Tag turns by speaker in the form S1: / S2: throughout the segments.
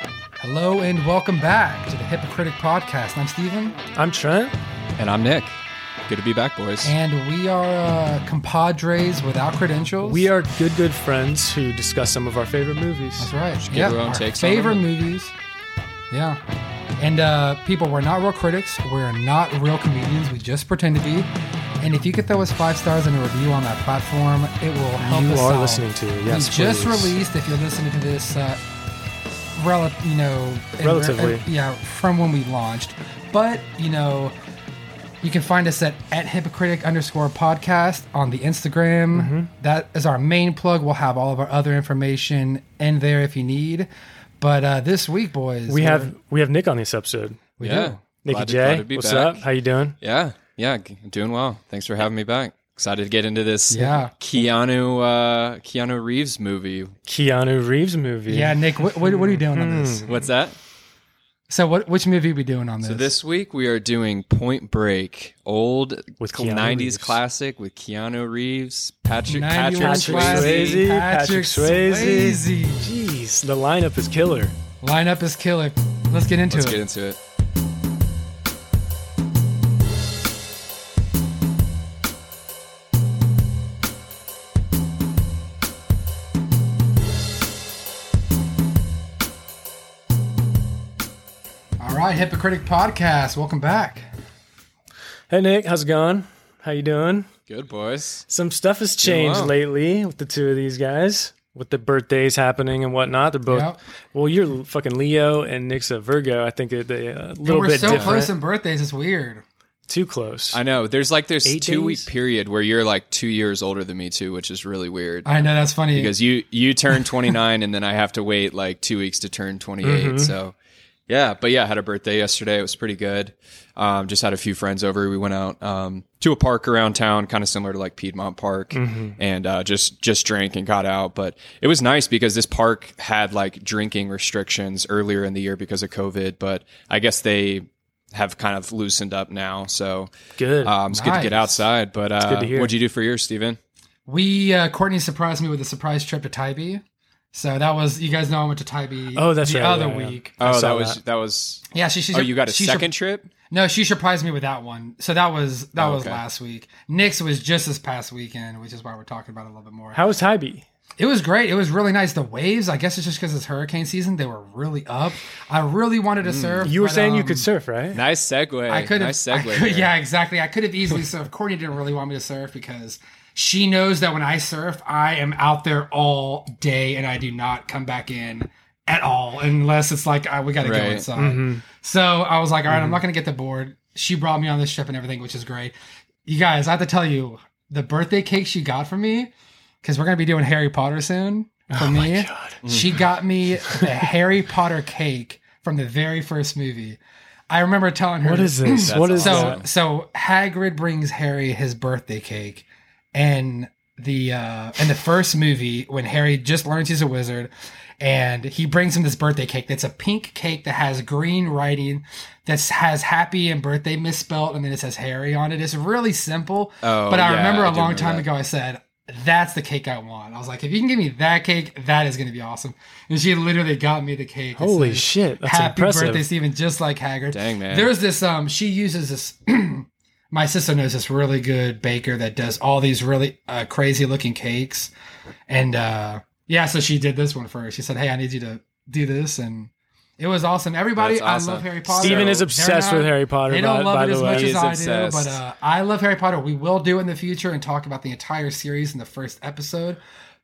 S1: Hello and welcome back to the Hypocritic Podcast. I'm Steven,
S2: I'm Trent.
S3: And I'm Nick. Good to be back, boys.
S1: and we are uh, compadres without credentials.
S2: We are good, good friends who discuss some of our favorite movies.
S1: That's right.
S3: give our own takes on
S1: favorite
S3: them.
S1: movies. Yeah. And uh, people, we're not real critics. We're not real comedians. We just pretend to be. And if you could throw us five stars and a review on that platform, it will help
S2: You
S1: us
S2: are
S1: out.
S2: listening to, yes,
S1: We just
S2: please.
S1: released. If you're listening to this, uh, rel- you know, in-
S2: Relatively.
S1: yeah, from when we launched. But you know, you can find us at, at hypocritic underscore podcast on the Instagram.
S2: Mm-hmm.
S1: That is our main plug. We'll have all of our other information in there if you need. But uh, this week, boys,
S2: We
S1: we're-
S2: have we have Nick on this episode.
S1: we
S3: yeah.
S1: do.
S2: Nikki
S3: Glad to- glad
S2: J,
S3: to be
S2: what's
S3: back.
S2: up? How you doing?
S3: Yeah. Yeah. g- Doing well. Thanks for having me back. Excited to get into this
S1: Yeah.
S3: Keanu uh, Keanu Reeves movie.
S2: Keanu Reeves movie.
S1: Yeah, Nick, what, what, what are you doing on
S2: Hmm.
S1: this?
S3: What's that?
S1: So, what which movie are we doing on this?
S3: So this week we are doing Point Break, old
S2: With
S3: cl-
S2: Keanu
S3: 90s
S2: Reeves.
S3: classic with Keanu Reeves, Patrick
S1: 91
S3: Patrick
S2: Patrick
S3: Swayze.
S2: Swayze.
S1: Patrick
S2: Patrick Swayze.
S1: Swayze.
S2: Jeez, the lineup is killer.
S1: Lineup is killer. Let's get into
S3: Let's
S1: it.
S3: get into it.
S1: All right, Hypocritic Podcast. Welcome back.
S2: Hey Nick, how's it going? How you doing?
S3: Good boys.
S2: Some stuff has changed
S3: well.
S2: lately with the two of these guys. With the birthdays happening and whatnot, they're both.
S1: Yep.
S2: Well, you're fucking Leo and Nick's a Virgo. I think they a little
S1: We're
S2: bit
S1: so
S2: different.
S1: close in birthdays. It's weird.
S2: Too close.
S3: I know. There's like this
S2: Eight
S3: two week
S2: days?
S3: period where you're like two years older than me too, which is really weird.
S1: I know that's funny.
S3: because you you turn 29 and then I have to wait like two weeks to turn 28.
S2: Mm-hmm.
S3: So yeah, but yeah, I had a birthday yesterday. It was pretty good. Um, just had a few friends over. We went out um, to a park around town, kind of similar to like Piedmont Park,
S2: Mm-hmm.
S3: and uh, just just drank and got out. But it was nice because this park had like drinking restrictions earlier in the year because of COVID. But I guess they have kind of loosened up now. So
S2: Good.
S3: um, it's good to get
S1: Nice.
S3: outside. But
S2: good
S3: uh,
S2: to hear.
S3: what'd you do for yours, Steven?
S1: we uh, Courtney surprised me with a surprise trip to Tybee. So that was you guys know I went to Tybee.
S2: Oh, that's
S1: the
S2: right,
S1: other
S2: yeah, yeah.
S1: week.
S2: I
S3: Oh,
S2: saw
S3: that was that was
S1: Yeah, she. she
S3: oh, you got a
S1: she
S3: second trip?
S1: No, she surprised me with that one. So that was that
S3: Oh,
S1: was
S3: okay.
S1: last week. Nick's was just this past weekend, which is why we're talking about it a little bit more.
S2: How was Tybee?
S1: It was great. It was really nice. The waves. I guess it's just because it's hurricane season. They were really up. I really wanted
S3: Mm.
S1: to surf.
S2: You were
S1: but,
S2: saying you
S1: um,
S2: could surf, right?
S3: Nice segue.
S1: I could have.
S3: Nice segue. there.
S1: yeah, exactly. I could have easily surfed. Courtney didn't really want me to surf because she knows that when I surf, I am out there all day and I do not come back in at all unless it's like I, we got to go
S3: Right.
S1: inside.
S2: Mm-hmm.
S1: So I was like, all right, I'm not going to get the board. She brought me on this trip and everything, which is great. You guys, I have to tell you, the birthday cake she got for me, because we're going to be doing Harry Potter soon. For
S2: Oh
S1: me,
S3: Mm.
S1: she got me the Harry Potter cake from the very first movie. I remember telling her,
S2: What is this?
S3: That's
S2: what is
S1: so
S3: awesome.
S2: that?
S1: so Hagrid brings Harry his birthday cake, and the uh in the first movie when Harry just learns he's a wizard, and he brings him this birthday cake that's a pink cake that has green writing, that has happy and birthday misspelled, and then it says Harry on it. It's really simple,
S3: Oh,
S1: but I
S3: yeah,
S1: remember
S3: I
S1: a
S3: do
S1: long
S3: remember
S1: time
S3: that.
S1: ago I said. That's the cake I want. I was like, if you can give me that cake, that is going to be awesome. And she literally got me the cake. It
S2: Holy
S1: says,
S2: shit! That's
S1: Happy
S2: impressive.
S1: birthday, Steven, just like Haggard.
S3: Dang, man.
S1: There's this um she uses this my sister knows this really good baker that does all these really uh, crazy looking cakes. And uh yeah, so she did this one for her. She said, Hey, I need you to do this and it was awesome. Everybody, I
S3: That's
S1: love
S3: awesome.
S1: Harry Potter.
S2: Steven is
S1: They're
S2: obsessed
S1: not-
S2: with Harry Potter.
S1: They don't
S2: by,
S1: love
S2: by
S1: it
S2: the
S1: as
S2: way.
S1: much
S3: He
S1: as
S3: is
S1: I
S3: obsessed.
S1: do, but uh, I love Harry Potter. We will do it in the future and talk about the entire series in the first episode.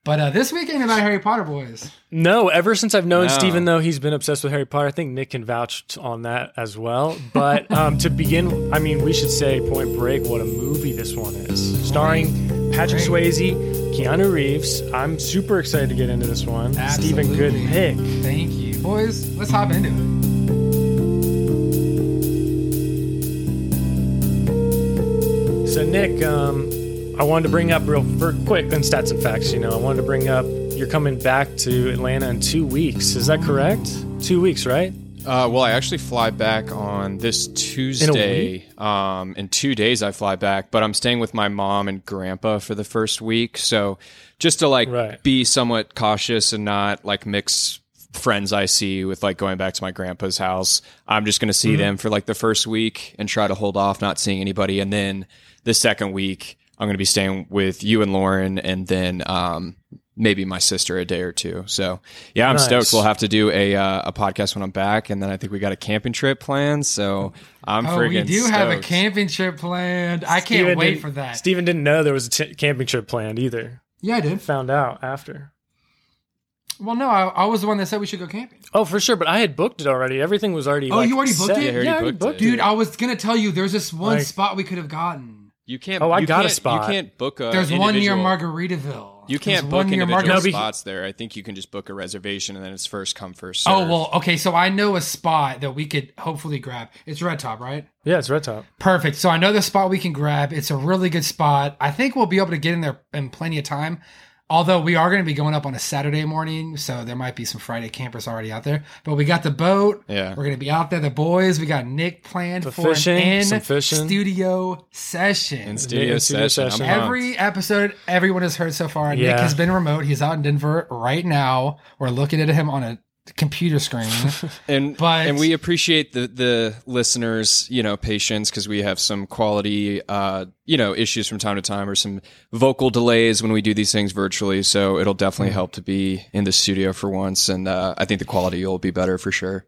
S1: But uh, this weekend about Harry Potter boys.
S2: No, ever since I've known
S3: No.
S2: Steven, though, he's been obsessed with Harry Potter. I think Nick can vouch t- on that as well. But um, to begin, I mean, we should say Point Break, what a movie this one is. Starring Patrick
S1: Great.
S2: Swayze, Keanu Reeves. I'm super excited to get into this one. Steven, good
S1: Absolutely.
S2: pick.
S1: Thank you. Boys, let's hop into it.
S2: So, Nick, um, I wanted to bring up real for quick on stats and facts. You know, I wanted to bring up you're coming back to Atlanta in two weeks. Is that correct? Two weeks, right?
S3: Uh, well, I actually fly back on this Tuesday. um, in two days, I fly back, but I'm staying with my mom and grandpa for the first week. So just to like
S2: Right.
S3: be somewhat cautious and not like mix friends I see with like going back to my grandpa's house. I'm just going to see them for like the first week and try to hold off not seeing anybody. And then the second week, I'm going to be staying with you and Lauren and then um, maybe my sister a day or two. So yeah, I'm
S2: Nice.
S3: stoked. We'll have to do a, uh, a podcast when I'm back. And then I think we got a camping trip planned. So I'm
S1: Oh,
S3: freaking
S1: we do have a
S3: stoked.
S1: camping trip planned. I can't
S2: Steven
S1: wait
S2: didn't-
S1: for that.
S2: Steven didn't know there was a t- camping trip planned either.
S1: yeah, I did.
S2: Found out after.
S1: Well, no, I, I was the one that said we should go camping.
S2: Oh, for sure. But I had booked it already. Everything was already.
S1: Oh,
S2: like,
S1: you already booked
S2: set.
S1: it? Yeah,
S2: Yeah,
S3: he already
S2: I already
S3: booked
S2: booked
S3: it.
S2: it.
S1: Dude, I was gonna tell you there's this one
S2: Like-
S1: spot we could have gotten.
S3: You can't.
S2: Oh, I
S3: you
S2: got a
S3: can't-
S2: spot.
S3: You can't book a.
S1: There's one near
S3: Uh, individual-
S1: Margaritaville.
S3: You
S1: There's
S3: can't book individual
S1: Margarit-
S2: No, be-
S3: spots there. I think you can just book a reservation and then it's first come first.
S1: Oh
S3: serve.
S1: well, okay. So I know a spot that we could hopefully grab. It's Red Top, right?
S2: Yeah, it's Red Top.
S1: Perfect. So I know the spot we can grab. It's a really good spot. I think we'll be able to get in there in plenty of time. Although we are going to be going up on a Saturday morning, so there might be some Friday campers already out there. But we got the boat.
S3: Yeah.
S1: We're going to be out there. The boys. We got Nick planned
S2: The
S1: for
S2: fishing,
S1: an in
S2: some fishing.
S1: studio session.
S3: In studio
S2: in studio
S3: session.
S2: session.
S3: I'm pumped.
S1: Every episode everyone has heard so far, Nick
S2: Yeah.
S1: has been remote. He's out in Denver right now. We're looking at him on a computer screen.
S3: and
S1: but-
S3: and we appreciate the the listeners, you know, patience because we have some quality, uh, you know, issues from time to time or some vocal delays when we do these things virtually. So it'll definitely help to be in the studio for once, and uh, I think the quality will be better for sure.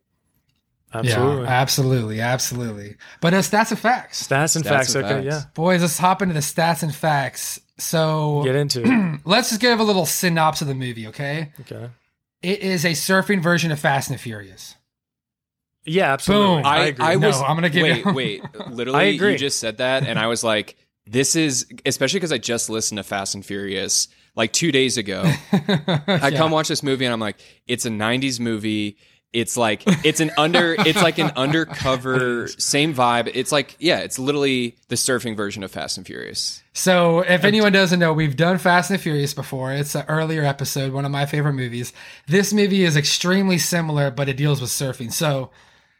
S2: Absolutely.
S1: Yeah, absolutely, absolutely. But it's that's a fact.
S2: Stats and
S3: Stats
S2: facts.
S3: and
S2: okay,
S3: facts.
S1: Boys, let's hop into the stats and facts. So
S2: yeah. Get into it.
S1: let's just give a little synopsis of the movie, okay?
S2: Okay.
S1: It is a surfing version of Fast and the Furious.
S2: Yeah, absolutely.
S1: Boom.
S2: I,
S3: I,
S2: agree.
S3: I,
S1: No,
S3: was.
S1: I'm gonna give
S3: wait.
S1: you-
S3: wait. Literally,
S2: I agree.
S3: you just said that, and I was like, "This is especially because I just listened to Fast and Furious like two days ago. I come watch this movie, and I'm like, it's a '90s movie. It's like it's an under. It's like an undercover same vibe. It's like yeah. It's literally the surfing version of Fast and Furious.
S1: So, if anyone doesn't know, we've done Fast and the Furious before. It's an earlier episode, one of my favorite movies. This movie is extremely similar, but it deals with surfing. So,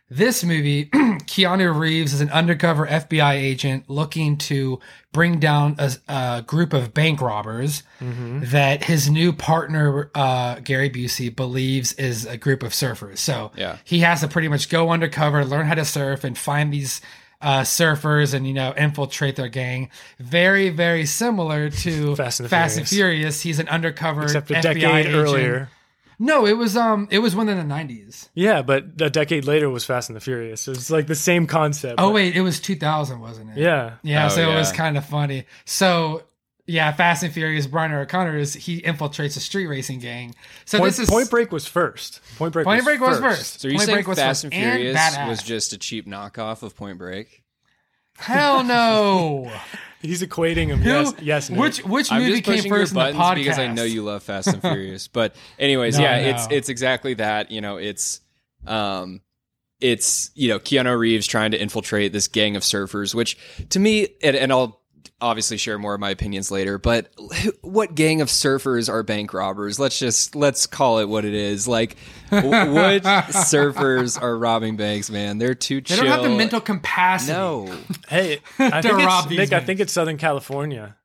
S1: this movie, Keanu Reeves is an undercover FBI agent looking to bring down a, a group of bank robbers
S2: Mm-hmm.
S1: that his new partner, uh, Gary Busey, believes is a group of surfers. So,
S3: Yeah.
S1: he has to pretty much go undercover, learn how to surf, and find these uh, surfers and you know infiltrate their gang. Very, very similar to
S2: Fast and the
S1: Furious. He's an undercover
S2: except a
S1: FBI
S2: decade
S1: agent.
S2: earlier.
S1: No, it was um, it was one in the nineties.
S2: Yeah, but a decade later was Fast and the Furious. It's like the same concept.
S1: Oh
S2: but-
S1: wait, it was two thousand, wasn't it?
S2: Yeah.
S1: yeah.
S3: Oh,
S1: so it was
S3: yeah.
S1: kind of funny. So. Yeah, Fast and Furious. Brian O'Connor is he infiltrates a street racing gang. So
S2: Point,
S1: this is
S2: Point Break was first. Point Break.
S1: Point
S2: was
S1: Break was
S2: first.
S1: first.
S3: So you
S1: Point
S3: saying
S1: Break was
S3: Fast
S1: first
S3: and
S1: and
S3: Furious
S1: badass.
S3: was just a cheap knockoff of Point Break?
S1: hell no.
S2: He's equating him.
S1: Who-
S2: Yes. Yes. Nick.
S1: Which which
S3: I'm
S1: movie
S3: just
S1: came
S3: pushing
S1: first in
S3: your
S1: the podcast?
S3: buttons because I know you love Fast and Furious. But anyways,
S1: No,
S3: yeah,
S1: no.
S3: it's it's exactly that. You know, it's um it's you know Keanu Reeves trying to infiltrate this gang of surfers, which to me, and, and I'll obviously share more of my opinions later. But what gang of surfers are bank robbers? Let's just let's call it what it is. Like, w- what surfers are robbing banks? Man, they're too
S1: They
S3: chill.
S1: don't have the mental capacity.
S3: No,
S2: Hey, I
S1: To
S2: think
S1: rob
S2: it's,
S1: these
S2: Nick. I
S1: banks.
S2: think it's Southern California.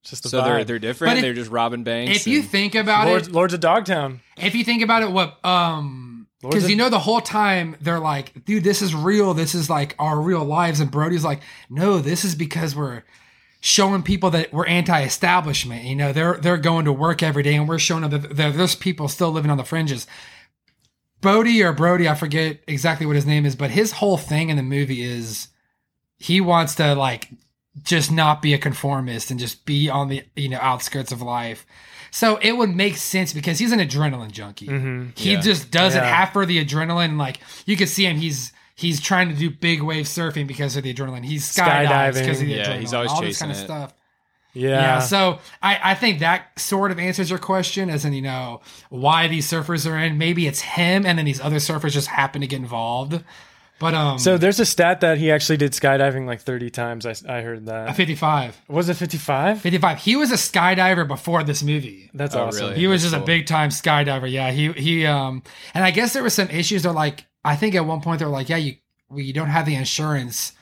S2: It's just the
S3: so they're
S2: vibe.
S3: they're different.
S1: But if-
S3: they're just robbing banks.
S1: If you
S3: and-
S1: think about
S2: Lords,
S1: it,
S2: Lords of Dogtown.
S1: if you think about it, what um
S2: Lords
S1: because
S2: of-
S1: you know the whole time they're like, dude, this is real. This is like our real lives, and Brody's like, no, this is because we're showing people that we're anti-establishment. You know, they're they're going to work every day, and we're showing them that there- there's people still living on the fringes. Bodie or Brody, I forget exactly what his name is, but his whole thing in the movie is he wants to like just not be a conformist and just be on the you know outskirts of life. So it would make sense because he's an adrenaline junkie. He
S3: Yeah.
S1: just does it
S2: Mm-hmm. Yeah.
S1: half for the adrenaline. Like you can see him, he's he's trying to do big wave surfing because of the adrenaline. He's skydiving
S2: Skydiving.
S1: because of the
S3: Yeah,
S1: adrenaline.
S3: he's always
S1: all this
S3: chasing
S1: kind of
S3: it.
S1: stuff.
S2: Yeah.
S1: Yeah. So I, I think that sort of answers your question, as in, you know, why these surfers are in. Maybe it's him and then these other surfers just happen to get involved. But um
S2: So there's a stat that he actually did skydiving like 30 times. I, I heard that.
S1: 55.
S2: Was it 55?
S1: 55. He was a skydiver before this movie.
S2: That's
S3: Oh,
S2: awesome.
S3: really?
S1: He was
S3: That's
S1: just a
S3: cool.
S1: big time skydiver. Yeah. He he um and I guess there were some issues. They're like I think at one point they're like, yeah, you we don't have the insurance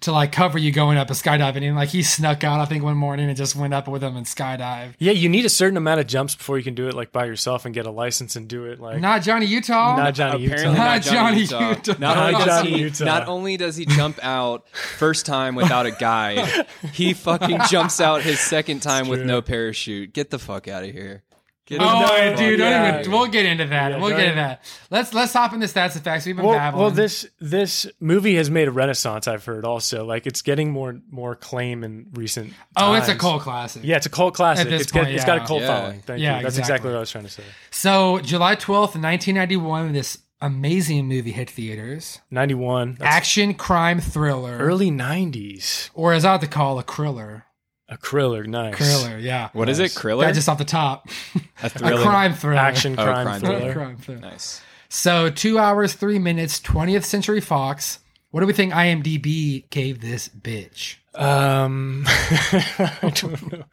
S1: to like cover you going up and skydiving. And like he snuck out, I think, one morning and just went up with him and skydived.
S2: Yeah, you need a certain amount of jumps before you can do it like by yourself and get a license and do it like
S1: Not Johnny Utah.
S2: not Johnny
S3: Apparently
S2: Utah.
S1: Not Johnny Utah.
S3: Not,
S2: Not
S3: only does
S2: Johnny
S3: he,
S2: Utah.
S3: not only does he jump out first time without a guide, he fucking jumps out his second time with
S2: true.
S3: no parachute. Get the fuck out of here. Get
S1: Oh,
S3: the fuck
S1: dude, don't
S2: yeah.
S1: even. We'll get into that.
S2: Yeah,
S1: we'll
S2: go
S1: get into
S2: ahead.
S1: that. Let's let's hop into stats and facts. We've been
S2: Well,
S1: babbling.
S2: well, this this movie has made a renaissance. I've heard also like it's getting more more claim in recent.
S1: oh, it's a
S2: times.
S1: cult classic.
S2: Yeah, it's a cult classic.
S1: At this
S2: It's got-
S1: point,
S2: it's got a
S1: yeah.
S2: cult
S3: Yeah.
S2: following. Thank
S1: Yeah,
S2: you. That's exactly
S1: exactly.
S2: what I was trying to say.
S1: So July twelfth, nineteen ninety one, this amazing movie hit theaters.
S2: Ninety one.
S1: Action crime thriller,
S2: early nineties.
S1: or as I like to call a kriller.
S2: A Kriller, nice.
S1: Kriller, yeah.
S3: What is it? Kriller?
S1: That just off the top.
S3: a
S1: a
S3: thriller.
S1: crime thriller.
S2: Action
S3: Oh,
S2: crime,
S3: crime
S2: thriller.
S1: Thriller, crime thriller.
S3: Nice.
S1: So two hours, three minutes, 20th Century Fox. What do we think IMDb gave this bitch?
S2: Um, I don't know.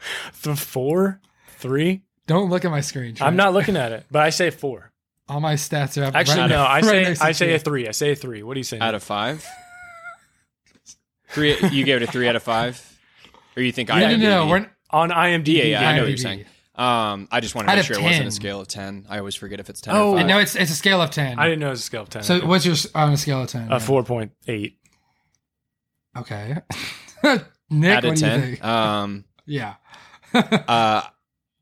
S2: Th- four, three.
S1: Don't look at my screen. Trent.
S2: I'm not looking at it, but I say four.
S1: All my stats are up.
S2: Actually,
S1: right-
S2: no. I
S1: right
S2: say
S1: next to
S2: I say
S1: you.
S2: a three. I say a three. What do you say?
S3: Out of five? Three you gave it a three out of five? Or you think I
S1: No, no, no. We're,
S2: on IMDb?
S3: yeah, yeah, I know what
S1: IMDb.
S3: you're saying. Um, I just wanted to
S1: Out
S3: make
S1: of
S3: sure it wasn't
S1: 10.
S3: a scale of ten. I always forget if it's ten
S2: Oh,
S3: or
S1: and
S3: five.
S1: no, it's it's a scale of ten.
S2: I didn't know it was a scale of ten.
S1: so what's your s- on a scale of ten?
S2: a four point eight.
S1: Okay. Nick, what
S3: out of
S1: do you
S3: ten.
S1: think?
S3: Um
S1: yeah.
S3: uh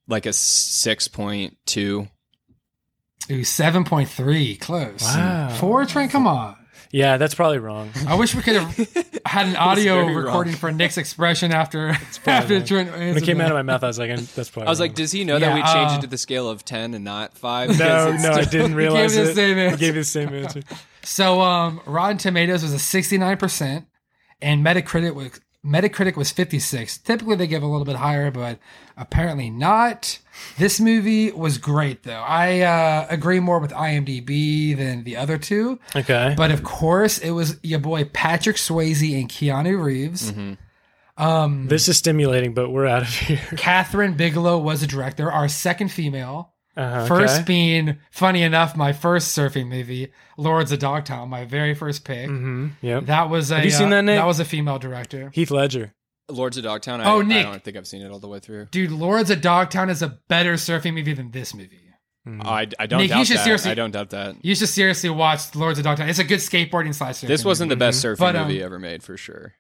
S3: like a six point two.
S1: Ooh, seven point three. Close.
S2: Wow.
S1: Four Trent, come on.
S2: Yeah, that's probably wrong.
S1: I wish we could have had an audio
S3: very wrong.
S1: recording for Nick's expression after after
S2: wrong.
S1: Trent
S2: When it
S1: answered
S2: came out
S1: that.
S2: of my mouth, I was like, "That's probably."
S3: I was like,
S2: wrong.
S3: does he know
S1: Yeah,
S3: that we changed
S1: uh,
S3: it to the scale of ten and not five?
S2: "No,
S3: Because it's
S2: no, I
S3: still-
S2: didn't realize
S1: the
S2: it."
S1: same
S2: I
S1: answer.
S2: gave you the same answer.
S1: So um, Rotten Tomatoes was a 69%, and Metacritic was Metacritic was 56. Typically they give a little bit higher, but apparently not. This movie was great though. I uh, agree more with IMDb than the other two,
S2: Okay.
S1: but of course it was your boy Patrick Swayze and Keanu Reeves. Um,
S2: This is stimulating, but we're out of here.
S1: Catherine Bigelow was a director, our second female.
S2: Uh-huh,
S1: First
S2: okay.
S1: being, funny enough, my first surfing movie, Lords of Dogtown, my very first pick.
S2: Mhm, Yep.
S1: That was a
S2: Have you seen
S1: uh,
S2: that, Nick?
S1: was a female director.
S2: Heath Ledger.
S3: Lords of Dogtown. I,
S1: Oh,
S3: I
S1: Nick.
S3: don't think I've seen it all the way through.
S1: Dude, Lords of Dogtown is a better surfing movie than this movie.
S3: I, I don't
S1: Nick, you
S3: doubt
S1: should
S3: that.
S1: seriously-
S3: I don't doubt that.
S1: You should seriously watch Lords of Dogtown. It's a good skateboarding slash. surfing
S3: This wasn't the best surfing
S1: But, um,
S3: movie ever made for sure.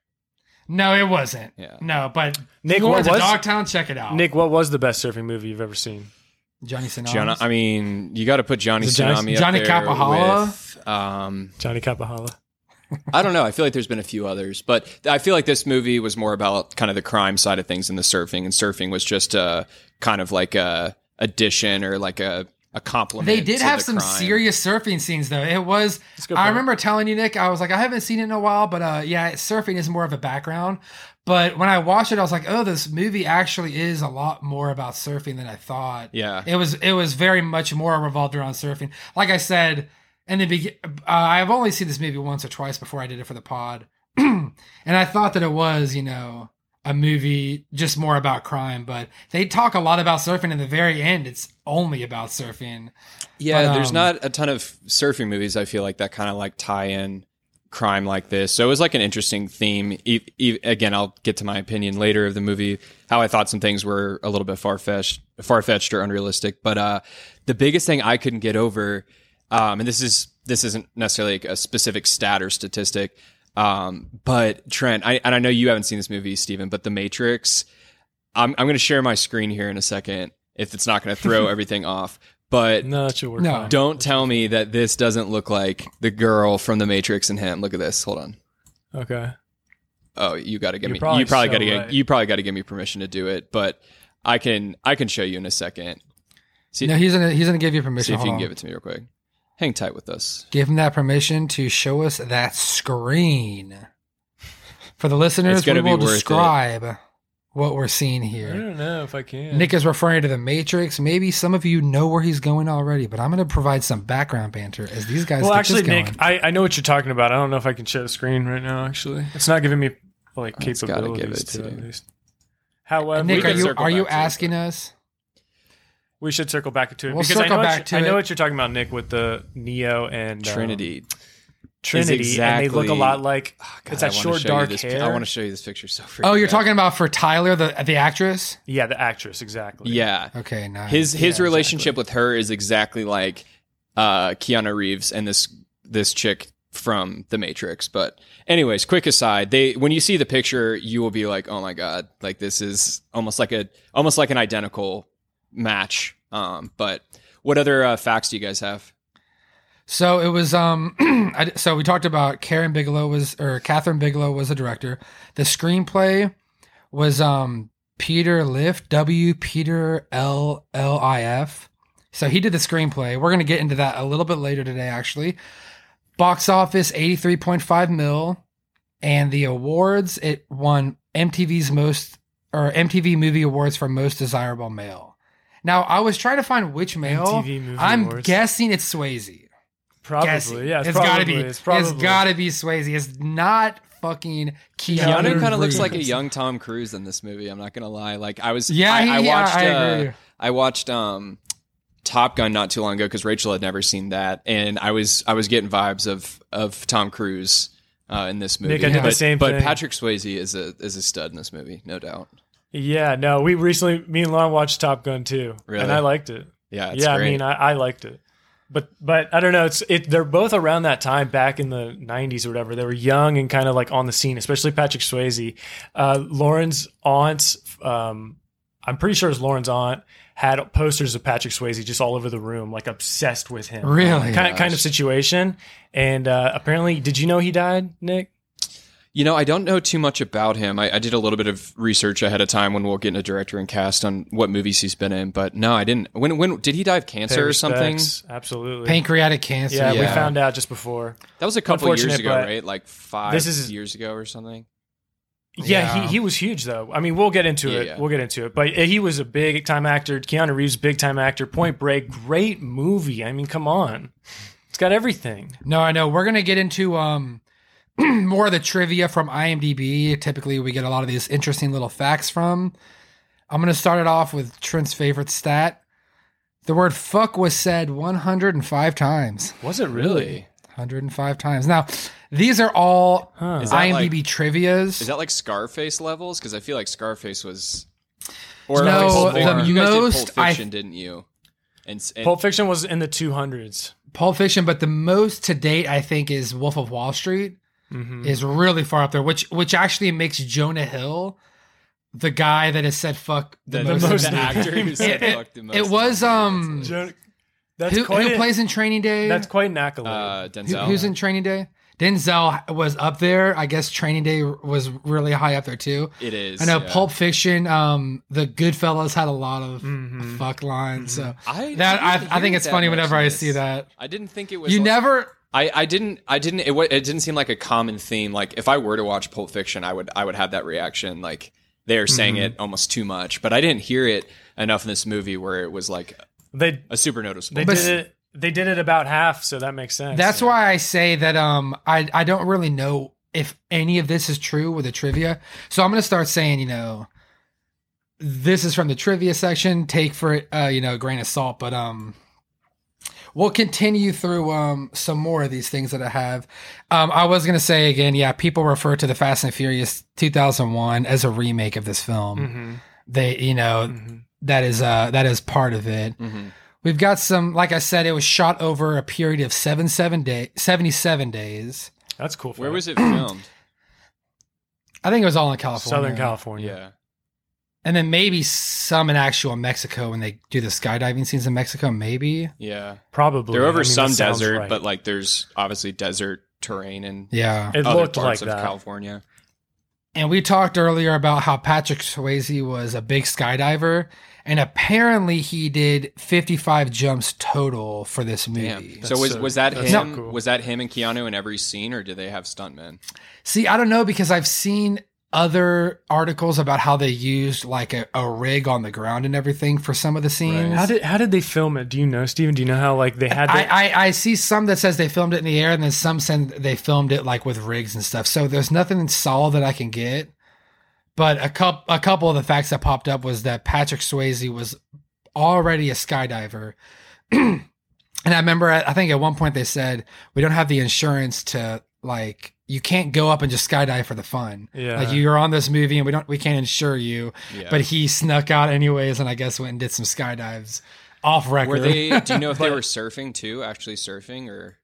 S1: movie. No, it wasn't.
S3: Yeah.
S1: No, but
S2: Nick,
S1: Lords
S2: what
S1: of
S2: was-
S1: Dogtown, check it out.
S2: Nick, what was the best surfing movie you've ever seen?
S1: Johnny Sinatra's.
S3: Johnny, I mean, you got to put Johnny
S2: Is it Johnny-
S3: Tsunami
S1: Johnny
S3: up there
S1: Capahala?
S3: with, um,
S2: Johnny Capahala.
S3: I don't know. I feel like there's been a few others, but I feel like this movie was more about kind of the crime side of things and the surfing, and surfing was just a kind of like a addition or like a a compliment.
S1: They did
S3: to
S1: have
S3: the
S1: some
S3: crime.
S1: serious surfing scenes though. It was
S2: a good
S1: I
S2: point.
S1: remember telling you Nick, I was like I haven't seen it in a while, but uh yeah, surfing is more of a background. But when I watched it I was like, "Oh, this movie actually is a lot more about surfing than I thought."
S3: Yeah.
S1: It was it was very much more revolved around surfing. Like I said, in the be- uh, I've only seen this movie once or twice before I did it for the pod, and I thought that it was you know a movie just more about crime, but they talk a lot about surfing. In the very end, it's only about surfing.
S3: Yeah,
S1: But,
S3: there's
S1: um,
S3: not a ton of surfing movies. I feel like that kind of like tie in crime like this. So it was like an interesting theme. E- e- again, I'll get to my opinion later of the movie. How I thought some things were a little bit far fetched, far fetched or unrealistic. But uh, the biggest thing I couldn't get over, um, and this is this isn't necessarily like a specific stat or statistic, um, but Trent, I, and I know you haven't seen this movie, Steven, but The Matrix. I'm, I'm going to share my screen here in a second if it's not going to throw everything off. But
S2: No, that should work.
S1: No.
S2: fine.
S3: don't tell me that this doesn't look like the girl from The Matrix and him. Look at this. Hold on.
S2: Okay.
S3: Oh, you got to give
S2: You're
S3: me.
S2: probably
S3: you probably
S2: so
S3: got to
S2: right.
S3: get. You probably got to give me permission to do it. But I can. I can show you in a second. See,
S1: No, he's gonna he's gonna give you
S3: see
S1: permission.
S3: if you
S1: Hold
S3: can
S1: on.
S3: give it to me real quick. Hang tight with us.
S1: Give him that permission to show us that screen. For the listeners,
S3: It's gonna
S1: we will
S3: be worth it.
S1: describe what we're seeing
S2: I
S1: here.
S2: don't know if I can.
S1: Nick is referring to the Matrix. Maybe some of you know where he's going already, but I'm going to provide some background banter as these guys.
S2: well,
S1: get
S2: actually,
S1: this going.
S2: Nick, I, I know what you're talking about. I don't know if I can share the screen right now. Actually, it's not giving me like
S3: It's gotta give
S2: capabilities
S3: it
S2: to,
S3: to
S2: at
S3: you.
S2: least. However,
S1: Nick, are
S2: uh, we, can
S3: could
S1: you
S3: circle
S1: are
S3: back
S1: you
S3: to it,
S1: asking us?
S2: we should circle back to it
S1: We'll
S2: because I know
S1: circle
S2: what
S1: back
S2: you-
S1: to
S2: I know
S1: it.
S2: what you're talking about, Nick, with the Neo and um,
S3: Trinity.
S2: Trinity, and they look a
S3: exactly-
S2: lot like
S3: Ah, God,
S2: it's
S3: I
S2: that
S3: wanna
S2: short
S3: show you
S2: dark
S3: this-
S2: hair.
S3: I want to show you this picture so freaking
S1: Oh, you're
S3: bad.
S1: talking about for Tyler, the the actress.
S2: yeah, the actress exactly.
S3: Yeah.
S1: Okay, nice.
S3: His his
S2: Yeah,
S3: relationship with her is exactly like uh Keanu Reeves and this this chick from The Matrix. But anyways, quick aside, they when you see the picture, you will be like, "Oh my god, like this is almost like a almost like an identical match." Um but what other uh, facts do you guys have?
S1: So it was um I, so we talked about Karen Bigelow was or Catherine Bigelow was the director. The screenplay was um Peter Liff, W Peter L L I F. So he did the screenplay. We're going to get into that a little bit later today actually. Box office 83.5 mil and the awards it won MTV's most or MTV Movie Awards for most desirable male. Now I was trying to find which male.
S2: MTV Movie
S1: I'm
S2: Awards.
S1: guessing it's Swayze
S2: probably.
S1: guessing.
S2: Yeah,
S1: it's
S2: probably,
S1: gotta be.
S2: It's probably.
S1: it's gotta be Swayze. It's not fucking Keanu.
S3: Keanu kind of looks
S1: Reeves.
S3: like a young Tom Cruise in this movie. I'm not gonna lie. Like I was,
S1: Yeah,
S3: I,
S1: he-
S3: I
S1: yeah,
S3: watched,
S1: I
S3: uh,
S1: agree.
S3: I watched um, Top Gun not too long ago because Rachel had never seen that, and I was I was getting vibes of of Tom Cruise uh, in this movie.
S2: Nick, I did the
S3: but,
S2: same
S3: but
S2: thing.
S3: Patrick Swayze is a is a stud in this movie, no doubt.
S2: Yeah, no, we recently, me and Lon watched Top Gun too,
S3: Really?
S2: and I liked it.
S3: Yeah, it's
S2: yeah,
S3: great.
S2: I mean, I, I liked it, but but I don't know. It's it. They're both around that time back in the '90s or whatever. They were young and kind of like on the scene, especially Patrick Swayze. Uh, Lauren's aunt, um, I'm pretty sure it's Lauren's aunt, had posters of Patrick Swayze just all over the room, like obsessed with him.
S1: Really?
S3: Oh
S2: kind of, kind of situation. And uh, apparently, did you know he died, Nick?
S3: You know, I don't know too much about him. I, I did a little bit of research ahead of time when we'll get into director and cast on what movies he's been in, but no, I didn't. When when did he die of cancer or something?
S2: Respects, Absolutely.
S1: pancreatic cancer.
S2: yeah, we
S3: Yeah.
S2: found out just before.
S3: That was a couple years
S2: Unfortunate,
S3: ago,
S2: but
S3: right? Like five
S2: this is-
S3: years ago or something.
S2: Yeah,
S1: Yeah.
S2: He, he was huge though. I mean, we'll get into
S3: Yeah,
S2: it.
S3: yeah.
S2: We'll get into it. But eh, he was a big time actor. Keanu Reeves, big time actor. Point Break, great movie. I mean, come on, it's got everything.
S1: No, I know. We're gonna get into um more of the trivia from IMDb. Typically, we get a lot of these interesting little facts from. I'm gonna start it off with Trent's favorite stat. The word "fuck" was said 105 times.
S2: Was it
S1: 105 times. Now, these are all
S2: Huh.
S3: Is that
S1: IMDb
S3: like-
S1: trivias.
S3: Is that like Scarface levels? Because I feel like Scarface was. Or
S1: No,
S3: at least Pulp
S1: the
S3: Fiction. you guys did
S1: most
S3: Pulp
S1: I-
S3: Fiction, didn't you? And, s- and
S2: Pulp Fiction was in the two hundreds.
S1: Pulp Fiction, but the most to date I think is Wolf of Wall Street
S3: Mm-hmm.
S1: is really far up there, which which actually makes Jonah Hill the guy that has said fuck the,
S3: the,
S1: most.
S3: the,
S2: most-
S3: actor who
S1: It-
S3: said
S1: it-
S3: fuck the most.
S1: it was um
S2: That's
S1: who,
S2: quite
S1: who plays in Training Day?
S2: That's quite an accolade.
S3: uh,
S1: Who-
S3: Denzel.
S1: who's in Training Day? Denzel was up there. I guess Training Day was really high up there too.
S3: It is.
S1: I know
S3: yeah.
S1: Pulp Fiction, um, the Goodfellas had a lot of fuck lines. So
S3: Mm-hmm. I
S1: that
S3: didn't
S1: I, I
S3: hear
S1: think it's
S3: that
S1: funny
S3: much
S1: whenever
S3: in
S1: I
S3: this.
S1: see that.
S3: I didn't think it was.
S1: You
S3: like-
S1: never
S3: I, I didn't. I didn't. It, wa- it didn't seem like a common theme. Like if I were to watch Pulp Fiction, I would. I would have that reaction. Like they are saying
S2: Mm-hmm.
S3: it almost too much, but I didn't hear it enough in this movie where it was like
S2: they
S3: a super noticeable.
S2: they
S1: But-
S2: did it. They did it about half, so that makes sense.
S1: That's why I say that um I I don't really know if any of this is true with the trivia. So I'm going to start saying, you know, this is from the trivia section, take for it uh you know, a grain of salt, but um we'll continue through um some more of these things that I have. Um I was going to say again, yeah, people refer to the Fast and Furious 2001 as a remake of this film.
S2: hmm
S1: They, you know,
S2: Mm-hmm.
S1: that is uh that is part of it.
S3: Mhm.
S1: We've got some, like I said, it was shot over a period of seven, seven day, 77 days.
S2: That's cool. For
S3: Where
S2: it.
S3: was it filmed?
S1: I think it was all in California.
S2: Southern California?
S3: yeah.
S1: And then maybe some in actual Mexico when they do the skydiving scenes in Mexico, maybe.
S3: Yeah.
S2: probably.
S3: They're over
S2: I mean, that
S3: some
S2: sounds
S3: desert,
S2: right.
S3: but like there's obviously desert terrain and
S1: Yeah.
S2: it
S3: other
S2: looked like
S3: parts of
S2: that.
S3: California.
S1: And we talked earlier about how Patrick Swayze was a big skydiver. And apparently he did 55 jumps total for this movie.
S3: Damn. So was
S2: so-
S3: was that
S2: that's
S3: him?
S2: so cool.
S3: Was that him and Keanu in every scene, or did they have stuntmen?
S1: See, I don't know because I've seen other articles about how they used like a, a rig on the ground and everything for some of the scenes.
S2: How did how did they film it? Do you know, Steven? Do you know how like they had?
S1: I,
S2: The,
S1: I, I see some that says they filmed it in the air, and then some said they filmed it like with rigs and stuff. So there's nothing solid that I can get. But a couple a couple of the facts that popped up was that Patrick Swayze was already a skydiver And I remember, at, I think at one point they said we don't have the insurance to like you can't go up and just skydive for the fun.
S2: Yeah.
S1: Like you're on this movie and we don't we can't insure you.
S3: Yeah.
S1: But he snuck out anyways, and I guess went and did some skydives off record.
S3: were they? Do you know if they were surfing too? Actually surfing or?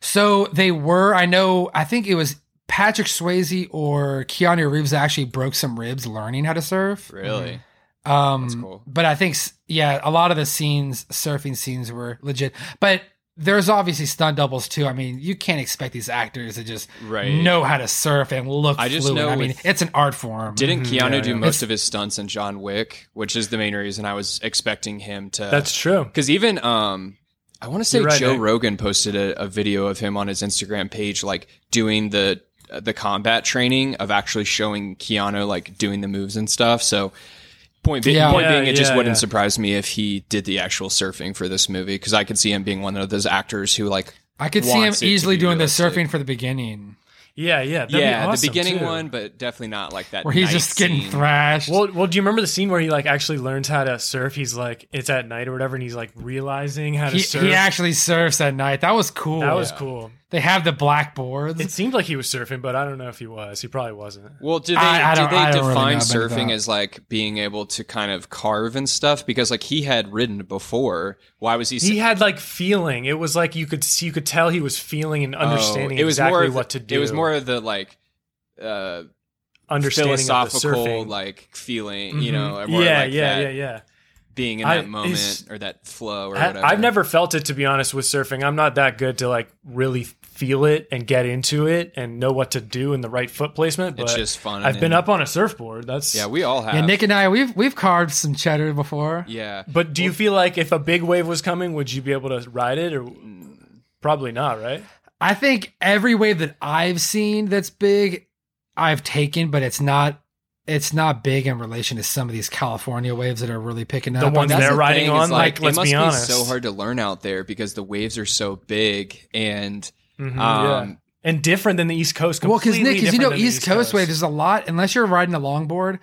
S1: So they were. I know. I think it was Patrick Swayze or Keanu Reeves that actually broke some ribs learning how to surf.
S2: Mm-hmm.
S3: Really?
S1: Um,
S3: That's cool.
S1: But I think, s- yeah, a lot of the scenes, surfing scenes, were legit. But there's obviously stunt doubles too. I mean, you can't expect these actors to just
S3: Right.
S1: know how to surf and look
S3: I just
S1: fluent.
S3: know
S1: I mean,
S3: with-
S1: it's an art form.
S3: Didn't Keanu
S2: Mm-hmm. yeah,
S3: do
S2: yeah.
S3: most of his stunts in John Wick, which is the main reason I was expecting him to?
S2: That's true.
S3: because even um, I want to say
S2: You're right, eh?
S3: Joe
S2: Nick.
S3: Rogan posted a, a video of him on his Instagram page, like doing the uh, the combat training of actually showing Keanu like doing the moves and stuff. So. Point, be-
S1: Yeah.
S3: point
S2: Yeah,
S3: being, it just
S2: yeah,
S3: wouldn't
S2: yeah.
S3: surprise me if he did the actual surfing for this movie because I could see him being one of those actors who like
S1: I could see him
S3: wants it to
S1: easily
S3: be
S1: doing the
S3: realistic.
S1: surfing for the beginning,
S2: Yeah, yeah, that'd be
S3: yeah
S2: awesome,
S3: the beginning
S2: too.
S3: one, but definitely not like that
S1: where he's
S3: night
S1: just getting
S3: scene.
S1: thrashed.
S2: Well, well, do you remember the scene where he like actually learns how to surf? He's like, it's at night or whatever, and he's like realizing how to
S1: he,
S2: surf.
S1: he actually surfs at night. That was cool.
S2: that was cool.
S1: They have the blackboards.
S2: It seemed like he was surfing, but I don't know if he was. He probably wasn't.
S3: Well, do they
S1: I- I
S3: do
S1: don't-
S3: they
S1: I don't really
S3: define
S1: know about
S3: surfing
S1: that.
S3: as like being able to kind of carve and stuff? Because like he had ridden before. Why was he?
S2: He had like feeling. It was like you could see, you could tell he was feeling and
S3: oh,
S2: understanding
S3: it was
S2: exactly
S3: more of the-
S2: what to do.
S3: It was more of the like uh,
S2: understanding of the
S3: philosophical
S2: surfing.
S3: like feeling.
S2: Mhm.
S3: You know, more
S2: yeah,
S3: like
S2: yeah,
S3: that,
S2: yeah, yeah.
S3: Being in
S2: I-
S3: that moment
S2: it's-
S3: or that flow or
S2: I-
S3: whatever.
S2: I've never felt it to be honest with surfing. I'm not that good to like really feel it and get into it and know what to do in the right foot placement. But
S3: It's just fun.
S2: I've been
S3: and-
S2: up on a surfboard. That's
S3: Yeah, we all have.
S1: yeah, Nick and I, we've we've carved some cheddar before.
S3: Yeah.
S2: But do you feel like if a big wave was coming, would you be able to ride it or probably not, right?
S1: I think every wave that I've seen that's big, I've taken, but it's not it's not big in relation to some of these California waves that are really picking up.
S2: The ones
S1: And that's
S2: they're
S3: the
S2: riding
S3: thing is,
S2: on, like,
S3: it
S2: let's
S3: must
S2: be honest.
S3: so hard to learn out there because the waves are so big and
S2: Mhm,
S3: um,
S2: yeah. And different than the East Coast.
S1: Mm-hmm, well, because Nick,
S2: completely
S1: because you know
S2: different than the
S1: East Coast, wave, there's a lot. Unless you're riding a longboard,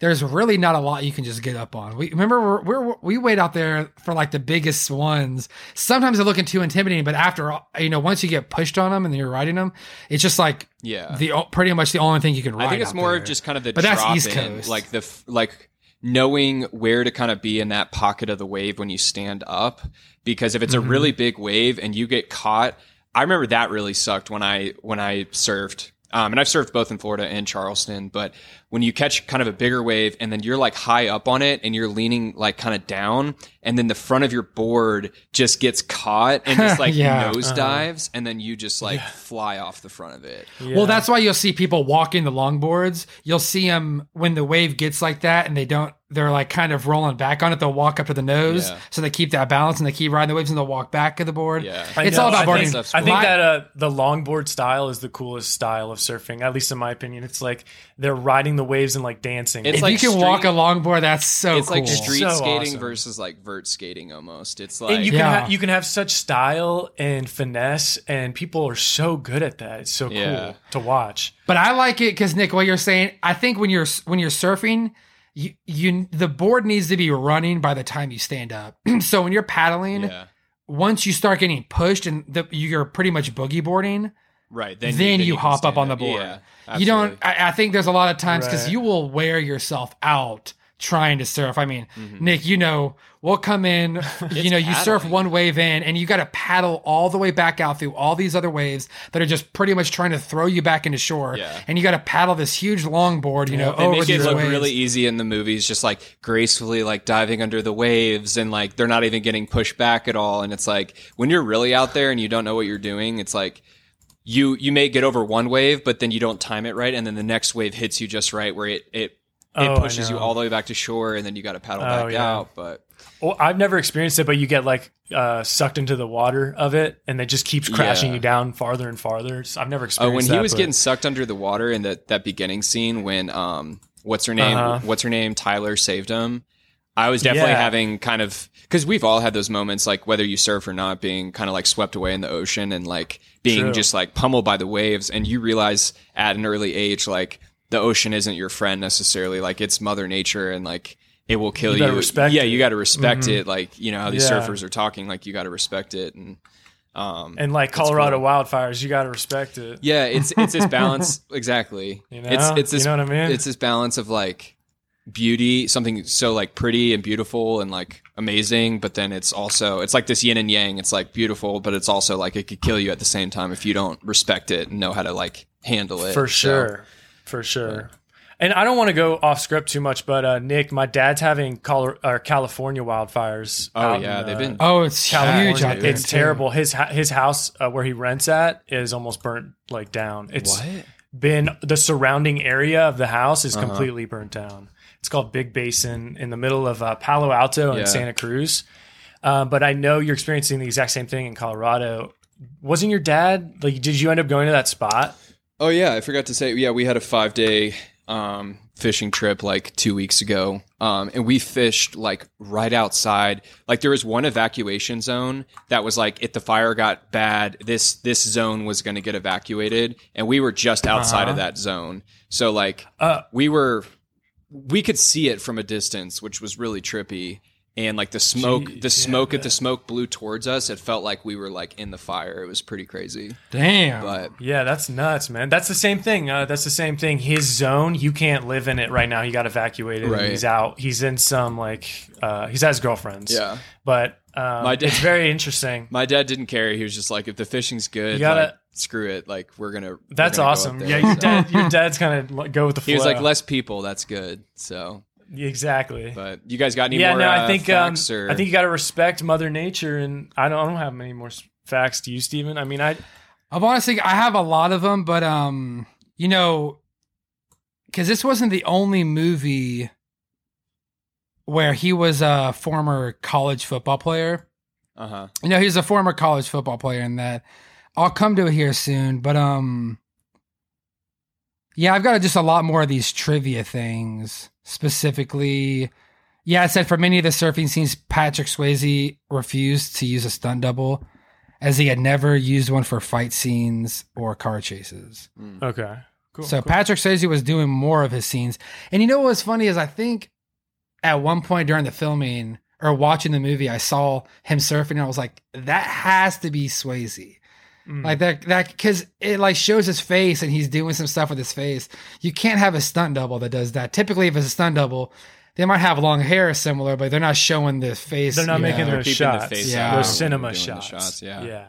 S1: there's really not a lot you can just get up on. We remember we're, we're we wait out there for like the biggest ones. Sometimes they're looking too intimidating, but after all- you know, once you get pushed on them and you're riding them, it's just like
S3: yeah.
S1: the o- pretty much the only thing you can ride.
S3: I think it's
S1: out
S3: more
S1: there.
S3: of just kind of the
S1: But
S3: drop
S1: that's East
S3: in,
S1: Coast.
S3: like the f- like knowing where to kind of be in that pocket of the wave when you stand up. Because if it's
S1: Mm-hmm.
S3: a really big wave and you get caught, I remember that really sucked when I when I surfed. Um, and I've surfed both in Florida and Charleston, but when you catch kind of a bigger wave and then you're like high up on it and you're leaning like kind of down and then the front of your board just gets caught and just like
S1: Yeah. uh-huh.
S3: nosedives and then you just like fly off the front of it.
S1: Well, that's why you'll see people walking the longboards. You'll see them when the wave gets like that and they don't, they're like kind of rolling back on it. They'll walk up to the nose.
S3: Yeah.
S1: So they keep that balance and they keep riding the waves and they'll walk back to the board.
S3: Yeah.
S2: I
S1: It's
S2: know.
S1: all about
S2: I
S1: boarding.
S2: think,
S3: That's
S2: I think
S1: My-
S2: that uh, the longboard style is the coolest style of surfing, at least in my opinion. It's like they're riding the waves and like dancing.
S3: It's
S1: if
S3: like
S1: you can walk a
S3: street-
S1: longboard, that's so
S3: it's
S1: Oh, cool.
S3: like street
S2: So
S3: skating
S2: awesome.
S3: versus like vert skating almost. It's like
S2: and you can
S1: Yeah.
S2: ha- you can have such style and finesse, and people are so good at that. It's so
S3: Yeah.
S2: cool to watch.
S1: But I like it because Nick, what you're saying, I think when you're when you're surfing, you you the board needs to be running by the time you stand up. so when you're paddling,
S3: yeah,
S1: once you start getting pushed and the, you're pretty much boogie boarding,
S3: right.
S1: then,
S3: Then
S1: you,
S3: can
S1: hop up
S3: stand
S1: on the board.
S3: Yeah,
S1: you don't.
S3: absolutely.
S1: I, I think there's a lot of times because
S2: Right.
S1: you will wear yourself out trying to surf. I mean, Nick, you know, we'll come in. you know, you surf
S3: Mm-hmm. paddling.
S1: one wave in, and you got to paddle all the way back out through all these other waves that are just pretty much trying to throw you back into shore.
S3: Yeah.
S1: And you got to paddle this huge longboard. You know,
S3: They
S1: over
S3: make it
S1: these
S3: look
S1: waves.
S3: really easy in the movies, just like gracefully like diving under the waves and like they're not even getting pushed back at all. And it's like when you're really out there and you don't know what you're doing, it's like you you may get over one wave, but then you don't time it right, and then the next wave hits you just right where it it, it
S2: Oh, I
S3: pushes you
S2: know.
S3: all the way back to shore, and then you got to paddle
S2: Oh,
S3: back
S2: yeah.
S3: out. But
S2: Well, I've never experienced it, but you get like uh, sucked into the water of it, and it just keeps crashing
S3: Yeah.
S2: you down farther and farther. It's- I've never
S3: Oh,
S2: experienced.
S3: when he
S2: that,
S3: was
S2: but-
S3: getting sucked under the water in that that beginning scene when um what's her name
S2: Uh-huh.
S3: what's her name Tyler saved him. I was definitely
S2: Yeah.
S3: having kind of because we've all had those moments like whether you surf or not being kind of like swept away in the ocean and like being
S2: True.
S3: just like pummeled by the waves and you realize at an early age like the ocean isn't your friend necessarily like it's mother nature and like it will kill
S2: You
S3: you.
S2: gotta respect
S3: yeah,
S2: it.
S3: you got to respect
S2: Mhm.
S3: it. Like you know how these
S2: Yeah.
S3: surfers are talking. Like you got to respect it. And um,
S2: And like
S3: That's
S2: Colorado
S3: cool.
S2: wildfires, you got to respect it.
S3: yeah, it's it's this balance exactly.
S2: You know,
S3: It's it's this
S2: you know what I mean?
S3: it's this balance of like beauty, something so like pretty and beautiful and like amazing, but then it's also it's like this yin and yang. It's like beautiful, but it's also like it could kill you at the same time if you don't respect it and know how to like handle it.
S2: for
S3: So,
S2: sure, for sure. And I don't want to go off script too much, but uh, Nick, my dad's having Colo- or California wildfires.
S3: oh
S2: out
S3: yeah,
S2: in,
S3: they've
S2: uh,
S3: been
S1: Oh, it's
S2: California.
S1: huge out there.
S2: It's
S1: too.
S2: terrible. His ha- his house uh, where he rents at is almost burnt like down. It's
S3: what?
S2: been the surrounding area of the house is
S3: Uh-huh.
S2: completely burnt down. It's called Big Basin in the middle of uh, Palo Alto
S3: Yeah.
S2: and Santa Cruz. Uh, but I know you're experiencing the exact same thing in Colorado. Wasn't your dad like? Did you end up going to that spot?
S3: Oh yeah, I forgot to say. Yeah, we had a five day um, fishing trip like two weeks ago, um, and we fished like right outside. Like there was one evacuation zone that was like if the fire got bad, this this zone was going to get evacuated, and we were just outside
S2: Uh-huh.
S3: of that zone. So like
S2: Uh,
S3: we were, we could see it from a distance, which was really trippy. And like the smoke,
S2: Gee,
S3: the
S2: yeah,
S3: smoke, if
S2: that-
S3: the smoke blew towards us, it felt like we were like in the fire. It was pretty crazy,
S2: Oh.
S1: Damn.
S3: but
S2: Yeah, that's nuts, man. That's the same thing. Uh, that's the same thing. His zone, you can't live in it right now. He got evacuated.
S3: Right.
S2: He's out. He's in some like uh, he's at his girlfriend's.
S3: yeah.
S2: but um,
S3: My dad-
S2: it's very interesting.
S3: My dad didn't care. He was just like, if the fishing's good,
S2: You gotta-
S3: like, screw it. Like we're gonna. we're
S2: That's
S3: gonna go up
S2: awesome.
S3: there.
S2: yeah, your
S3: So-
S2: dad, your dad's kind of go with the flow.
S3: He was like, less people. That's good. So,
S2: exactly.
S3: but you guys got any
S2: yeah,
S3: more?
S2: no,
S3: uh,
S2: I think um,
S3: facts or-
S2: I think you got to respect Mother Nature, and I don't, I don't have many more s- facts to you, Steven. I mean, I
S1: I've honestly, I have a lot of them, but um, you know, because this wasn't the only movie where he was a former college football player.
S3: Uh-huh.
S1: You know, he was a former college football player, and that I'll come to it here soon. But um, yeah, I've got just a lot more of these trivia things specifically. Yeah, I said for many of the surfing scenes, Patrick Swayze refused to use a stunt double as he had never used one for fight scenes or car chases.
S2: okay, cool.
S1: so
S2: cool.
S1: Patrick Swayze was doing more of his scenes. And you know what's funny is I think at one point during the filming or watching the movie, I saw him surfing and I was like, that has to be Swayze.
S2: Mm.
S1: Like that, that because it like shows his face and he's doing some stuff with his face. You can't have a stunt double that does that. Typically, if it's a stunt double, they might have long hair or similar, but they're not showing the face.
S2: they're not
S1: you
S2: making
S1: know.
S3: They're
S2: those
S3: keeping the
S2: shots.
S3: face
S1: out when
S2: those
S1: they're
S2: cinema
S3: doing the
S2: shots.
S3: shots, yeah.
S2: yeah.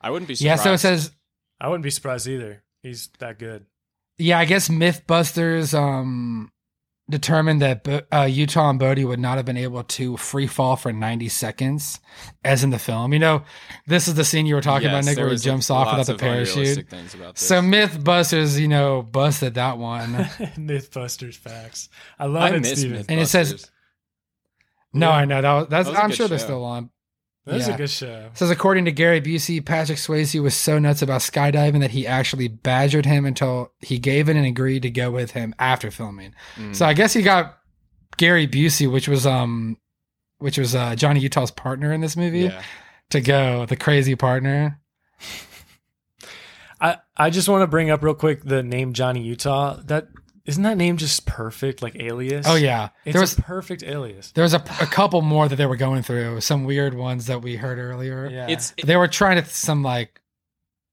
S3: I wouldn't be. Surprised.
S1: Yeah, so it says
S2: I wouldn't be surprised either. He's that good.
S1: yeah, I guess MythBusters um, determined that Bo- uh, Utah and Bodie would not have been able to free fall for 90 seconds, as in the film. You know, this is the scene you were talking
S3: Yes,
S1: about, Nick,
S3: there
S1: where he
S3: was
S1: jumps off
S3: lots
S1: without the
S3: of
S1: parachute.
S3: unrealistic Things about this.
S1: So MythBusters, you know, busted that one.
S2: MythBusters facts. I love
S3: I
S2: it,
S3: miss
S2: Steven.
S1: And it says-
S3: Mythbusters.
S1: no,
S2: Yeah.
S1: I know that was, that's.
S3: That was a
S1: I'm
S3: good
S1: sure they're
S3: show.
S1: still on.
S2: That was
S1: yeah.
S2: a good show.
S1: It says according to Gary Busey, Patrick Swayze was so nuts about skydiving that he actually badgered him until he gave in and agreed to go with him after filming.
S3: Mm.
S1: So I guess he got Gary Busey, which was um, which was uh, Johnny Utah's partner in this movie,
S3: yeah.
S1: to go the crazy partner.
S2: I, I just want to bring up real quick the name Johnny Utah. That isn't that name just perfect, like alias.
S1: Oh yeah,
S2: it's
S1: there was
S2: a perfect alias.
S1: there was a, a couple more that they were going through, some weird ones that we heard earlier.
S2: Yeah,
S3: It's
S1: They were trying to th- some like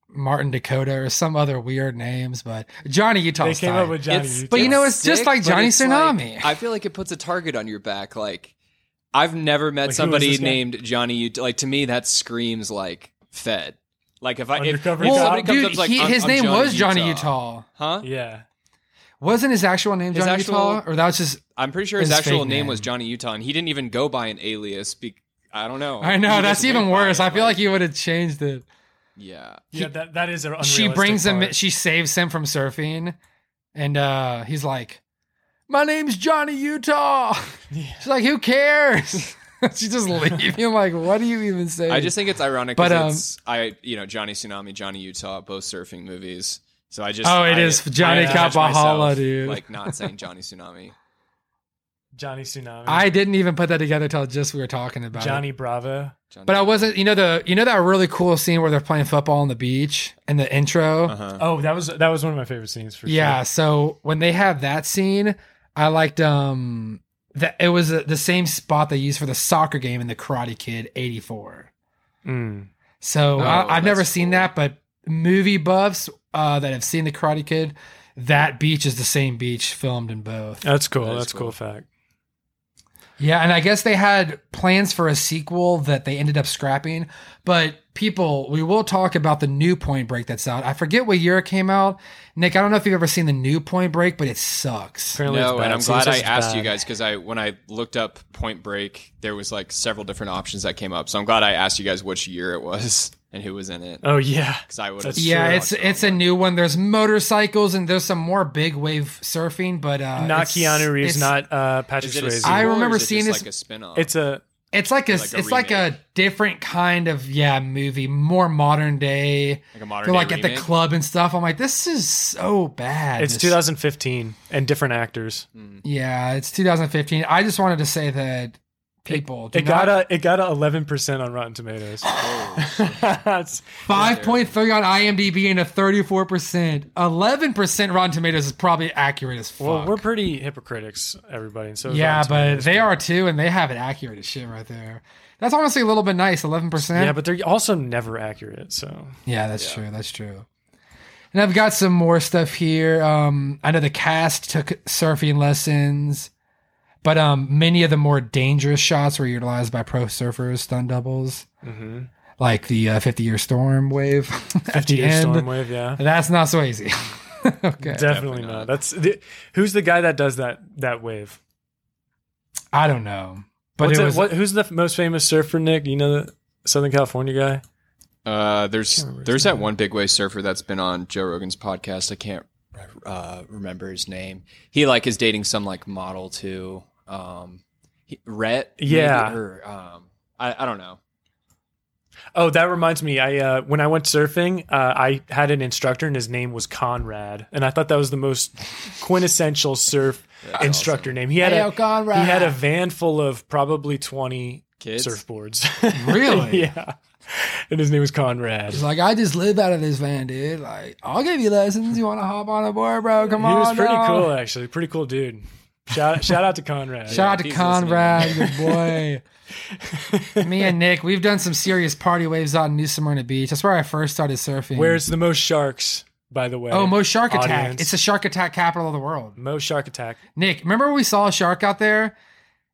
S1: Martin Dakota or some other weird names, but Johnny Utah.
S2: they came up with Johnny
S3: It's-
S2: Utah.
S1: But you know, it's just like
S3: but
S1: Johnny
S3: it's like-
S1: Tsunami.
S3: I feel like it puts a target on your back. Like I've never met
S2: Like, who is
S3: somebody
S2: this guy?
S3: named Johnny. Ut- Like to me, that screams like Fed. Like if I if, if
S2: Undercover
S1: well,
S2: Utah.
S3: somebody comes
S1: dude,
S3: up and is like
S1: he-
S3: "I'm-
S1: his
S3: I'm
S1: name
S3: Johnny
S1: was Johnny
S3: Utah.
S1: Utah.
S3: huh?
S2: yeah,
S1: Wasn't his actual name
S3: His
S1: Johnny
S3: actual-
S1: Utah, or that was just?
S3: I'm pretty sure his,
S1: His
S3: actual
S1: fake
S3: name was
S1: name.
S3: Johnny Utah, and he didn't even go by an alias. Be- I don't know.
S1: I
S3: Oh, He
S1: know
S3: just
S1: that's even
S3: went by
S1: worse.
S3: it,
S1: I feel like you would have changed it.
S3: yeah.
S2: yeah. That that is a.
S1: she brings him she saves him from surfing and uh he's like my name's johnny utah she's like who cares she just leaves him like what do you even say
S3: I just think it's ironic,
S1: But,
S3: but
S1: um,
S3: it's, I you know Johnny Tsunami, Johnny Utah, both surfing movies. So I just
S1: Oh, it
S3: it
S1: is
S3: is
S1: Johnny Capahala, dude.
S3: Like not saying Johnny Tsunami.
S2: Johnny Tsunami.
S1: i didn't even put that together till just we were talking about it.
S2: Johnny
S1: Uh,
S2: Bravo.
S3: Johnny
S1: but i wasn't you know the you know that really cool scene where they're playing football on the beach and the intro
S3: Uh-huh.
S2: Oh, that was that was one of my favorite scenes for
S1: yeah
S2: sure.
S1: so when they have that scene i liked um that it was uh, the same spot they used for the soccer game in the Karate Kid '84.
S2: Mm.
S1: So
S3: Oh,
S1: I, I've never
S3: that's
S1: seen
S3: cool.
S1: that, but movie buffs uh, that have seen the Karate Kid, that beach is the same beach filmed in both.
S2: That's cool.
S3: That is
S2: That's a cool
S3: cool.
S2: fact.
S1: Yeah, and I guess they had plans for a sequel that they ended up scrapping. But people, we will talk about the new Point Break that's out. I forget what year it came out. Nick, I don't know if you've ever seen the new Point Break, but it sucks.
S2: Apparently it's
S3: No,
S2: bad.
S3: and I'm
S2: Someone
S3: glad I
S2: says it's
S3: asked
S2: bad.
S3: you guys because I when I looked up Point Break, there was like several different options that came up. So I'm glad I asked you guys which year it was and who was in it
S2: Oh yeah.
S3: because I would.
S2: That's
S1: Yeah,
S2: Sure.
S1: it's it's a new one. There's motorcycles and there's some more big wave surfing, but uh,
S2: not
S1: it's-
S2: Keanu Reeves,
S1: it's-
S2: not uh, Patrick
S3: Is it a
S2: Swayze.
S3: sequel
S1: I
S3: or
S1: remember
S3: is it
S1: seeing
S3: just
S1: this-
S3: like a spin-off.
S2: it's a
S1: It's like a
S3: Like a
S1: it's like
S3: remake.
S1: a different kind of yeah movie, more modern day.
S3: like a modern
S1: They're like
S3: day
S1: at the
S3: remake?
S1: club and stuff. I'm like, this is so bad.
S2: it's
S1: This-
S2: 2015 and different actors.
S3: Mm.
S1: Yeah, it's 2015. I just wanted to say that people do
S2: It got
S1: not,
S2: a it got a 11 percent on Rotten Tomatoes.
S3: Oh,
S2: That's-
S1: 5.3 on IMDb and a 34 percent, 11 percent Rotten Tomatoes is probably accurate as fuck.
S2: well, we're pretty hypocrites, everybody. And so is
S1: yeah,
S2: Rotten
S1: but
S2: Tomatoes,
S1: they are too, and they have it accurate as shit right there. That's honestly a little bit nice, 11 percent.
S2: Yeah, but they're also never accurate. So
S1: Yeah, that's true. That's true. And I've got some more stuff here. Um, I know the cast took surfing lessons, but um, many of the more dangerous shots were utilized by pro surfers, stunt doubles,
S2: mm-hmm.
S1: like the uh, 50 year storm wave at
S2: 50
S1: the
S2: year
S1: end.
S2: storm wave. Yeah,
S1: That's not so easy. okay.
S2: definitely
S3: Definitely
S2: not.
S3: not.
S2: That's the, who's the guy that does that that wave.
S1: I don't know. But
S2: What's
S1: it
S2: it-
S1: was,
S2: what, who's the most famous surfer? Nick, you know the Southern California guy.
S3: Uh, there's
S2: Can't remember his
S3: there's that
S2: name.
S3: one big wave surfer that's been on Joe Rogan's podcast. I can't uh, remember his name. He like is dating some like model too. Um, he, Rhett. maybe,
S2: Yeah.
S3: or, um, I I don't know.
S2: Oh, that reminds me. I uh, when I went surfing, uh, I had an instructor, and his name was Conrad, and I thought that was the most quintessential surf
S3: That's
S2: instructor name. He had
S1: Hey,
S2: a
S1: oh, Conrad.
S2: he had a van full of probably twenty
S3: Kids?
S2: surfboards.
S1: Really?
S2: yeah. And his name was Conrad.
S1: He's like, I just live out of this van, dude. Like, I'll give you lessons. You want to hop on aboard, bro? Come on.
S2: he was pretty
S1: dog."
S2: cool, actually. Pretty cool dude. Shout shout out to Conrad.
S1: Shout out to
S3: he's
S1: Conrad, good boy. Me and Nick, we've done some serious party waves out in New Smyrna Beach. That's where I first started surfing.
S2: Where's the most sharks? By the way.
S1: oh Mo Shark Attack?
S2: audience?
S1: It's the Shark Attack capital of the world.
S2: Mo Shark Attack.
S1: Nick, remember when we saw a shark out there,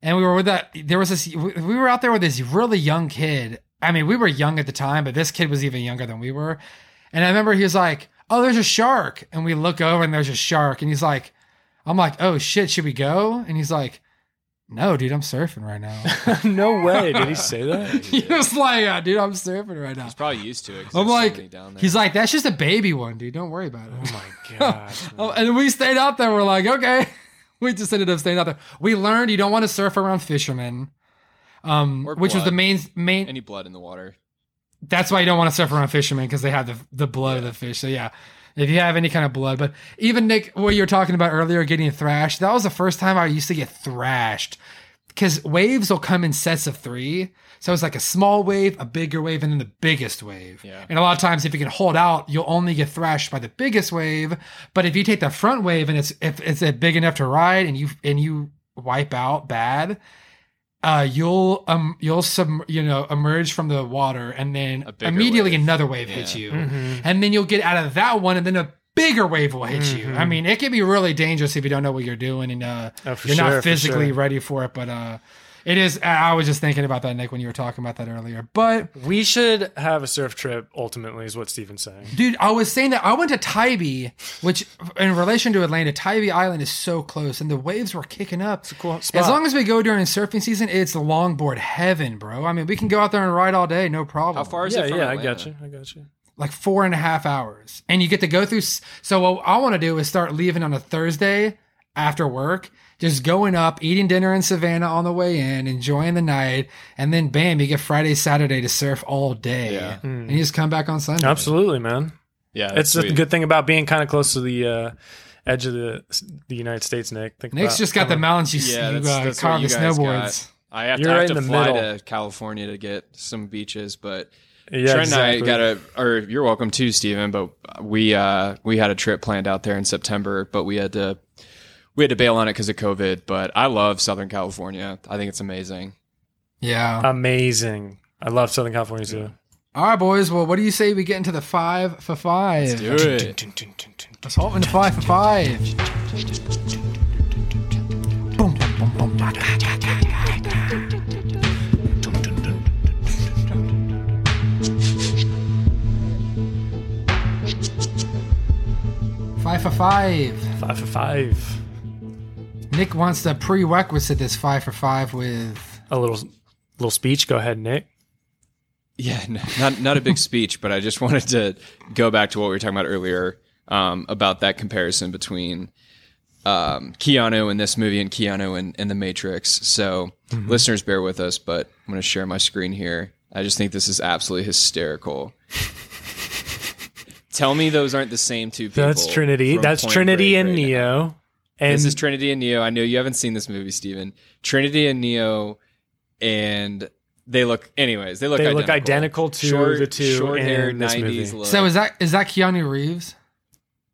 S1: and we were with that. There was this. We we were out there with this really young kid. I mean, we were young at the time, but this kid was even younger than we were. And I remember he was like, "Oh, there's a shark," and we look over and there's a shark, and he's like, "I'm like, oh shit, should we go?" And he's like, "No, dude, I'm surfing right now."
S2: no way. Did he say that?
S1: he was like, "Yeah, dude, I'm surfing right now."
S3: He's probably used to it. 'cause
S1: I'm
S3: there's so
S1: like,
S3: many down there.
S1: he's like, "That's just a baby one, dude. Don't worry about it."
S2: Oh my god.
S1: Oh, and we stayed out there. We're like, okay. We just ended up staying out there. We learned you don't want to surf around fishermen, um,
S3: Or
S1: which was the
S3: blood.
S1: main main.
S3: any blood in the water.
S1: that's why you don't want to surf around fishermen because they have the the blood of the fish. So yeah, if you have any kind of blood, but even Nick, what you were talking about earlier, getting thrashed. That was the first time I used to get thrashed because waves will come in sets of three. So it's like a small wave, a bigger wave, and then the biggest wave.
S3: Yeah.
S1: And a lot of times, if you can hold out, you'll only get thrashed by the biggest wave. But if you take the front wave and it's if it's uh, big enough to ride, and you and you wipe out bad, uh, you'll um you'll sub you know emerge from the water, and then
S3: A bigger
S1: immediately
S3: wave.
S1: another wave hits you,
S2: Mm-hmm.
S1: and then you'll get out of that one, and then a bigger wave will hit you. I mean, it can be really dangerous if you don't know what you're doing and uh,
S2: Mm-hmm. Oh, for
S1: you're
S2: sure,
S1: not
S2: for
S1: physically
S2: sure.
S1: ready for it, but uh, it is. I I was just thinking about that, Nick, when you were talking about that earlier. But
S2: We should have a surf trip. Ultimately, is what Steven's saying.
S1: dude, I was saying that I went to Tybee, which in relation to Atlanta, Tybee Island is so close, and the waves were kicking up. It's a
S2: cool spot.
S1: As long as we go during surfing season, it's longboard heaven, bro. I mean, we can go out there and ride all day, no problem.
S3: How far is
S2: yeah,
S3: it from
S2: yeah. I
S3: Atlanta?
S2: got you. I got you.
S1: like four and a half hours and you get to go through s- so what i want to do is start leaving on a thursday after work just going up eating dinner in savannah on the way in enjoying the night and then bam you get friday saturday to surf all day
S3: Yeah.
S1: and you just come back on sunday
S2: Absolutely, man.
S3: Yeah,
S2: It's
S3: that's
S2: the
S3: sweet.
S2: good thing about being kind of close to the uh, edge of the the United States, Nick. Think
S1: nick's
S2: about
S1: just got the
S2: coming-
S1: mountains you,
S3: Yeah,
S1: you
S3: that's-
S1: uh,
S3: that's what
S1: carve
S3: you
S1: the
S3: guys
S1: snowboards
S3: I have
S2: You're
S3: to, I have
S2: right
S3: to
S2: in the
S3: fly
S2: middle.
S3: to California to get some beaches, but
S2: Yeah,
S3: Trent
S2: exactly.
S3: and I got a, or you're welcome too, Steven, but we, uh, we had a trip planned out there in September, but we had to, we had to bail on it because of COVID, but I love Southern California. I think it's amazing.
S1: Yeah.
S2: Amazing. I love Southern California too.
S1: Uh, All right, boys. Well, what do you say we get into the five for 5
S3: Let's do it.
S1: Let's hop into five for five. Five for five.
S2: Five for five.
S1: Nick wants to prerequisite this five for five with.
S2: A little little speech. Go ahead, Nick.
S3: Yeah, n- not not a big speech, but I just wanted to go back to what we were talking about earlier um, about that comparison between um, Keanu in this movie and Keanu in, in The Matrix. So,
S2: Mm-hmm.
S3: listeners, bear with us, but I'm going to share my screen here. I just think this is absolutely hysterical. Tell me those aren't the same two people.
S2: That's Trinity.
S3: from
S2: That's
S3: Point
S2: Trinity
S3: Break
S2: and
S3: right now.
S2: Neo. And
S3: This is Trinity and Neo. I know you haven't seen this movie, Steven. Trinity and Neo, and they look. Anyways, they look.
S2: they
S3: identical.
S2: look identical to
S3: Short-
S2: the two
S3: short-haired
S2: in this
S3: 90s
S2: movie.
S3: look.
S1: So is that is that Keanu Reeves?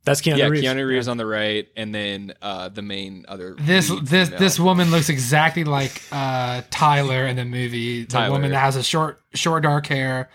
S2: That's Keanu
S3: yeah,
S2: Reeves.
S3: Keanu Reeves on the right, and then uh, the main other
S1: This
S3: lead
S1: this
S3: female.
S1: this woman looks exactly like uh, Tyler in the movie. The
S3: Tyler.
S1: woman that has a short short dark hair.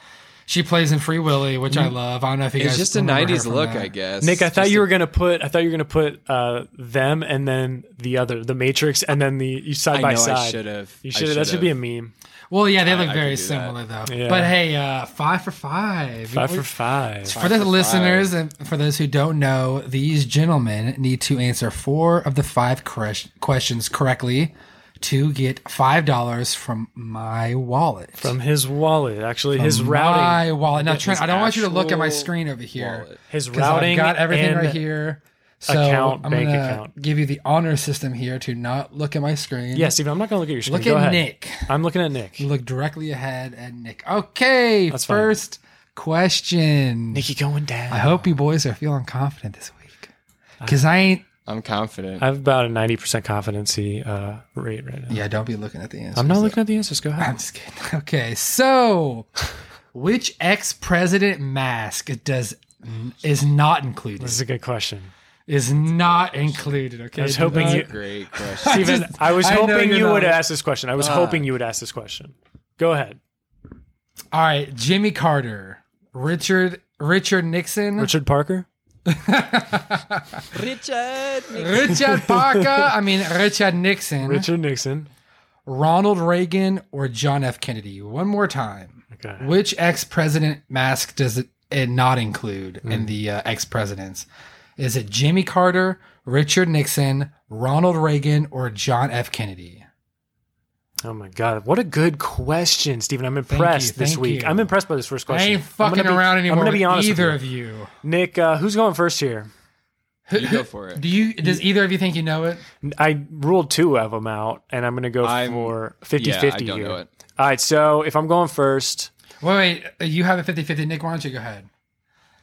S1: She plays in Free Willy, which I love. I don't know if you
S3: Mm. It's
S1: guys.
S3: just a
S1: remember her
S3: '90s
S1: from
S3: look,
S1: that.
S3: I guess.
S2: Nick, I
S3: Just
S2: thought you
S3: a-
S2: were gonna put. I thought you were gonna put uh, them and then the other, the Matrix, and then the you side
S3: I
S2: by
S3: know I
S2: side.
S3: should have.
S2: You should. That should be a meme.
S1: Well, yeah, they
S3: I-
S1: look
S3: I
S1: very
S3: could do that.
S1: similar though.
S2: Yeah.
S1: But hey, uh, five for five.
S2: Five
S1: We-
S2: for five.
S1: for the
S3: for five.
S1: listeners and for those who don't know, these gentlemen need to answer four of the five cres- questions correctly to get five dollars from my wallet.
S2: From his wallet, actually, his routing,
S1: my wallet. Now, Trent,
S3: his
S1: I don't want you to look at my
S3: actual
S1: screen over here.
S3: wallet.
S2: his
S1: 'cause
S2: routing,
S1: I've got everything
S2: and
S1: right here. So
S2: account,
S1: I'm
S2: bank
S1: gonna
S2: account.
S1: give you the honor system here to not look at my screen.
S2: Yeah, Steven, I'm not gonna look at your screen.
S1: look
S2: Go
S1: at
S2: ahead.
S1: Nick.
S2: I'm looking at Nick.
S1: Look directly ahead at Nick. Okay,
S2: That's fine.
S1: first question.
S2: Nicky going down.
S1: I hope you boys are feeling confident this week, because I ain't.
S3: I'm confident.
S2: I have about a ninety percent competency uh, rate right now.
S1: Yeah, don't be looking at the answer.
S2: I'm not looking at the answers. Go
S1: I'm
S2: ahead.
S1: just kidding. Okay, so which ex-president mask does is not included?
S2: This is a good question,
S1: Is not included. Okay,
S2: I was hoping you-
S3: Great question.
S2: Steven.
S1: just-
S2: I was
S1: I know
S2: hoping
S1: you're
S2: you would
S1: not. Uh.
S2: ask this question. I was hoping you would ask this question. Go ahead,
S1: All right, Jimmy Carter, Richard Richard Nixon,
S2: Richard Parker.
S1: Richard Parker. I mean Richard Nixon,
S2: Richard Nixon.
S1: Ronald Reagan, or John F. Kennedy. One more time.
S2: Okay.
S1: Which ex president mask does it, it not include
S2: Hmm.
S1: in the uh, ex presidents? Is it Jimmy Carter, Richard Nixon, Ronald Reagan, or John F. Kennedy?
S2: Oh my god, what a good question, Stephen. I'm
S1: you,
S2: impressed this
S1: thank
S2: week.
S1: you.
S2: I'm impressed by this
S1: I
S2: first question.
S1: ain't
S2: I'm
S1: fucking
S2: gonna be-
S1: around anymore.
S2: I'm gonna be
S1: with
S2: honest
S1: either
S2: with
S1: of you.
S2: you. Nick, uh, who's going first here?
S1: Who-
S3: You
S1: who-
S3: go for it.
S1: Do you? Does either of you think you know it?
S2: I ruled two of them out, and I'm gonna go
S3: I'm-
S2: for 50
S3: yeah,
S2: 50
S3: I don't
S2: here.
S3: know it.
S2: All right, so if I'm going first,
S1: Wait, wait. You have a 50 50. Nick, why don't you go ahead?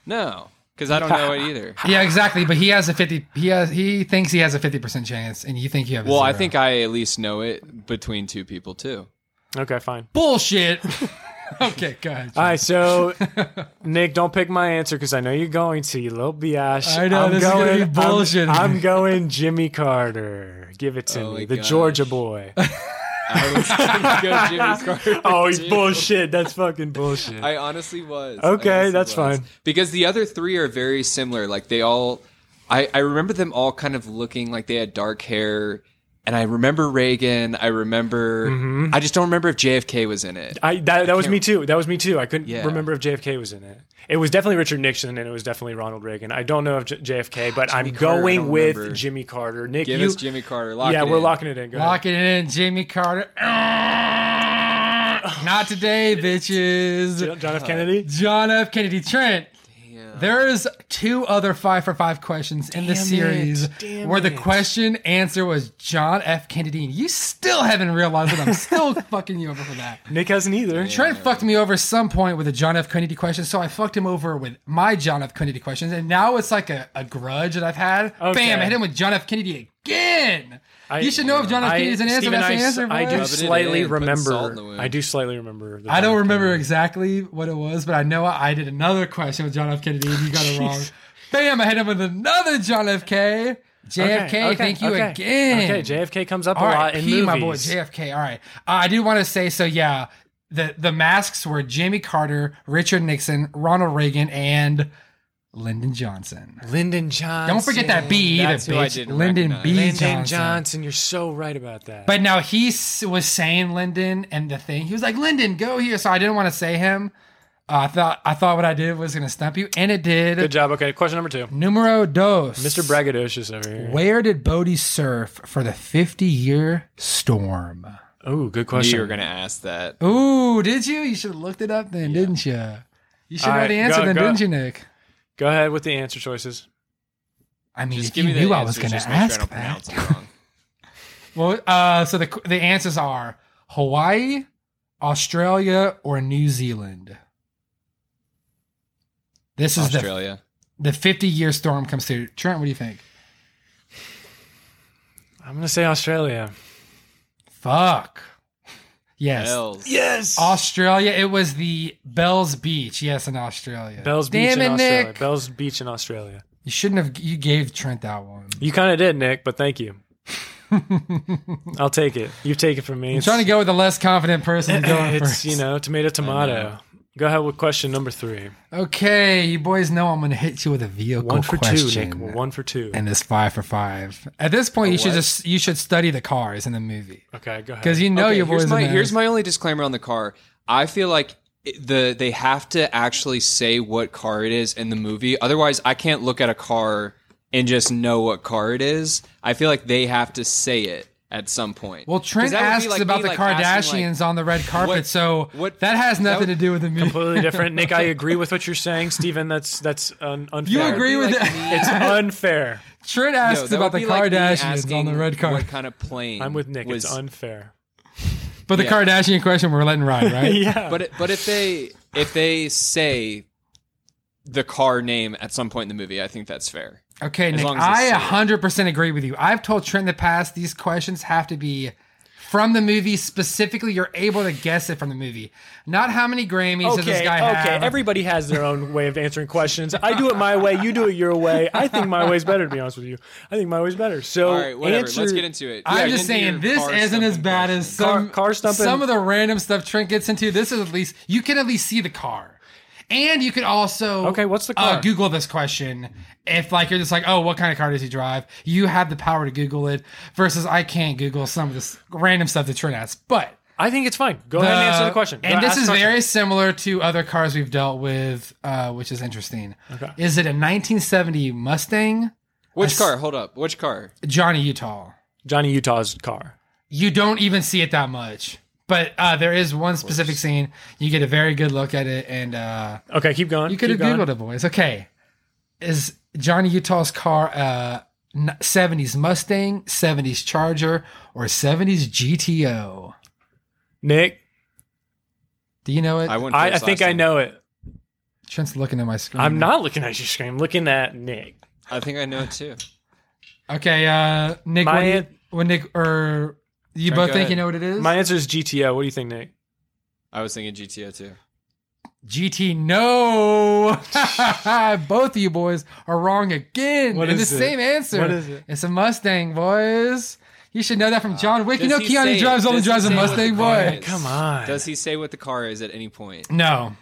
S3: No, because I don't know it either.
S1: Yeah, exactly. But he has a 50. He has. He thinks he has a 50% chance, and you think you have a
S3: Well, I
S1: zero.
S3: think I at least know it between two people too.
S2: okay, fine.
S1: Bullshit. okay, go ahead.
S2: All right, so Nick, don't pick my answer because I know you're going to, you little biatch.
S1: I know, this is gonna be
S2: I'm-
S1: bullshit.
S2: I'm, going Jimmy Carter. Give it to
S3: Oh
S2: me,
S3: my
S2: the
S3: gosh.
S2: Georgia boy.
S3: I was gonna go Jimmy Carter.
S2: oh, he's
S3: too.
S2: bullshit. That's fucking bullshit.
S3: I honestly was.
S2: Okay,
S3: I honestly
S2: that's
S3: was.
S2: fine.
S3: Because the other three are very similar. Like they all, I, I remember them all kind of looking like they had dark hair. And I remember Reagan. I remember.
S1: Mm-hmm.
S3: I just don't remember if JFK was in it.
S2: I that, that was me too. That was me too. I couldn't
S3: Yeah.
S2: remember if JFK was in it. It was definitely Richard Nixon and it was definitely Ronald Reagan. I don't know if J- JFK, but I'm
S3: Jimmy Carter, I
S2: going
S3: don't
S2: with
S3: remember.
S2: Jimmy Carter. Nick,
S3: Give
S2: you,
S3: us Jimmy Carter. Lock
S2: yeah,
S3: it
S2: we're
S3: in.
S2: locking it in. Go ahead.
S1: Lock it in, Jimmy Carter. Not today, bitches.
S2: John F. Kennedy.
S1: John F. Kennedy. Trent,
S3: Damn.
S1: there's two other five for five questions in the
S2: Damn it.
S1: series
S2: Damn
S1: where the
S2: it.
S1: question answer was John F. Kennedy, and you still haven't realized that I'm still fucking you over for that.
S2: Nick hasn't either.
S1: Trent fucked me over at some point with a John F. Kennedy question, so I fucked him over with my John F. Kennedy questions, and now it's like a, a grudge that I've had.
S2: Okay.
S1: Bam, I hit him with John F. Kennedy again.
S2: I-
S1: you should know if John F.
S2: I-
S1: Kennedy's an answer.
S2: Steven,
S1: that's
S2: I,
S1: the
S2: s-
S1: answer.
S2: I
S1: boy.
S2: do
S3: Rub it
S2: slightly
S3: in, put salt in the
S2: remember.
S3: wound.
S2: I do slightly remember. the
S1: I don't
S2: John F.
S1: remember
S2: Kennedy.
S1: exactly what it was, but I know I, I did another question with John F. Kennedy and you got it wrong. Bam, I hit him with another John F. K. JFK,
S2: Okay,
S1: thank you
S2: okay.
S1: again.
S2: Okay, JFK comes up a
S1: All right,
S2: lot in movies.
S1: my boy JFK. All right, uh, I do want to say so. Yeah, the the masks were Jimmy Carter, Richard Nixon, Ronald Reagan, and Lyndon Johnson.
S2: Lyndon Johnson.
S1: Don't forget that B either,
S3: That's who I
S1: bitch.
S3: didn't
S1: Lyndon B.
S2: Lyndon
S1: Johnson.
S2: E Johnson. You're so right about that.
S1: But now he s- was saying Lyndon and the thing. He was like, "Lyndon, go here." So I didn't want to say him. Uh, I thought I thought what I did was going to stump you, and it did.
S2: good job. Okay, question number two.
S1: Numero dos,
S2: Mr. Braggadocious over here.
S1: Where did Bodie surf for the 50 year storm?
S2: Oh, good
S3: Knew
S2: question.
S3: you were going to ask that.
S1: Ooh, did you? You should have looked it up then, didn't you? You should
S2: All
S1: know
S2: right,
S1: the answer
S2: go-
S1: then,
S2: go.
S1: didn't you, Nick?
S2: Go ahead with the answer choices.
S1: I mean,
S3: Just
S1: if
S3: give
S1: you
S3: me the
S1: knew
S3: answer.
S1: I was going to
S3: just make sure I
S1: ask
S3: don't
S1: that.
S3: pronounce it wrong.
S1: Well, uh, so the the answers are Hawaii, Australia, or New Zealand. This is the
S3: Australia.
S1: the 50 year storm comes through. Trent, what do you think?
S2: I'm going to say Australia.
S1: Fuck. Yes.
S3: Bells.
S2: Yes.
S1: Australia. It was the Bells Beach. Yes, in Australia.
S2: Bells Beach
S1: Damn
S2: in
S1: it,
S2: Australia.
S1: Nick.
S2: Bells Beach in Australia.
S1: You shouldn't have. You gave Trent that one.
S2: You kind of did, Nick, but thank you. I'll take it. You take it from me.
S1: I'm trying to go with a less confident person going
S2: it's,
S1: first.
S2: you know, tomato, tomato. Go ahead with question number three.
S1: Okay, you boys know I'm going to hit you with a vehicle
S2: One for
S1: question.
S2: two, Nick. One for two.
S1: And it's five for five. At this point, you should
S3: what?
S1: just you should study the cars in the movie
S2: okay, go ahead.
S1: because you know
S3: Okay,
S1: your boys.
S3: here's
S1: are
S3: my
S1: nerds.
S3: here's my only disclaimer on the car. I feel like it- the they have to actually say what car it is in the movie. Otherwise, I can't look at a car and just know what car it is. I feel like they have to say it at some point.
S1: Well,
S3: 'Cause
S1: Trent
S3: that would be
S1: asks
S3: like me,
S1: about the
S3: like, asking,
S1: Kardashians
S3: like,
S1: on the red carpet,
S3: what-
S1: so
S3: what-
S1: that has
S3: that
S1: nothing
S3: would-
S1: to do with the movie.
S2: completely different. Nick, I agree with what you're saying, Stephen. That's that's un- unfair.
S1: You agree with
S3: like
S1: that?
S2: It's unfair.
S1: Trent
S3: no,
S1: asks
S3: that would
S1: about the
S3: be like me
S1: Kardashians
S3: asking
S1: on the red
S3: What
S1: carpet,
S3: kind of plane?
S2: I'm with Nick.
S3: Was,
S2: it's unfair.
S1: but the
S3: yeah.
S1: Kardashian question we're letting ride, right?
S2: Yeah,
S3: but it, but if they if they say the car name at some point in the movie, I think that's fair.
S1: Okay, Nick,
S3: long as it's
S1: I
S3: safe.
S1: 100% agree with you. I've told Trent in the past these questions have to be from the movie specifically. You're able to guess it from the movie, not how many Grammys does this
S2: okay,
S1: guy
S2: okay.
S1: have.
S2: Everybody has their own way of answering questions. I do it my way. You do it your way. I think my way's better. To be honest with you, I think my way's better. So
S3: All right, whatever.
S2: answer.
S3: Let's get into it.
S1: I'm
S3: Yeah,
S1: just
S3: into your
S1: saying this
S3: car
S1: isn't as
S3: stumping
S1: bad
S3: question.
S1: as some
S2: Car- car stumping?
S1: Some of the random stuff Trent gets into. This is at least you can at least see the car, and you can also
S2: Okay, what's the
S1: uh,
S2: car?
S1: Google this question. If like you're just like, oh, what kind of car does he drive? You have the power to Google it. Versus, I can't Google some of this random stuff that Trent asks, but.
S2: I think it's fine. Go ahead and answer the question.
S1: And
S2: Go
S1: this
S2: ask
S1: is
S2: the question.
S1: very similar to other cars we've dealt with, uh, which is interesting.
S2: Okay.
S1: Is it a 1970 Mustang,
S3: Which car? Hold up. Which car?
S1: Johnny Utah?
S2: Johnny Utah's car.
S1: You don't even see it that much, but uh, there is one specific scene. You get a very good look at it, and uh,
S2: Okay, keep going.
S1: you could have
S2: Keep going.
S1: googled it, boys. Okay, is Johnny Utah's car uh, n- 70s Mustang, 70s Charger, or 70s GTO?
S2: Nick,
S1: Do you know it?
S3: I went.
S2: I, I
S3: first
S2: think
S3: last
S2: I
S3: time.
S2: know it.
S1: Trent's looking at my screen.
S3: Hmm.
S2: I'm not looking at your screen. I'm looking at Nick.
S3: I think I know it too.
S1: Okay, uh, Nick,
S2: My
S1: what, do you,
S2: an-
S1: what Nick or you
S3: Sorry,
S1: both
S3: go
S1: think
S3: ahead.
S1: you know what it is?
S2: My answer is GTO. What do you think, Nick?
S3: I was thinking GTO too.
S1: GT, no. both of you boys are wrong again.
S2: What
S1: and
S2: is
S1: the
S2: it?
S1: same answer.
S2: What is it?
S1: It's a Mustang, boys. You should know that from John Wick. You know
S3: does he
S1: Keanu
S3: say-
S1: drives only
S3: does he
S1: drives a
S3: say what the
S1: Mustang,
S3: car
S1: boy.
S3: is?
S2: Come on.
S3: Does he say what the car is at any point?
S1: No,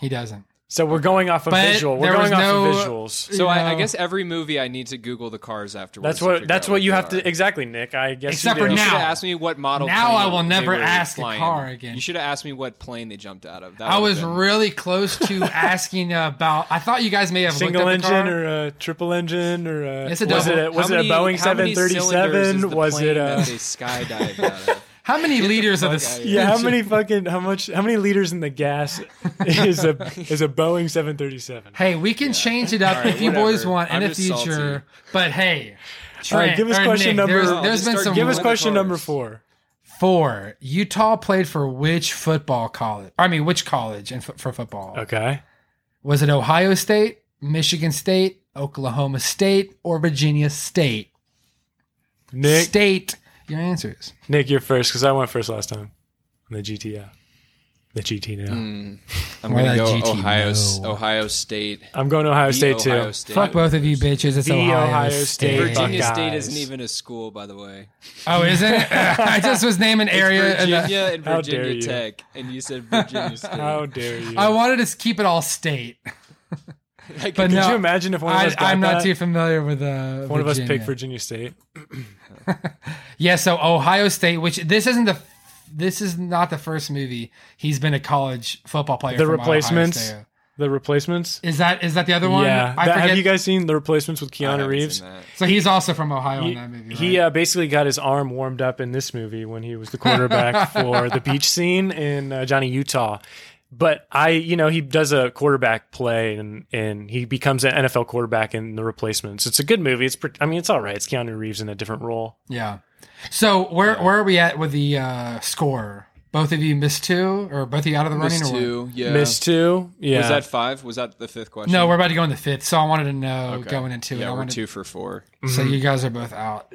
S1: he doesn't.
S2: So we're going off of
S1: But
S2: visual. We're
S1: there was
S2: going off of
S1: no-
S2: visuals.
S3: So I, I
S1: No.
S3: guess every movie I need to Google the cars afterwards.
S2: That's
S3: to
S2: what
S3: figure
S2: that's
S3: out
S2: what you
S3: they
S2: have
S3: are.
S2: to exactly, Nick. I guess
S1: Except
S2: you
S1: for
S2: did.
S3: You should
S1: now.
S3: have asked me what model.
S1: Now
S3: plane
S1: I will
S3: they
S1: never
S3: were
S1: ask a
S3: flying.
S1: car again.
S3: You should have asked me what plane they jumped out of. That
S1: I
S3: would've
S1: was
S3: been-
S1: really close to asking about. I thought you guys may have
S2: Single
S1: looked up the
S2: engine
S1: car.
S2: or a triple engine or a,
S1: It's a
S2: was
S1: double.
S2: it a, was
S3: How
S2: it a
S3: many-
S2: Boeing
S3: how
S2: seven
S3: many
S2: thirty
S3: cylinders is
S2: seven?
S3: the
S2: Was it
S3: plane
S2: a
S3: that they skydived out of?
S1: How many liters of
S3: fuck
S1: this?
S3: outta here.
S2: yeah? How many fucking how much how many liters in the gas is a is a Boeing seven thirty seven?
S1: Hey, we can change it up
S3: All right,
S1: if you boys
S3: whatever.
S1: want in
S3: I'm
S1: the
S3: just
S1: future.
S3: salty.
S1: But hey,
S2: All
S1: Trent,
S2: right, give us
S1: or
S2: question
S1: Nick,
S2: number-
S1: There's,
S2: No,
S1: there's
S3: just
S1: been
S3: start-
S1: some.
S2: Give us
S3: What
S2: question
S3: cars?
S2: number four.
S1: four. Utah played for which football college? I mean, which college in, fo- for football?
S2: Okay,
S1: Was it Ohio State, Michigan State, Oklahoma State, or Virginia State?
S2: Nick.
S1: State. Your answers.
S2: Nick, you're first because I went first last time on the GTO. the GT now.
S1: Mm.
S3: I'm
S1: Why
S3: going to
S1: that
S3: go
S1: GT?
S3: Ohio, S-
S1: No.
S3: Ohio State.
S2: I'm going to Ohio
S3: The
S2: State
S3: Ohio
S2: too.
S3: State.
S1: Fuck both of you bitches. It's
S2: The
S1: Ohio,
S2: Ohio
S1: State.
S2: State
S3: Virginia
S2: Buckeyes.
S3: State isn't even a school, by the way.
S1: Oh, is it? I just was naming area.
S3: It's
S1: and, uh,
S3: Virginia and
S2: How dare
S3: Virginia
S2: you.
S3: Tech, and you said Virginia State.
S2: How dare you?
S1: I wanted to keep it all state.
S3: Like,
S1: But
S2: Could
S1: no,
S2: you imagine if one of
S1: I,
S2: us got
S1: I'm not
S2: that?
S1: too familiar with uh,
S2: one of us picked
S1: Virginia.
S2: Virginia State.
S1: Yeah, so Ohio State, which this isn't the this is not the first movie he's been a college football player.
S2: The
S1: from Ohio
S2: Replacements?
S1: State.
S2: The replacements.
S1: Is that is that the other one?
S2: yeah,
S1: I
S2: That-
S1: forget.
S2: have you guys seen the replacements with
S3: I
S2: Keanu
S3: haven't
S2: Reeves?
S3: seen that.
S1: so he's also from Ohio
S2: He,
S1: in that movie. Right?
S2: he, uh, basically got his arm warmed up in this movie when he was the quarterback for the beach scene in uh, Johnny Utah. But I, you know, he does a quarterback play and and he becomes an NFL quarterback in the replacements. It's a good movie. It's pretty, I mean, it's all right. It's Keanu Reeves in a different role.
S1: yeah. So where where are we at with the uh, score? Both of you missed two, or both of you out of the running?
S3: Missed
S1: or what?
S3: two. Yeah.
S2: Miss two, yeah.
S3: Was that five? Was that the fifth question?
S1: No, we're about to go in the fifth. So I wanted to know
S3: Okay.
S1: going into it.
S3: Yeah,
S1: I
S3: we're
S1: wanted,
S3: two for four.
S1: So
S2: Mm-hmm.
S1: you guys are both out.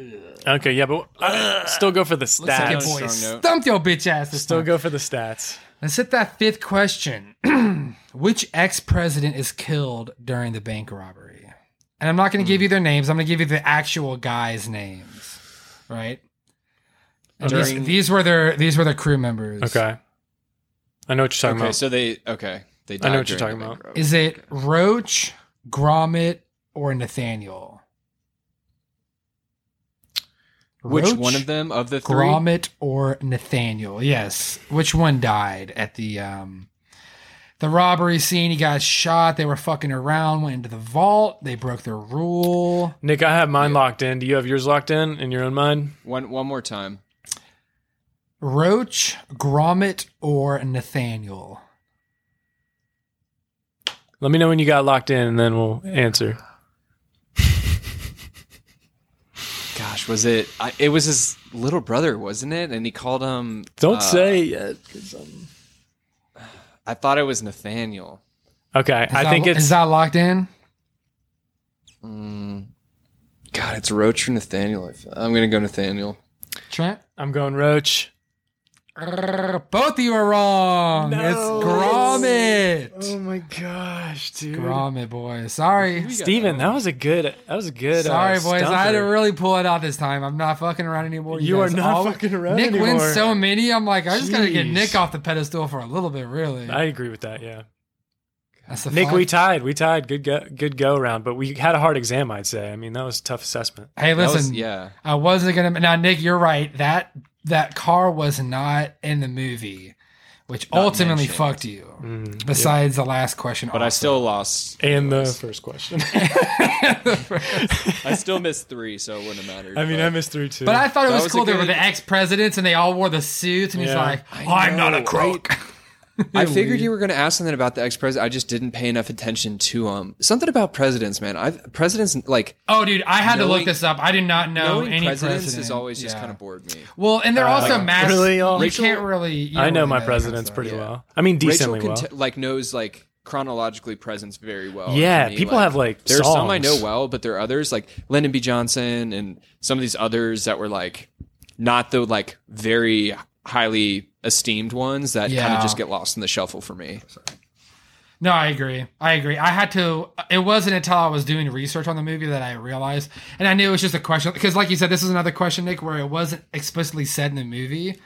S2: okay? Yeah, but uh, still go for the
S3: Let's take
S2: stats.
S3: it,
S1: Boy,
S3: Strong note.
S1: stumped your bitch ass. This
S2: Still
S1: time.
S2: go for the stats.
S1: Let's hit that fifth question. Which ex president is killed during the bank robbery? And I'm not going to give you their names. I'm going to give you the actual guys' names, right? And these,
S3: During-
S1: these were their these were their crew members.
S2: Okay, I know what you're talking
S3: Okay,
S2: about.
S3: so they okay. They
S2: I know
S3: died
S2: what you're talking
S3: during the
S2: about.
S3: bank robbery.
S1: Is it Roach, Gromit, or Nathaniel?
S3: Which
S1: Roach,
S3: one of them of the three?
S1: Gromit or Nathaniel? Yes. Which one died at the um the robbery scene? He got shot. They were fucking around. Went into the vault. They broke their rule.
S2: Nick, I have mine locked in. Do you have yours locked in in your own mind?
S3: One one more time.
S1: Roach, Gromit, or Nathaniel?
S2: Let me know when you got locked in, and then we'll answer.
S3: Gosh, was it? I, it was his little brother, wasn't it? And he called him.
S2: Don't
S3: uh,
S2: say yet.
S1: um,
S3: I thought it was Nathaniel.
S2: Okay,
S1: Is
S2: I
S1: that-
S2: think
S1: is
S2: it's
S1: that locked in.
S3: God, it's Roach or Nathaniel. I feel- I'm gonna go Nathaniel.
S1: Trent,
S2: I'm going Roach.
S1: both of you are wrong. It's Gromit.
S2: my gosh, dude.
S1: Gromit, boys. Sorry.
S2: Steven, that was a good. That was a good.
S1: Sorry,
S2: uh,
S1: boys. I had to
S2: stumper.
S1: really pull it out this time. I'm not fucking around anymore. You,
S2: You
S1: guys
S2: are not
S1: all-
S2: fucking around
S1: Nick
S2: anymore.
S1: wins so many. I'm like, I just gotta get
S2: Jeez.
S1: Nick off the pedestal for a little bit, really.
S2: I agree with that. Yeah,
S1: That's the
S2: Nick,
S1: fun-
S2: we tied. We tied. Good go. Good go round, but we had a hard exam. I'd say. I mean, that was a tough assessment.
S1: Hey,
S3: That
S1: listen.
S3: was- yeah.
S1: I wasn't gonna. Now, Nick, you're right. That that car was not in the movie, which
S3: Not
S1: ultimately
S3: mentioned.
S1: fucked you.
S2: Mm,
S1: Besides the last question,
S3: But I still lost.
S2: And the first question.
S3: I still missed three, so it wouldn't matter.
S2: I mean, I missed three too.
S1: But I thought it
S3: That
S1: was,
S3: was
S1: cool.
S3: a
S1: They were
S3: good-
S1: the ex presidents, and they all wore the suits. And he's
S2: Yeah.
S1: like,
S3: I
S1: "I'm not a
S3: know,
S1: crook."
S3: I figured you were going to ask something about the ex president. I just didn't pay enough attention to him. Something about presidents, man. I've presidents like
S1: Oh, dude, I had to look
S3: Knowing-
S1: this up. I did not know
S3: knowing
S1: any
S3: presidents
S1: president.
S3: has always just
S1: Yeah.
S3: kind of bored me.
S1: Well, and they're also
S2: Uh, like,
S1: mass.
S2: really,
S1: you
S2: y'all?
S3: Rachel-
S1: can't really. you
S2: I
S1: don't
S2: know
S1: really
S2: my
S1: that
S2: presidents
S1: stuff.
S2: pretty
S3: yeah.
S2: well. I mean, decently
S3: Rachel
S2: well.
S3: can t- like knows like chronologically presents very well.
S2: Yeah,
S3: For me,
S2: people have, like,
S3: there's some I know
S2: songs.
S3: well, but there are others like Lyndon B. Johnson and some of these others that were like not the like very highly esteemed ones that kind
S1: Yeah.
S3: of just get lost in the shuffle for me.
S1: No, I agree. I agree. I had to. It wasn't until I was doing research on the movie that I realized, and I knew it was just a question because, like you said, this is another question, Nick, where it wasn't explicitly said in the movie.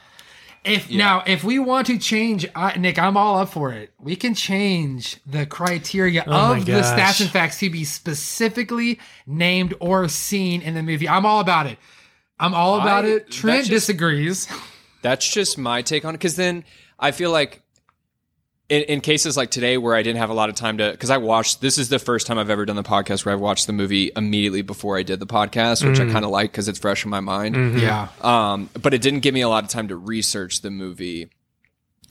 S1: If now, if we want to change, I, Nick, I'm all up for it. We can change the criteria
S2: my
S1: of the
S2: gosh.
S1: stats and facts to be specifically named or seen in the movie. I'm all about it. I'm all about
S3: I-
S1: it.
S3: that
S1: Trent
S3: just-
S1: disagrees.
S3: That's just my take on it. Because then I feel like in, in cases like today where I didn't have a lot of time to, because I watched, this is the first time I've ever done the podcast where I watched the movie immediately before I did the podcast, which I kind of like because it's fresh in my mind.
S1: Yeah.
S3: Um, but it didn't give me a lot of time to research the movie.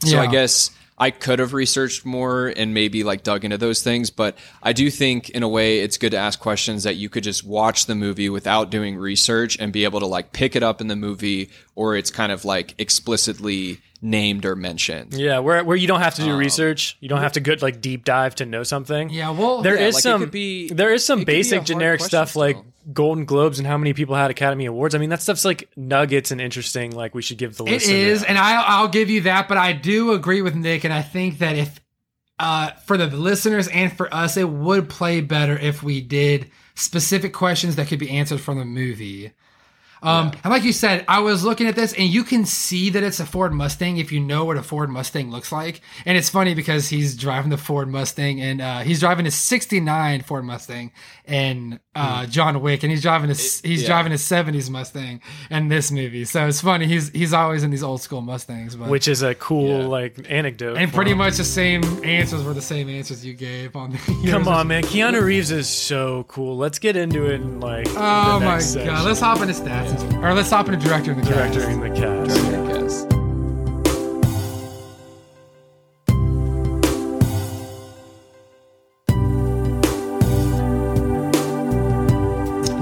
S3: So I
S1: Yeah.
S3: guess I could have researched more and maybe like dug into those things. But I do think in a way it's good to ask questions that you could just watch the movie without doing research and be able to like pick it up in the movie or it's kind of like explicitly named or mentioned.
S2: Yeah, where where you don't have to
S3: Um,
S2: do research, you don't have to go like deep dive to know something.
S1: Yeah, well,
S2: there is
S1: yeah,
S3: Oh, like, it
S2: some
S3: could be-
S2: there is
S3: it
S2: some
S3: could be a
S2: basic
S3: hard
S2: generic
S3: question
S2: stuff like
S3: still.
S2: Golden Globes and how many people had Academy Awards. I mean, that stuff's like nuggets and interesting. Like we should give the
S1: It
S2: list. in
S1: is,
S2: there.
S1: and I, I'll give you that. But I do agree with Nick, and I think that if uh, for the listeners and for us, it would play better if we did specific questions that could be answered from the movie. Um, And like you said, I was looking at this, and you can see that it's a Ford Mustang if you know what a Ford Mustang looks like. And it's funny because he's driving the Ford Mustang, and uh, he's driving a '69 Ford Mustang, and uh,
S2: Hmm.
S1: John Wick, and he's driving a s- he's
S3: yeah.
S1: driving a '70s Mustang in this movie. So it's funny. He's he's always in these old school Mustangs, but
S2: which is a cool
S3: Yeah.
S2: like anecdote.
S1: and
S2: for
S1: pretty
S2: him.
S1: much the same answers were the same answers you gave on the.
S2: Come on, man. Keanu Reeves is so cool. Let's get into it and like.
S1: Oh
S2: the
S1: my
S2: next section.
S1: god! Let's hop into stats, or let's hop into director and the
S2: director
S1: cast.
S2: in the cast.
S3: Yes.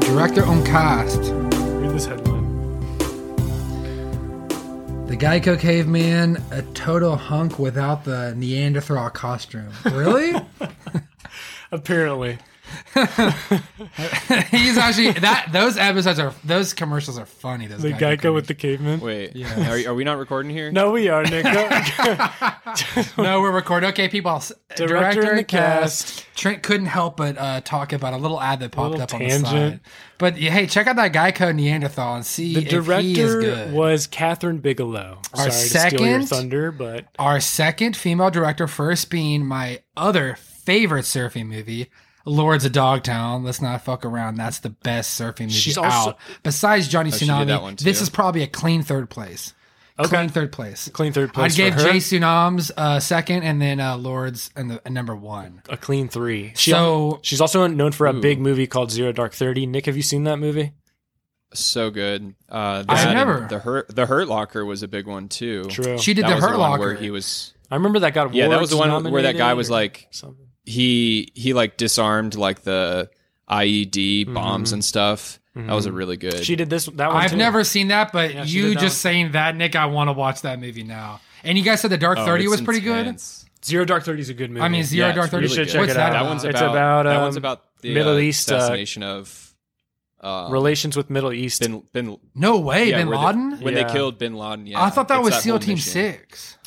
S1: Director on cast.
S2: Read this headline.
S1: The Geico caveman, a total hunk without the Neanderthal costume. Really?
S2: Apparently,
S1: He's actually that. Those episodes are those commercials are funny. Those
S2: the Geico with the caveman.
S3: Wait,
S1: Yes.
S3: are, are we not recording here?
S2: No, we are Nick.
S1: commercials. no, we're recording. Okay, people. I'll s-
S2: Director and the cast.
S1: Trent couldn't help but uh, talk about a little ad that popped
S2: Little
S1: up on the side.
S2: tangent.
S1: But yeah, hey, check out that Geico Neanderthal and see
S2: The
S1: if he is
S2: director
S1: good.
S2: was Catherine Bigelow.
S1: Our
S2: Sorry to steal your
S1: second-
S2: thunder, but
S1: Our second female director, first being my other favorite surfing movie, Lords of Dogtown. Let's not fuck around. That's the best surfing movie
S2: She's
S1: out.
S2: also-
S1: Besides Johnny
S3: Oh, she did that
S1: Tsunami,
S3: one
S1: this
S3: too.
S1: is probably a clean third place.
S2: Okay.
S1: Clean third place.
S2: clean third
S1: I
S2: place.
S1: gave
S2: for her.
S1: Jay Tsunami's uh, second, and then uh, Lords and the and number one.
S2: a clean three. She
S1: So-
S2: she's also known for a big movie called Zero Dark Thirty. Nick, have you seen that movie?
S3: So good. Uh, that
S1: I
S3: and
S1: never-
S3: The Hurt, the Hurt Locker was a big one too.
S2: True.
S1: She did
S3: That
S1: the
S3: was
S1: Hurt
S3: the one
S1: Locker.
S3: where he was.
S2: I remember that got
S3: Yeah, that was the one
S2: awards
S3: where that guy
S2: nominated
S3: was
S2: or
S3: like
S2: something.
S3: he he like disarmed like the IED
S1: Mm-hmm.
S3: bombs and stuff. That was a really good.
S2: She did this. That one.
S1: I've
S2: too.
S1: never seen that, but
S2: Yeah, she
S1: you
S2: did that
S1: just saying that, Nick, I want to watch that movie now. And you guys said the Dark
S3: Oh,
S1: Thirty
S3: it's
S1: was pretty
S3: intense.
S2: Zero Dark Thirty is a good movie.
S1: good. I mean, Zero
S3: Yeah,
S1: Dark
S3: it's
S1: Thirty.
S3: really
S2: You should
S3: good.
S2: check
S1: What's
S2: it out.
S1: That
S3: That
S1: about?
S3: one's
S2: It's
S3: about,
S2: about,
S3: that
S2: um,
S3: one's about the
S2: Middle
S3: uh,
S2: East, uh,
S3: assassination of uh,
S2: relations with Middle East.
S3: bin bin
S1: No way,
S3: yeah,
S1: Bin
S3: where they-
S1: Laden.
S3: when
S2: Yeah.
S3: they killed Bin Laden. Yeah,
S1: I thought that
S3: It's
S1: was SEAL
S3: whole
S1: Team
S3: mission.
S1: Six.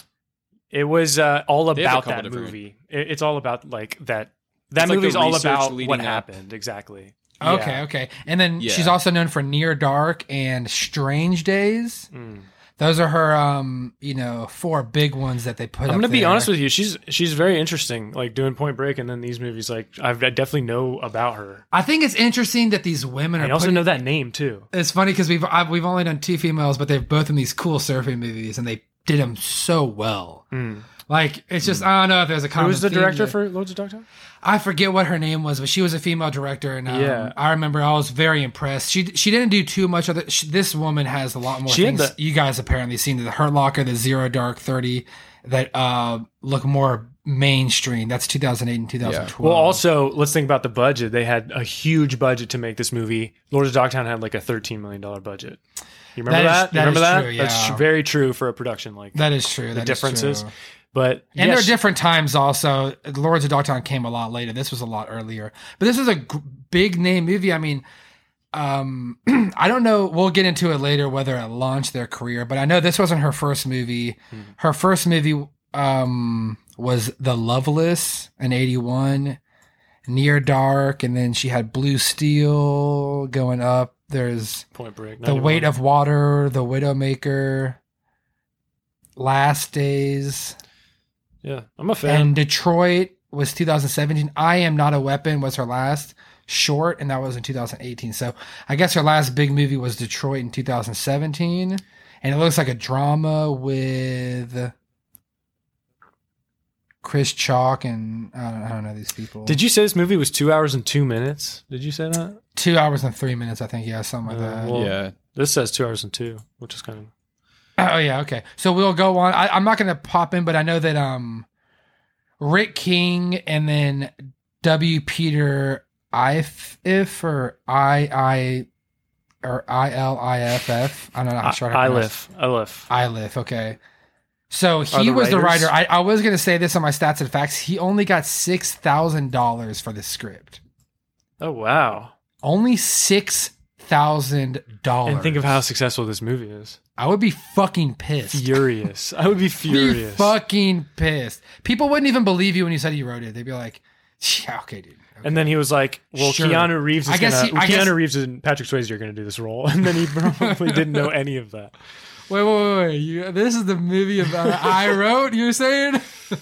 S2: It was uh, all
S3: They have a
S2: about
S3: couple
S2: that
S3: different-
S2: movie. It, it's all about like that. That
S3: It's like
S2: movie's
S3: the
S2: all
S3: research
S2: about
S3: leading
S2: what
S3: up.
S2: happened exactly.
S1: Okay,
S2: Yeah.
S1: okay. And then
S3: Yeah.
S1: she's also known for Near Dark and Strange Days.
S2: Mm.
S1: Those are her, um, you know, four big ones that they put.
S2: I'm
S1: going
S2: gonna
S1: to
S2: be honest with you. She's she's very interesting. Like doing Point Break and then these movies. Like I've, I definitely know about her.
S1: I think it's interesting that these women
S2: I
S1: are.
S2: also
S1: putting-
S2: know that name too.
S1: it's funny because we've I've, we've only done two females, but they've both in these cool surfing movies, and they did them so well. Like it's just I don't know if there's a.
S2: Hmm. Who
S1: Common
S2: was the
S1: theme
S2: director
S1: there.
S2: for Loads of Dogtown?
S1: I forget what her name was, but she was a female director, and um,
S2: Yeah.
S1: I remember I was very impressed. She she didn't do too much other. She, this woman has a lot more
S2: She had
S1: things.
S2: the-
S1: you guys apparently seen the Hurt Locker, the Zero Dark Thirty, that uh, look more mainstream. That's 2008 and 2012.
S2: Well, also let's think about the budget. They had a huge budget to make this movie. Lords of Dogtown had like a thirteen million dollar budget. You remember
S1: That is- that
S2: that? you remember
S1: is
S2: that?
S1: true,
S2: That's
S1: yeah.
S2: very true for a production like
S1: that is true.
S2: the
S1: That is
S2: differences.
S1: true.
S2: But
S1: And
S2: yes,
S1: there are different times also. Lords of Dogtown came a lot later. This was a lot earlier. But this is a g- big name movie. I mean, um, I don't know. We'll get into it later whether it launched their career, but I know this wasn't her first movie. Her first movie um, was The Loveless in 81, Near Dark, and then she had Blue Steel going up. There's
S2: Point Break.
S1: The Weight of Water, The Widowmaker, Last Days.
S2: yeah, I'm a fan.
S1: And Detroit was 2017. I Am Not a Weapon was her last short, and that was in 2018. So I guess her last big movie was Detroit in 2017. And it looks like a drama with Chris Chalk and I don't, I don't know these people.
S2: Did you say this movie was two hours and two minutes? Did you say that?
S1: Two hours and three minutes, I think. Yeah, something like
S2: Uh,
S1: that.
S2: well-
S3: Yeah,
S2: This says two hours and two, which is kind of
S1: Oh yeah, okay. So we'll go on. I, I'm not going to pop in, but I know that um, Rick King and then W. Peter If if or I I or I L I F F. I'm not sure. how to pronounce-
S2: Ilif. Ilif.
S1: Iliff, okay. So
S2: Are
S1: he
S2: the
S1: was the
S2: writers-
S1: writer. I, I was going to say this on my stats and facts. He only got six thousand dollars for this script.
S2: Oh wow.
S1: Only six thousand dollars.
S2: And think of how successful this movie is.
S1: I would be fucking pissed.
S2: Furious. I would be
S1: be
S2: furious.
S1: fucking pissed. People wouldn't even believe you when you said you wrote it. They'd be like, yeah, okay, dude.
S2: And then he was like, "Well,
S1: Sure.
S2: Keanu Reeves is
S1: I guess
S2: gonna,
S1: he- I
S2: Keanu
S1: guess-
S2: Reeves and Patrick Swayze are going to do this role," and then he probably didn't know any of that.
S1: Wait, wait, wait, wait. You, this is the movie about I wrote, you're saying?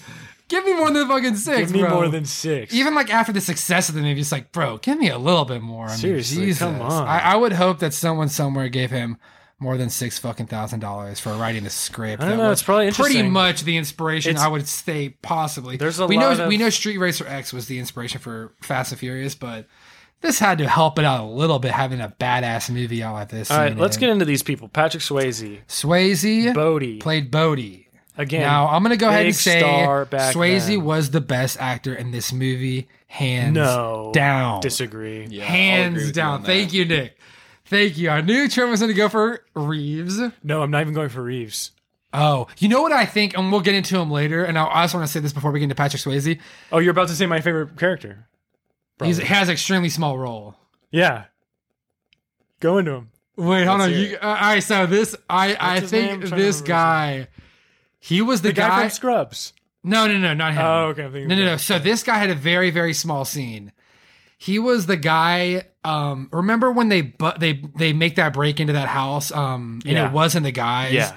S1: give me more than fucking six,
S2: Give me
S1: bro.
S2: more than six.
S1: even like after the success of the movie, it's like, bro, give me a little bit more. I mean,
S2: Seriously,
S1: Jesus.
S2: come on.
S1: I, I would hope that someone somewhere gave him more than six fucking thousand dollars for writing a script.
S2: I don't
S1: that
S2: know.
S1: was
S2: It's probably
S1: pretty
S2: interesting.
S1: much the inspiration
S2: It's-
S1: I would say possibly.
S2: There's a
S1: we
S2: lot
S1: know
S2: of-
S1: we know Street Racer X was the inspiration for Fast and Furious, but this had to help it out a little bit having a badass movie out like this.
S2: All right,
S1: seen
S2: let's
S1: in.
S2: get into these people. Patrick Swayze,
S1: Swayze
S2: Bodie,
S1: played Bodie.
S2: again.
S1: now I'm gonna go ahead
S2: big
S1: and say
S2: star back
S1: Swayze
S2: then.
S1: was the best actor in this movie, hands
S2: no,
S1: down.
S2: disagree.
S3: Yeah, I'll agree with
S1: hands
S3: you
S1: down.
S3: on that.
S1: Thank you, Nick. Thank you. I knew Trent was going to go for Reeves.
S2: No, I'm not even going for Reeves.
S1: Oh, you know what I think, and we'll get into him later. And I also want to say this before we get into Patrick Swayze.
S2: Oh, you're about to say my favorite character.
S1: He's, he has an extremely small role.
S2: Yeah, go into him.
S1: Wait, hold
S3: Let's
S1: on.
S3: hear
S1: You, uh, all right, so this I I
S2: What's his name?
S1: think
S2: I'm trying to
S1: this
S2: remember his
S1: guy, he was the,
S2: The guy,
S1: guy.
S2: from Scrubs.
S1: no, no, no, not him.
S2: Oh, okay. I'm thinking
S1: No,
S2: of
S1: no,
S2: that.
S1: no. So this guy had a very, very small scene. He was the guy. Um, remember when they but they they make that break into that house? Um, and
S2: Yeah.
S1: it wasn't the guys.
S2: Yeah.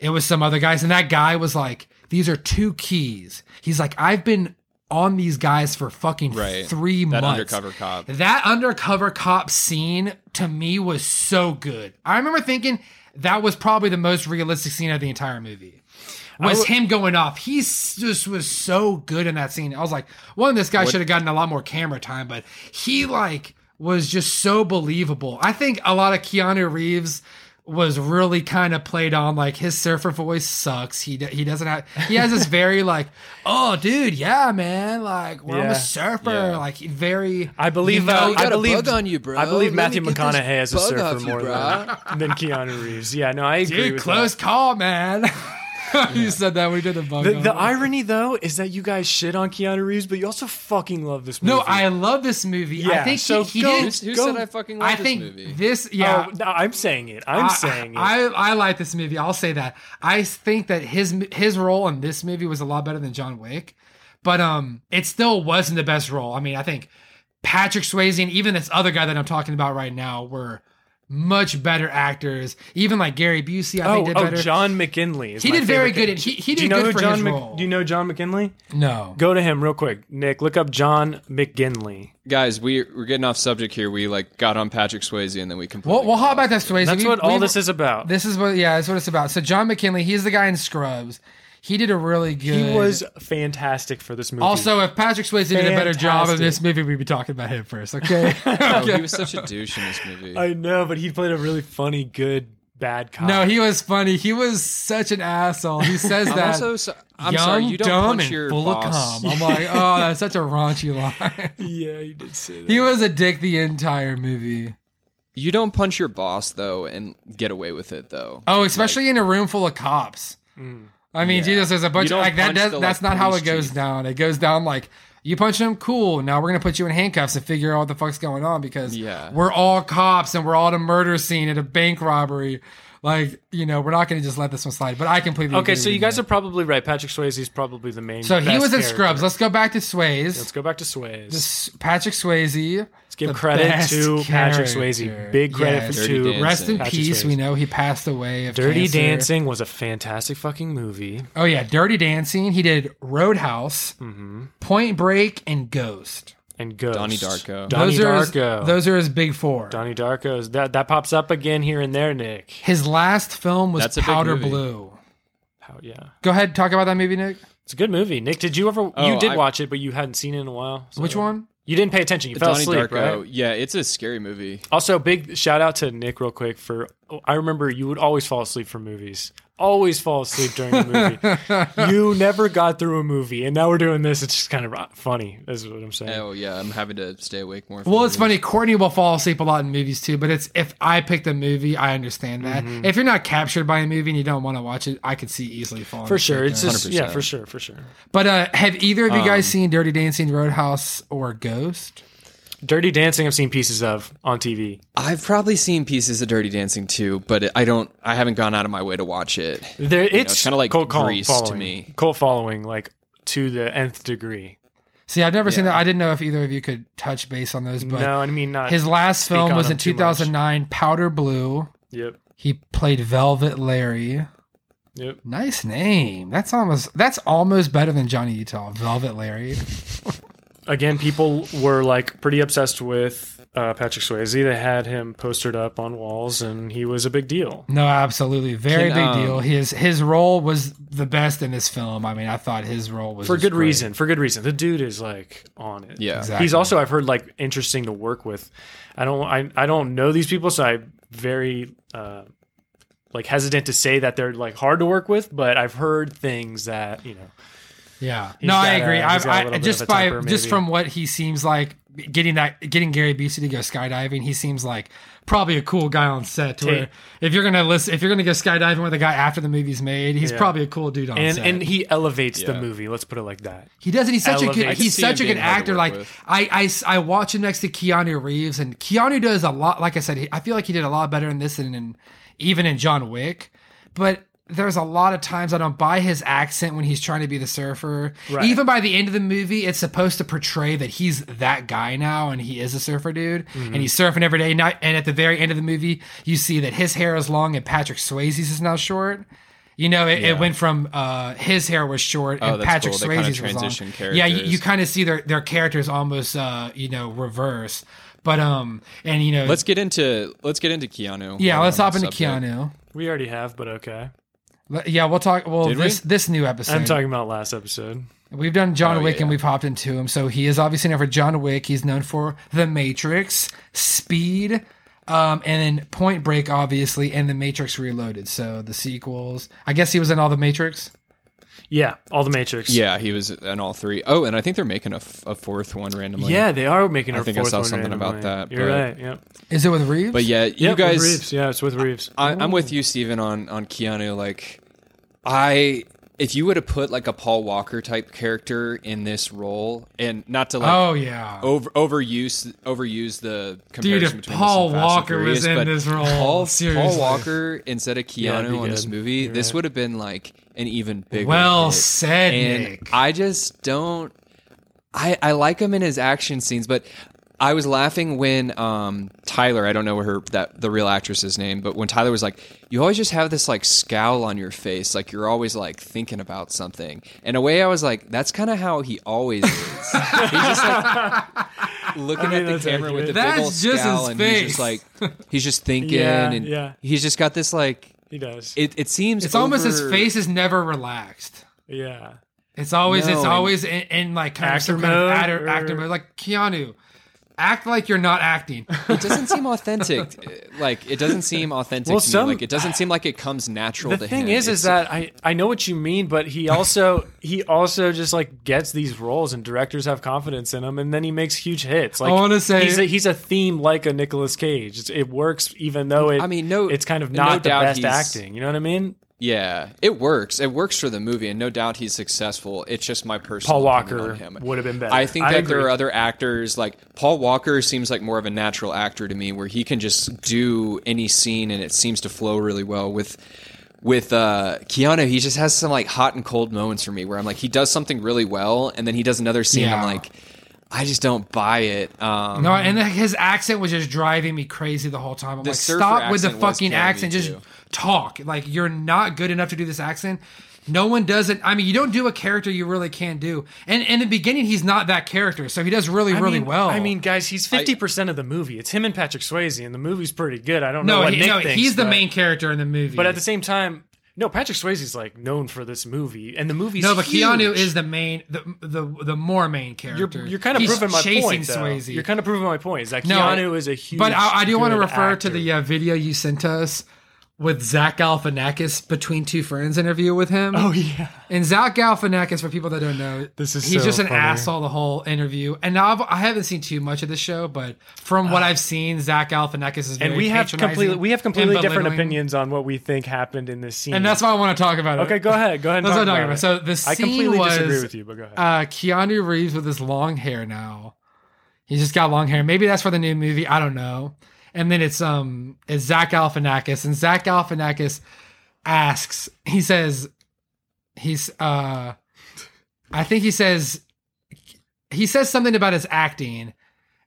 S1: It was some other guys, and that guy was like, "These are two keys." He's like, "I've been on these guys for fucking
S3: Right.
S1: three
S3: That
S1: months."
S3: undercover cop.
S1: That undercover cop scene to me was so good. I remember thinking that was probably the most realistic scene of the entire movie. Was him going off. He s- just was so good in that scene. I was like, one, this guy should have gotten a lot more camera time, but he like was just so believable. I think a lot of Keanu Reeves was really kind of played on like his surfer voice sucks. He d- he doesn't have he has this very like, "Oh dude, yeah, man, like well, I'm
S2: Yeah.
S1: a surfer."
S3: Yeah.
S1: Like very
S2: I believe.
S1: You know,
S2: uh,
S1: you
S2: I
S1: got a
S2: believe.
S4: bug on you, bro.
S2: I believe
S4: Let me
S2: Matthew
S4: get this
S2: McConaughey is a
S4: bug
S2: surfer
S4: off you,
S2: more
S4: bro.
S2: than, than Keanu Reeves. Yeah, no, I agree.
S1: Dude,
S2: with
S1: close call, man. you said that we did a bug.
S2: That. The,
S1: on
S2: the
S1: it.
S2: irony, though, is that you guys shit on Keanu Reeves, but you also fucking love this movie.
S1: no, I love this movie.
S2: Yeah,
S1: I think
S2: so
S1: he, he
S2: go-
S1: did.
S3: Who's- Who
S2: Go-
S3: said I fucking love
S1: I
S3: this
S1: think
S3: movie?
S1: this. Yeah,
S2: Oh, no, I'm saying it. I'm saying it.
S1: I, I like this movie. I'll say that. I think that his his role in this movie was a lot better than John Wick, but um, it still wasn't the best role. I mean, I think Patrick Swayze and even this other guy that I'm talking about right now were much better actors. Even like Gary Busey, I
S2: oh,
S1: think did
S2: oh,
S1: better.
S2: John McKinley. Is
S1: He
S2: my
S1: did very
S2: favorite
S1: good
S2: ca-
S1: in- he- he
S2: do
S1: did
S2: you know
S1: good
S2: who
S1: for
S2: John
S1: his
S2: Mc-
S1: role.
S2: Do you know John McKinley?
S1: no,
S2: Go to him real quick, Nick. Look up John McKinley.
S3: Guys, we we're getting off subject here. We like got on Patrick Swayze and then we completely.
S1: we'll, we'll hop back to Swayze.
S2: That's
S1: We-
S2: what all
S1: we-
S2: this is about.
S1: This is what, yeah, that's what it's about. So John McKinley, he's the guy in Scrubs. He did a really good.
S2: he was fantastic for this movie.
S1: Also, if Patrick Swayze did a better job in
S2: Fantastic.
S1: this movie, we'd be talking about him first, okay?
S3: Oh, he was such a douche in this movie.
S2: I know, but he played a really funny, good bad cop.
S1: no, he was funny. He was such an asshole. He says
S3: I'm
S1: that.
S3: also so, I'm
S1: young,
S3: sorry. You don't
S1: dumb,
S3: punch
S1: and
S3: your
S1: full
S3: boss.
S1: of cum. I'm like, oh, that's such a raunchy line.
S2: yeah, he did say that.
S1: he was a dick the entire movie.
S3: You don't punch your boss though and get away with it though.
S1: Oh, especially in a room full of cops.
S2: Mm.
S1: I mean, Jesus, there's a bunch
S3: You
S1: of
S3: don't
S1: like that.
S3: punch
S1: Does,
S3: the,
S1: that's
S3: like,
S1: not how it
S3: police
S1: goes
S3: chief.
S1: down. It goes down like you punch him, cool. Now we're gonna put you in handcuffs and figure out what the fuck's going on because
S3: Yeah.
S1: we're all cops and we're all at a murder scene at a bank robbery. Like you know, we're not gonna just let this one slide. But I completely
S2: Okay,
S1: agree
S2: so
S1: with
S2: you guys are probably right. Patrick Swayze is probably the main.
S1: So he
S2: best
S1: was in
S2: character.
S1: Scrubs. Let's go back to Swayze.
S2: Let's go back to Swayze.
S1: S- Patrick Swayze.
S2: Let's give
S1: the
S2: credit
S1: best
S2: to Patrick
S1: character.
S2: Swayze. Big credit
S1: Yes.
S2: for
S3: Dirty
S2: two.
S3: Dancing.
S1: Rest in
S2: Patrick
S1: peace.
S2: Swayze.
S1: We know he passed away of
S2: Dirty
S1: cancer.
S2: Dancing was a fantastic fucking movie.
S1: Oh yeah, Dirty Dancing. He did Roadhouse, Point Break, and Ghost.
S2: And Ghost.
S3: Donnie Darko.
S2: Donnie
S1: those are
S2: Darko.
S1: His, those are his big four.
S2: Donnie Darko's that that pops up again here and there, Nick.
S1: his last film was
S3: That's a big
S1: Powder
S3: movie.
S1: Blue.
S2: How, yeah,
S1: Go ahead, talk about that movie, Nick.
S2: it's a good movie. Nick, did you ever? you
S3: Oh,
S2: did
S3: I-
S2: watch it, but you hadn't seen it in a while. so-
S1: Which one?
S2: You didn't pay attention. You fell
S3: Donnie
S2: asleep,
S3: Darko.
S2: right?
S3: Yeah, it's a scary movie.
S2: Also, big shout out to Nick real quick for I remember you would always fall asleep for movies. Always fall asleep during the movie. you never got through a movie, and now we're doing this. It's just kind of funny. Is what I'm saying.
S3: Oh yeah, I'm having to stay awake more. for
S1: Well, it's
S3: the movie.
S1: funny. Courtney will fall asleep a lot in movies too, but it's if I picked a movie, I understand that. If you're not captured by a movie and you don't want to watch it, I could see easily falling.
S2: For
S1: asleep
S2: sure, it's
S1: during it.
S2: just yeah,
S3: 100%.
S2: for sure, for sure.
S1: But uh, have either of you guys seen Dirty Dancing, Roadhouse, or Ghost?
S2: Dirty Dancing, I've seen pieces of on TV.
S3: I've probably seen pieces of Dirty Dancing too, but it- I don't. I haven't gone out of my way to watch it.
S2: There, it's
S3: it's kinda like
S2: cult col-
S3: Grease to
S2: following,
S3: me.
S2: Cult following, like to the nth degree.
S1: See, I've never seen
S3: Yeah.
S1: that. I didn't know if either of you could touch base on those, but
S2: no, I mean not
S1: his last
S2: speak
S1: film
S2: on
S1: was
S2: him
S1: in
S2: too much.
S1: 2009, Powder Blue.
S2: Yep,
S1: He played Velvet Larry.
S2: yep.
S1: Nice name. That's almost that's almost better than Johnny Utah. Velvet Larry.
S2: Again, people were like pretty obsessed with uh, Patrick Swayze. They had him postered up on walls, and he was a big deal.
S1: No, absolutely, very
S3: Can,
S1: big
S3: um,
S1: deal. His his role was the best in this film. I mean, I thought his role was
S2: for
S1: just
S2: good
S1: great.
S2: reason. For good reason. The dude is like on it.
S3: Yeah.
S1: Exactly.
S2: He's also I've heard like interesting to work with. I don't I, I don't know these people, so I very uh, like hesitant to say that they're like hard to work with, but I've heard things that you know.
S1: Yeah.
S2: He's
S1: no, I
S2: got a-
S1: agree.
S2: he's
S1: I've,
S2: got a
S1: I
S2: little bit
S1: just
S2: of a
S1: by
S2: temper,
S1: just
S2: maybe.
S1: from what he seems like getting that getting Gary Busey to go skydiving, he seems like probably a cool guy on set. To
S2: Take-
S1: where if you're gonna listen, if you're gonna go skydiving with a guy after the movie's made, he's
S2: Yeah.
S1: probably a cool dude on
S2: And
S1: set.
S2: and he elevates the
S3: Yeah.
S2: movie. Let's put it like that.
S1: He doesn't. He's such a
S2: Elevate.
S1: good.
S2: I
S3: can
S1: He's
S3: see
S1: such a
S3: him
S1: good
S3: being hard
S1: actor.
S3: to work
S1: Like
S3: with.
S1: I, I s- I watch him next to Keanu Reeves, and Keanu does a lot. Like I said, he, I feel like he did a lot better in this than in, even in John Wick. But there's a lot of times I don't buy his accent when he's trying to be the surfer.
S2: Right.
S1: Even by the end of the movie, it's supposed to portray that he's that guy now, and he is a surfer dude,
S3: Mm-hmm.
S1: and he's surfing every day. And I- and at the very end of the movie, you see that his hair is long and Patrick Swayze's is now short. You know, it, it went from uh, his hair was short
S3: Oh,
S1: and
S3: that's
S1: Patrick
S3: cool. They kinda
S1: Swayze's was long.
S3: transition
S1: Yeah, you,
S3: characters.
S1: you kind of see their their characters almost uh, you know reverse. But um, and you know,
S3: Let's get into let's get into Keanu.
S1: yeah,
S3: While
S1: let's
S3: we're on
S1: hop into
S3: the subject.
S1: Keanu.
S2: We already have, but okay.
S1: Let- yeah, we'll talk. Well,
S3: Did we?
S1: this this new episode,
S2: I'm talking about last episode.
S1: we've done John
S3: Oh, yeah,
S1: Wick and
S3: yeah.
S1: we've hopped into him. So he is obviously known for John Wick. He's known for The Matrix, Speed. Um, and then Point Break, obviously, and The Matrix Reloaded. So the sequels. I guess he was in all the Matrix.
S2: Yeah, all the Matrix.
S3: Yeah, he was in all three. Oh, and I think they're making a, f- a fourth one randomly.
S2: Yeah, they are making
S3: I
S2: our
S3: think I
S2: fourth
S3: saw
S2: one
S3: something about
S2: randomly.
S3: that,
S2: You're
S3: but-
S2: right. Yep.
S1: Is it with Reeves?
S3: But yeah,
S2: Yep,
S3: you
S2: with
S3: guys,
S2: Reeves. Yeah, it's with Reeves.
S3: I, I'm
S1: Oh.
S3: with you, Steven, on on Keanu. Like, I if you would have put like a Paul Walker type character in this role, and not to like
S1: oh yeah.
S3: over overuse overuse the
S1: Dude,
S3: comparison
S1: if
S3: between
S1: Paul
S3: this and Fast and
S1: Walker was
S3: Furious,
S1: in
S3: but
S1: this role,
S3: Paul,
S1: seriously.
S3: Paul Walker instead of
S2: Yeah, it'd
S3: Keanu
S2: be
S3: in this
S2: good.
S3: movie,
S2: You're
S3: this
S2: right.
S3: would have been like an even bigger.
S1: Well
S3: hit.
S1: said,
S3: and
S1: Nick.
S3: I just don't. I I like him in his action scenes, but. I was laughing when um, Tyler, I don't know her that the real actress's name, but when Tyler was like, "You always just have this like scowl on your face, like you're always like thinking about something." In a way, I was like, "That's kind of how he always is." He's just like looking
S2: mean,
S3: at the
S2: that's
S3: camera with the
S1: accurate.
S3: big old
S1: That's just
S3: scowl,
S1: his
S3: and he's just
S1: face.
S3: like he's just thinking,
S2: Yeah,
S3: and
S2: yeah.
S3: he's just got this like
S2: He does.
S3: it. It seems
S1: It's almost his
S3: over-
S1: face is never relaxed.
S2: yeah.
S1: It's always
S3: No,
S1: it's
S3: and-
S1: always in, in like kind of
S2: Actor
S1: some kind of
S2: mode,
S1: actor,
S2: or-
S1: actor mode, like Keanu. Act like you're not acting.
S3: It doesn't seem authentic. uh, like it doesn't seem authentic.
S2: Well,
S3: to
S2: some-
S3: me. like it doesn't seem like it comes natural.
S2: the
S3: to
S2: thing
S3: him.
S2: is is
S3: It's-
S2: that I, I know what you mean but he also he also just like gets these roles and directors have confidence in him and then he makes huge hits like
S1: wanna say-
S2: he's a, he's a theme like a Nicolas Cage It's- it works even though it
S3: I mean, no-
S2: it's kind of
S3: no
S2: not the
S3: doubt
S2: best
S3: he's-
S2: acting you know what I mean
S3: yeah, it works. It works for the movie, and no doubt he's successful. It's just my personal
S2: Paul
S3: opinion
S2: Walker
S3: on him.
S2: would have been better
S3: I think that there
S2: agree.
S3: are other actors like Paul Walker seems like more of a natural actor to me, where he can just do any scene and it seems to flow really well. With with uh, Keanu, he just has some like hot and cold moments for me, where I'm like, he does something really well, and then he does another scene.
S1: Yeah.
S3: I'm like, I just don't buy it. Um,
S1: No, and like, his accent was just driving me crazy the whole time. I'm like,
S3: surfer
S1: stop with the
S3: accent was
S1: fucking
S3: killing me,
S1: accent. Just
S3: too.
S1: talk. Like you're not good enough to do this accent. No one does it. I mean, you don't do a character you really can't do. And in the beginning, he's not that character, so he does really,
S2: I
S1: really
S2: mean-
S1: well.
S2: I mean guys he's 50% of the movie it's him and Patrick Swayze and the movie's pretty good I don't know
S1: no,
S2: what
S1: he,
S2: Nick
S1: no,
S2: thinks,
S1: he's the
S2: but-
S1: main character in the movie.
S2: but at the same time no Patrick Swayze's like known for this movie and the movie's
S1: No, but Keanu
S2: huge.
S1: is the main, the the the more main
S2: You're,
S1: character.
S2: you're kind of
S1: He's
S2: proving my
S1: chasing
S2: point. though.
S1: Swayze.
S2: You're kind of proving my point. Is that
S1: No,
S2: Keanu is a huge.
S1: but I, I do want to
S2: good
S1: refer
S2: actor.
S1: to the uh, video you sent us with Zach Galifianakis between two friends interview with him.
S2: Oh yeah.
S1: And Zach Galifianakis, for people that don't know,
S2: This is
S1: he's
S2: so
S1: just an
S2: funny.
S1: asshole the whole interview. And now I've, I haven't seen too much of the show, but from what I've seen, Zach Galifianakis is very
S2: Ah. And we have
S1: patronizing
S2: completely we have
S1: and
S2: completely different
S1: belittling.
S2: opinions on what we think happened in this scene.
S1: and that's why I want to talk about it.
S2: okay. Go ahead. Go ahead. And
S1: That's
S2: talk
S1: what I'm talking
S2: about.
S1: about. So the
S2: it. I completely
S1: scene was
S2: uh, disagree with you, but go ahead.
S1: uh, Keanu Reeves with his long hair now. He's just got long hair. Maybe that's for the new movie. I don't know. And then it's um it's Zach Galifianakis, and Zach Galifianakis asks. He says, he's uh, I think he says, he says something about his acting,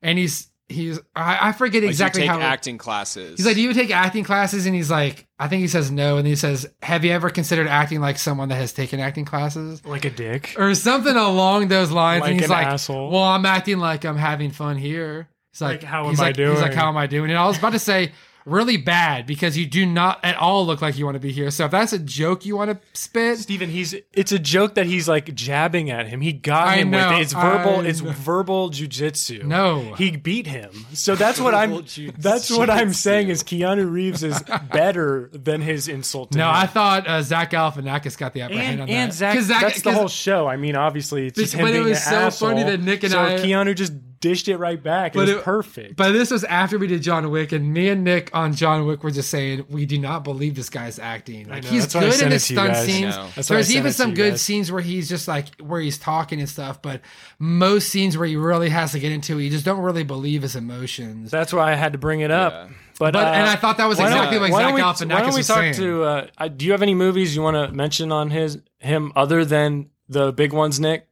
S1: and he's he's I, I forget
S3: Like,
S1: exactly
S3: you take
S1: how
S3: acting classes.
S1: He's like, Do you take acting classes? And he's like, I think he says no. And he says, Have you ever considered acting like someone that has taken acting classes?
S2: Like a dick.
S1: Or something along those lines.
S2: Like
S1: and he's
S2: an
S1: like,
S2: asshole.
S1: Well, I'm acting like I'm having fun here. He's like,
S2: Like, how
S1: he's
S2: am I
S1: like- He's like,
S2: doing?
S1: How am I doing? And I was about to say, Really bad because you do not at all look like you want to be here. So if that's a joke you want to spit,
S2: Steven, he's it's a joke that he's like jabbing at him. He got
S1: I
S2: him with
S1: know,
S2: it. It's verbal,
S1: I
S2: it's
S1: know.
S2: verbal jujitsu.
S1: No.
S2: He beat him. So that's what I'm
S3: Verbal jiu-
S2: that's what I'm
S3: jitsu.
S2: saying is Keanu Reeves is better than his insult to
S1: no,
S2: him.
S1: I thought uh, Zach Galifianakis got the upper hand
S2: and,
S1: on
S2: and
S1: that.
S2: Zach,
S1: 'Cause
S2: that's the
S1: 'cause-
S2: whole show. I mean, obviously, it's just
S1: But-
S2: him
S1: but it
S2: being
S1: was
S2: an
S1: so
S2: asshole.
S1: funny that Nick and
S2: so
S1: I-
S2: Keanu just dished it right back. It
S1: But
S2: was
S1: it-
S2: perfect.
S1: But this was after we did John Wick, and me and Nick on John Wick were just saying we do not believe this guy's acting. Like
S2: know,
S1: he's
S2: that's why I
S1: good in
S2: sent
S1: his
S2: it to you
S1: stunt
S2: guys.
S1: scenes.
S3: No.
S2: That's why I
S1: There's
S2: sent
S1: even
S2: it to
S1: some
S2: you
S1: good
S2: guys.
S1: scenes where he's just like where he's talking and stuff. But most scenes where he really has to get into it, you just don't really believe his emotions.
S2: that's why I had to bring it up.
S3: Yeah.
S2: But,
S1: But-
S2: uh,
S1: and I thought that was
S2: why don't-
S1: exactly what
S2: why
S1: Zach
S2: don't we-
S1: Galifianakis
S2: Why don't we
S1: was
S2: talk
S1: saying.
S2: to? Uh, I- do you have any movies you want to mention on his him other than the big ones, Nick?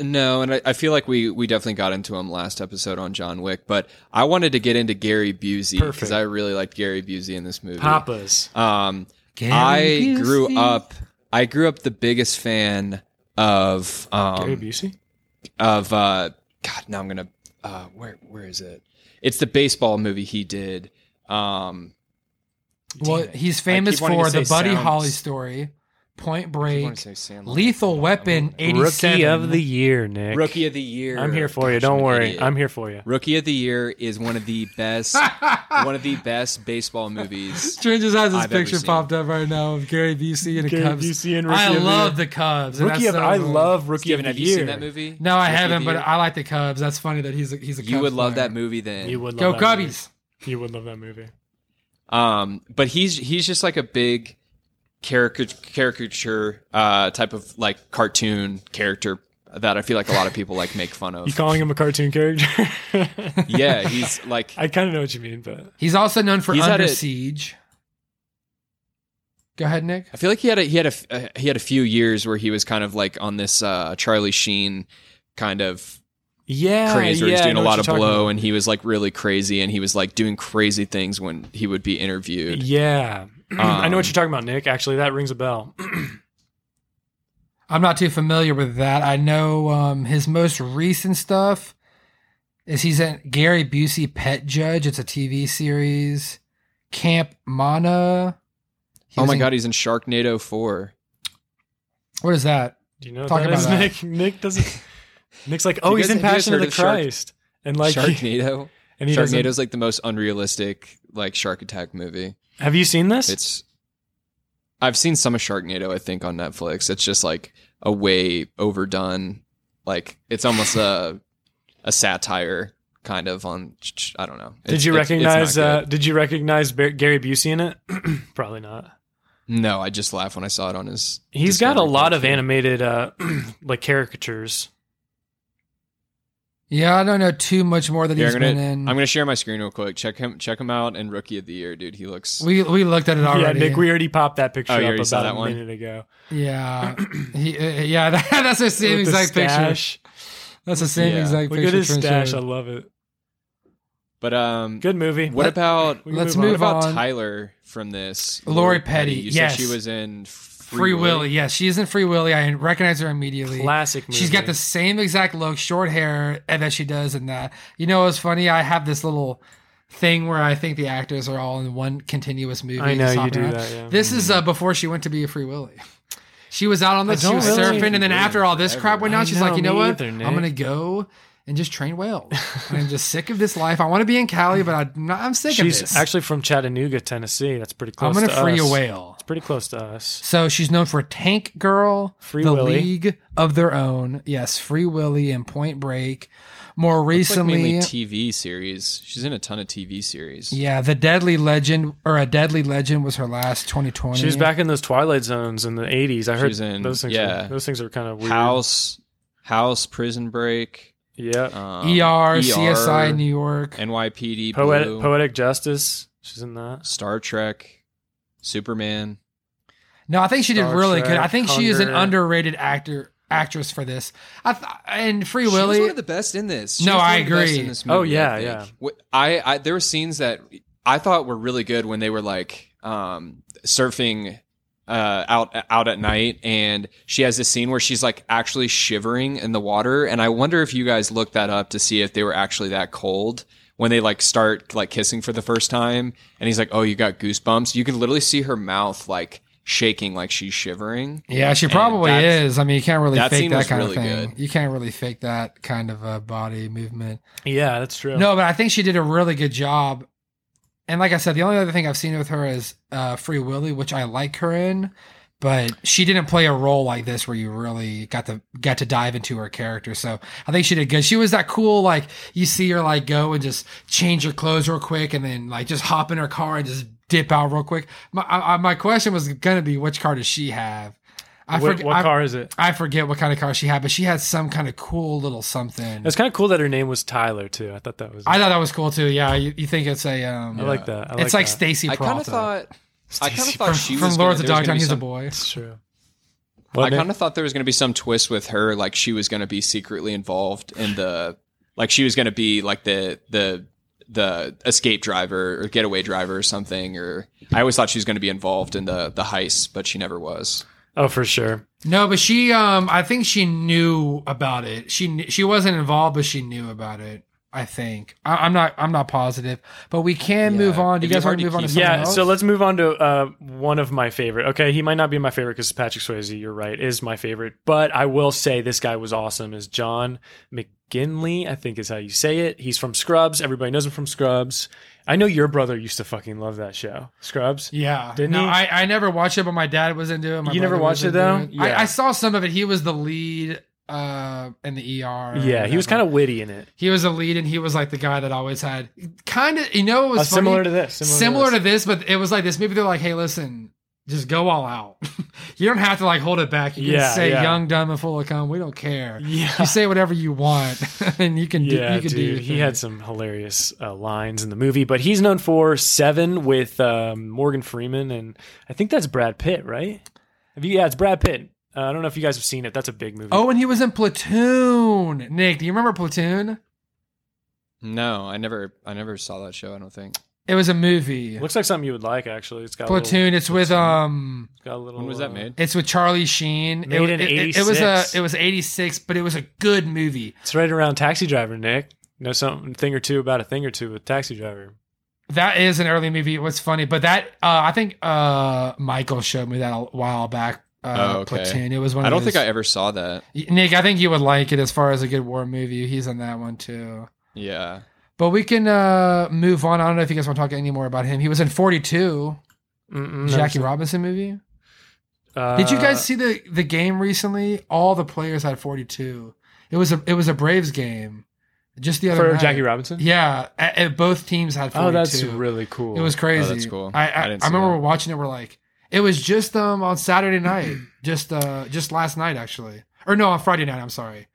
S3: No, and I, I feel like we we definitely got into him last episode on John Wick, but I wanted to get into Gary Busey
S2: Perfect.
S3: because I really liked Gary Busey in this movie.
S2: Papas.
S3: Um,
S1: Gary
S3: I
S1: Busey.
S3: grew up. I grew up the biggest fan of
S2: Gary
S3: um,
S2: Busey.
S3: of uh god now i'm gonna uh where where is it it's the baseball movie he did um
S1: well,
S3: damn it.
S1: he's
S3: I keep
S1: famous
S3: wanting to
S1: for the
S3: say
S1: Buddy
S3: Sounds-
S1: Holly story, Point
S3: I wanna
S1: Break,
S3: say Sandlot.
S1: Lethal Weapon, '87.
S2: Rookie of the year, Nick.
S3: rookie of the year
S2: I'm here for you.
S3: Gosh,
S2: Don't
S3: I'm an
S2: worry.
S3: idiot.
S2: I'm here for you.
S3: rookie of the year is one of the best one of the best baseball movies
S1: Strangers has this
S3: I've ever
S1: picture
S3: seen.
S1: popped up right now of Gary Busey and a
S2: Gary
S1: Cubs.
S2: Busey and Rookie
S1: I
S2: of the
S1: love
S2: Year.
S1: the Cubs. and
S2: Rookie
S1: that's
S2: of
S1: so
S2: I
S1: cool.
S2: love Rookie
S3: Steven,
S2: of
S3: have
S2: the
S3: you
S2: year.
S3: seen that movie
S1: No, I
S3: Rookie of
S1: haven't,
S3: the
S1: but
S3: Year?
S1: I like the Cubs. That's funny that he's a, he's a Cubs
S3: you would love
S1: player.
S3: that movie then
S2: You would
S1: Go
S2: love that movie.
S1: Cubbies.
S2: You would love that movie.
S3: Um, but he's he's just like a big caricature, caricature uh, type of like cartoon character that I feel like a lot of people like make fun
S2: You
S3: of.
S2: calling him a cartoon character?
S3: yeah, he's like
S2: I kind of know what you mean, but
S1: He's also known for
S3: He's had
S1: Under
S3: a-
S1: Siege. Go ahead, Nick.
S3: I feel like he had a he had a f- uh, he had a few years where he was kind of like on this uh, Charlie Sheen kind of
S2: yeah,
S3: craze where
S2: Ah, yeah,
S3: he's
S2: I
S3: doing
S2: know
S3: a
S2: what
S3: lot
S2: you're
S3: of
S2: talking
S3: blow
S2: about.
S3: and he was like really crazy and he was like doing crazy things when he would be interviewed.
S2: Yeah, I know what
S3: Um,
S2: you're talking about, Nick. Actually, that rings a bell.
S1: I'm not too familiar with that. I know um, his most recent stuff is he's in Gary Busey Pet Judge. It's a TV series. Camp Mana. He
S3: Oh
S1: was
S3: my
S1: in-
S3: god, he's in Sharknado 4.
S1: What is that?
S2: Do you know what
S1: Talk
S2: that
S1: about
S2: is,
S1: that.
S2: Nick? Nick doesn't. Nick's like, oh,
S3: you
S2: he's
S3: guys-
S2: in
S3: have you guys
S2: Passion of
S3: heard
S2: the
S3: of Shark-
S2: Christ, and like, he,
S3: Sharknado.
S2: and he doesn't.
S3: Sharknado's like the most unrealistic like shark attack movie.
S2: Have you seen this?
S3: It's I've seen some of Sharknado, I think, on Netflix. It's just like a way overdone, like it's almost a a satire kind of on. I don't know.
S2: did
S3: It's-
S2: you
S3: it's- it's not
S2: recognize? uh,
S3: good.
S2: did you recognize Bar- Gary Busey in it? Probably not.
S3: no, I just laughed when I saw it on his.
S2: He's got a
S3: Discovery
S2: lot of
S3: page.
S2: animated, uh, like caricatures.
S1: Yeah, I don't know too much more that
S3: Here,
S1: he's
S3: I'm gonna,
S1: been in.
S3: I'm gonna share my screen real quick. Check him, check him out, and Rookie of the Year, dude. He looks.
S1: we we looked at it
S2: Yeah,
S1: already.
S2: Nick, we already popped that picture
S3: Oh, you
S2: up
S3: already
S2: about
S3: saw
S2: a
S3: that one?
S2: minute ago.
S1: Yeah, he, uh, yeah, that, that's the same
S2: With the
S1: exact picture.
S2: stash.
S1: That's the same
S3: Yeah.
S1: exact
S2: Look
S1: picture.
S2: at his
S1: Trent
S2: stash. I
S1: showed.
S2: love it.
S3: but um,
S2: Good movie.
S3: what
S2: Let-
S3: about
S2: we can
S1: Let's
S3: what
S1: move
S3: about
S1: on.
S3: Tyler from this?
S1: Lori Petty,
S3: You
S1: yes.
S3: said she was in
S1: Free Willy. Yes, she is in Free Willy. I recognize her immediately.
S2: Classic movie.
S1: She's got the same exact look, short hair and that she does in that. You know, it's funny. I have this little thing where I think the actors are all in one continuous movie.
S2: I know
S1: just
S2: you
S1: hopping
S2: do
S1: around.
S2: that. Yeah. Mm-hmm.
S1: This is uh, before she went to be a Free Willy. She was out on the
S2: I
S1: she
S2: don't
S1: was
S2: really-
S1: surfing, and then after all this
S3: Ever.
S1: crap went
S2: I
S1: down, she's
S2: know,
S1: like, you know
S2: me
S1: what?
S2: either, Nick."
S1: I'm gonna go and just train whales. I'm just sick of this life. I want to be in Cali, but I'm not, I'm sick
S2: She's
S1: of this.
S2: actually from Chattanooga, Tennessee. That's pretty
S1: I'm
S2: close.
S1: gonna
S2: to
S1: free
S2: us.
S1: a whale.
S2: Pretty close to us.
S1: So she's known for Tank Girl,
S2: Free
S1: The
S2: Willy.
S1: League of Their Own, yes, Free Willy and Point Break. More
S3: It's like
S1: recently,
S3: mainly TV series. She's in a ton of TV series.
S1: yeah, The Deadly Legend or A Deadly Legend was her last 2020.
S2: She was back in those Twilight Zones in the '80s. I heard
S3: She's in-
S2: those things.
S3: yeah.
S2: Are, those things are kind of weird.
S3: House, House, Prison Break.
S2: Yeah.
S3: Um, E
S1: ER, CSI, New York.
S3: NYPD,
S2: Poetic
S3: Blue,
S2: Poetic Justice. She's in that.
S3: Star Trek, Superman.
S1: No, I think she did
S2: Star
S1: really good.
S2: Trek,
S1: I think she is an
S2: Hunger.
S1: underrated actor actress for this. I th- and Free
S3: She was
S1: Willy.
S3: one of the best in this. She
S1: No,
S3: was one
S1: I
S3: of the best
S1: agree.
S3: in this
S2: Oh,
S3: movie,
S2: yeah,
S3: I
S2: yeah.
S3: yeah. I, I there were scenes that I thought were really good when they were like um, surfing uh, out out at night, and she has this scene where she's like actually shivering in the water, and I wonder if you guys looked that up to see if they were actually that cold when they like start like kissing for the first time, and he's like, "Oh, you got goosebumps." You can literally see her mouth like shaking, like she's shivering.
S1: yeah, she probably
S3: that's-
S1: is. I mean, you can't really
S3: that
S1: fake
S3: scene
S1: that
S3: was
S1: kind
S3: really
S1: of thing.
S3: good.
S1: You can't really fake that kind of uh, body movement.
S2: Yeah, that's true.
S1: No, but I think she did a really good job. And like I said, the only other thing I've seen with her is uh, Free Willy, which I like her in, but she didn't play a role like this where you really got to got to dive into her character. So I think she did good. She was that cool, like you see her like go and just change her clothes real quick, and then like just hop in her car and just dip out real quick. My I, I- my question was gonna be which car does she have? I
S2: what,
S1: forget.
S2: what
S1: I,
S2: car is it?
S1: I forget what kind of car she had, but she had some kind of cool little something.
S2: It's kind of cool that her name was Tyler too. I thought that was.
S1: I thought that was cool too. Yeah, you, you think it's a um,
S2: I like that. I
S1: it's like
S2: that.
S1: Stacy.
S3: I kind of
S1: Peralta.
S3: thought. I kind of
S2: Stacey
S3: thought she
S1: from
S3: was
S1: Lords
S3: gonna-
S1: of
S3: there
S1: Dogtown.
S3: was gonna be
S1: He's a
S3: some-
S1: boy.
S2: It's true.
S3: I kind of thought there was going to be some twist with her, like she was going to be secretly involved in the, like she was going to be like the the the escape driver or getaway driver or something. Or I always thought she was going to be involved in the the heist, but she never was.
S2: Oh, for sure.
S1: No, but she. Um, I think she knew about it. She kn- she wasn't involved, but she knew about it. I think I, I'm not. I'm not positive, but we can
S3: Yeah.
S1: move on. Do you
S3: It'd be
S1: guys want
S3: hard
S1: to
S3: to
S1: move on to
S3: keep-
S1: something
S2: Yeah.
S1: else?
S2: So let's move on to uh, one of my favorite. Okay, he might not be my favorite because Patrick Swayze. You're right, is my favorite. But I will say this guy was awesome. Is John McGinley? I think is how you say it. He's from Scrubs. Everybody knows him from Scrubs. I know your brother used to fucking love that show, Scrubs.
S1: yeah,
S2: Didn't
S1: no,
S2: he?
S1: I, I never watched it, but my dad was into it. My
S2: You never
S1: brother was
S2: watched it,
S1: into
S2: though? Yeah.
S1: I, I saw some of it. He was the lead uh in the ER.
S2: Yeah, he was kind of witty in it.
S1: He was a lead, and he was like the guy that always had kind of. You know, what was
S2: Uh,
S1: funny?
S2: similar to this. Similar,
S1: similar
S2: to,
S1: to this, but it was like this. Maybe they're like, hey, listen, just go all out. you don't have to like hold it back. You can
S2: Yeah,
S1: say
S2: yeah.
S1: young, dumb, and full of cum. We don't care.
S2: this. Yeah.
S1: You say whatever you want, and you can do.
S2: yeah,
S1: you can
S2: dude.
S1: do your
S2: he
S1: thing.
S2: had some hilarious uh, lines in the movie, but he's known for Seven with um, Morgan Freeman, and I think that's Brad Pitt, right? Have you? Yeah, it's Brad Pitt. Uh, I don't know if you guys have seen it. That's a big movie.
S1: Oh, and he was in Platoon. Nick, do you remember Platoon?
S3: No, I never, I never saw that show. I don't think.
S1: It was a movie.
S2: looks like something you would like. Actually, it's got A little,
S1: Platoon. It's with um.
S2: it's got a little.
S3: When was that
S2: uh,
S3: made?
S1: It's with Charlie Sheen.
S2: Made
S1: it,
S2: in
S1: it- it- it was a.
S2: 86.
S1: It was eighty six, but it was a good movie.
S2: It's right around Taxi Driver. Nick, know something thing or two about a thing or two with Taxi Driver.
S1: That is an early movie. It was funny, but that uh, I think uh, Michael showed me that a while back. Uh,
S3: Oh, okay.
S1: Platoon. It was one.
S3: I
S1: of
S3: don't think
S1: his-
S3: I ever saw that.
S1: Nick, I think you would like it as far as a good war movie. He's on that one too.
S3: Yeah,
S1: But we can uh, move on. I don't know if you guys want to talk any more about him. He was in 42,
S2: Mm-mm,
S1: Jackie
S2: no,
S1: Robinson movie.
S2: uh,
S1: Did you guys see the the game recently? All the players had 42. It was a it was a Braves game. Just the other
S2: for
S1: night.
S2: Jackie Robinson?
S1: Yeah, a- a- both teams had 42.
S2: Oh, that's really cool.
S1: It was crazy.
S3: Oh, that's cool.
S1: I I,
S3: I
S1: I,
S3: didn't see
S1: remember
S3: that.
S1: watching it. We're like, it was just um on Saturday night, just uh just last night actually, or no on Friday night. I'm sorry.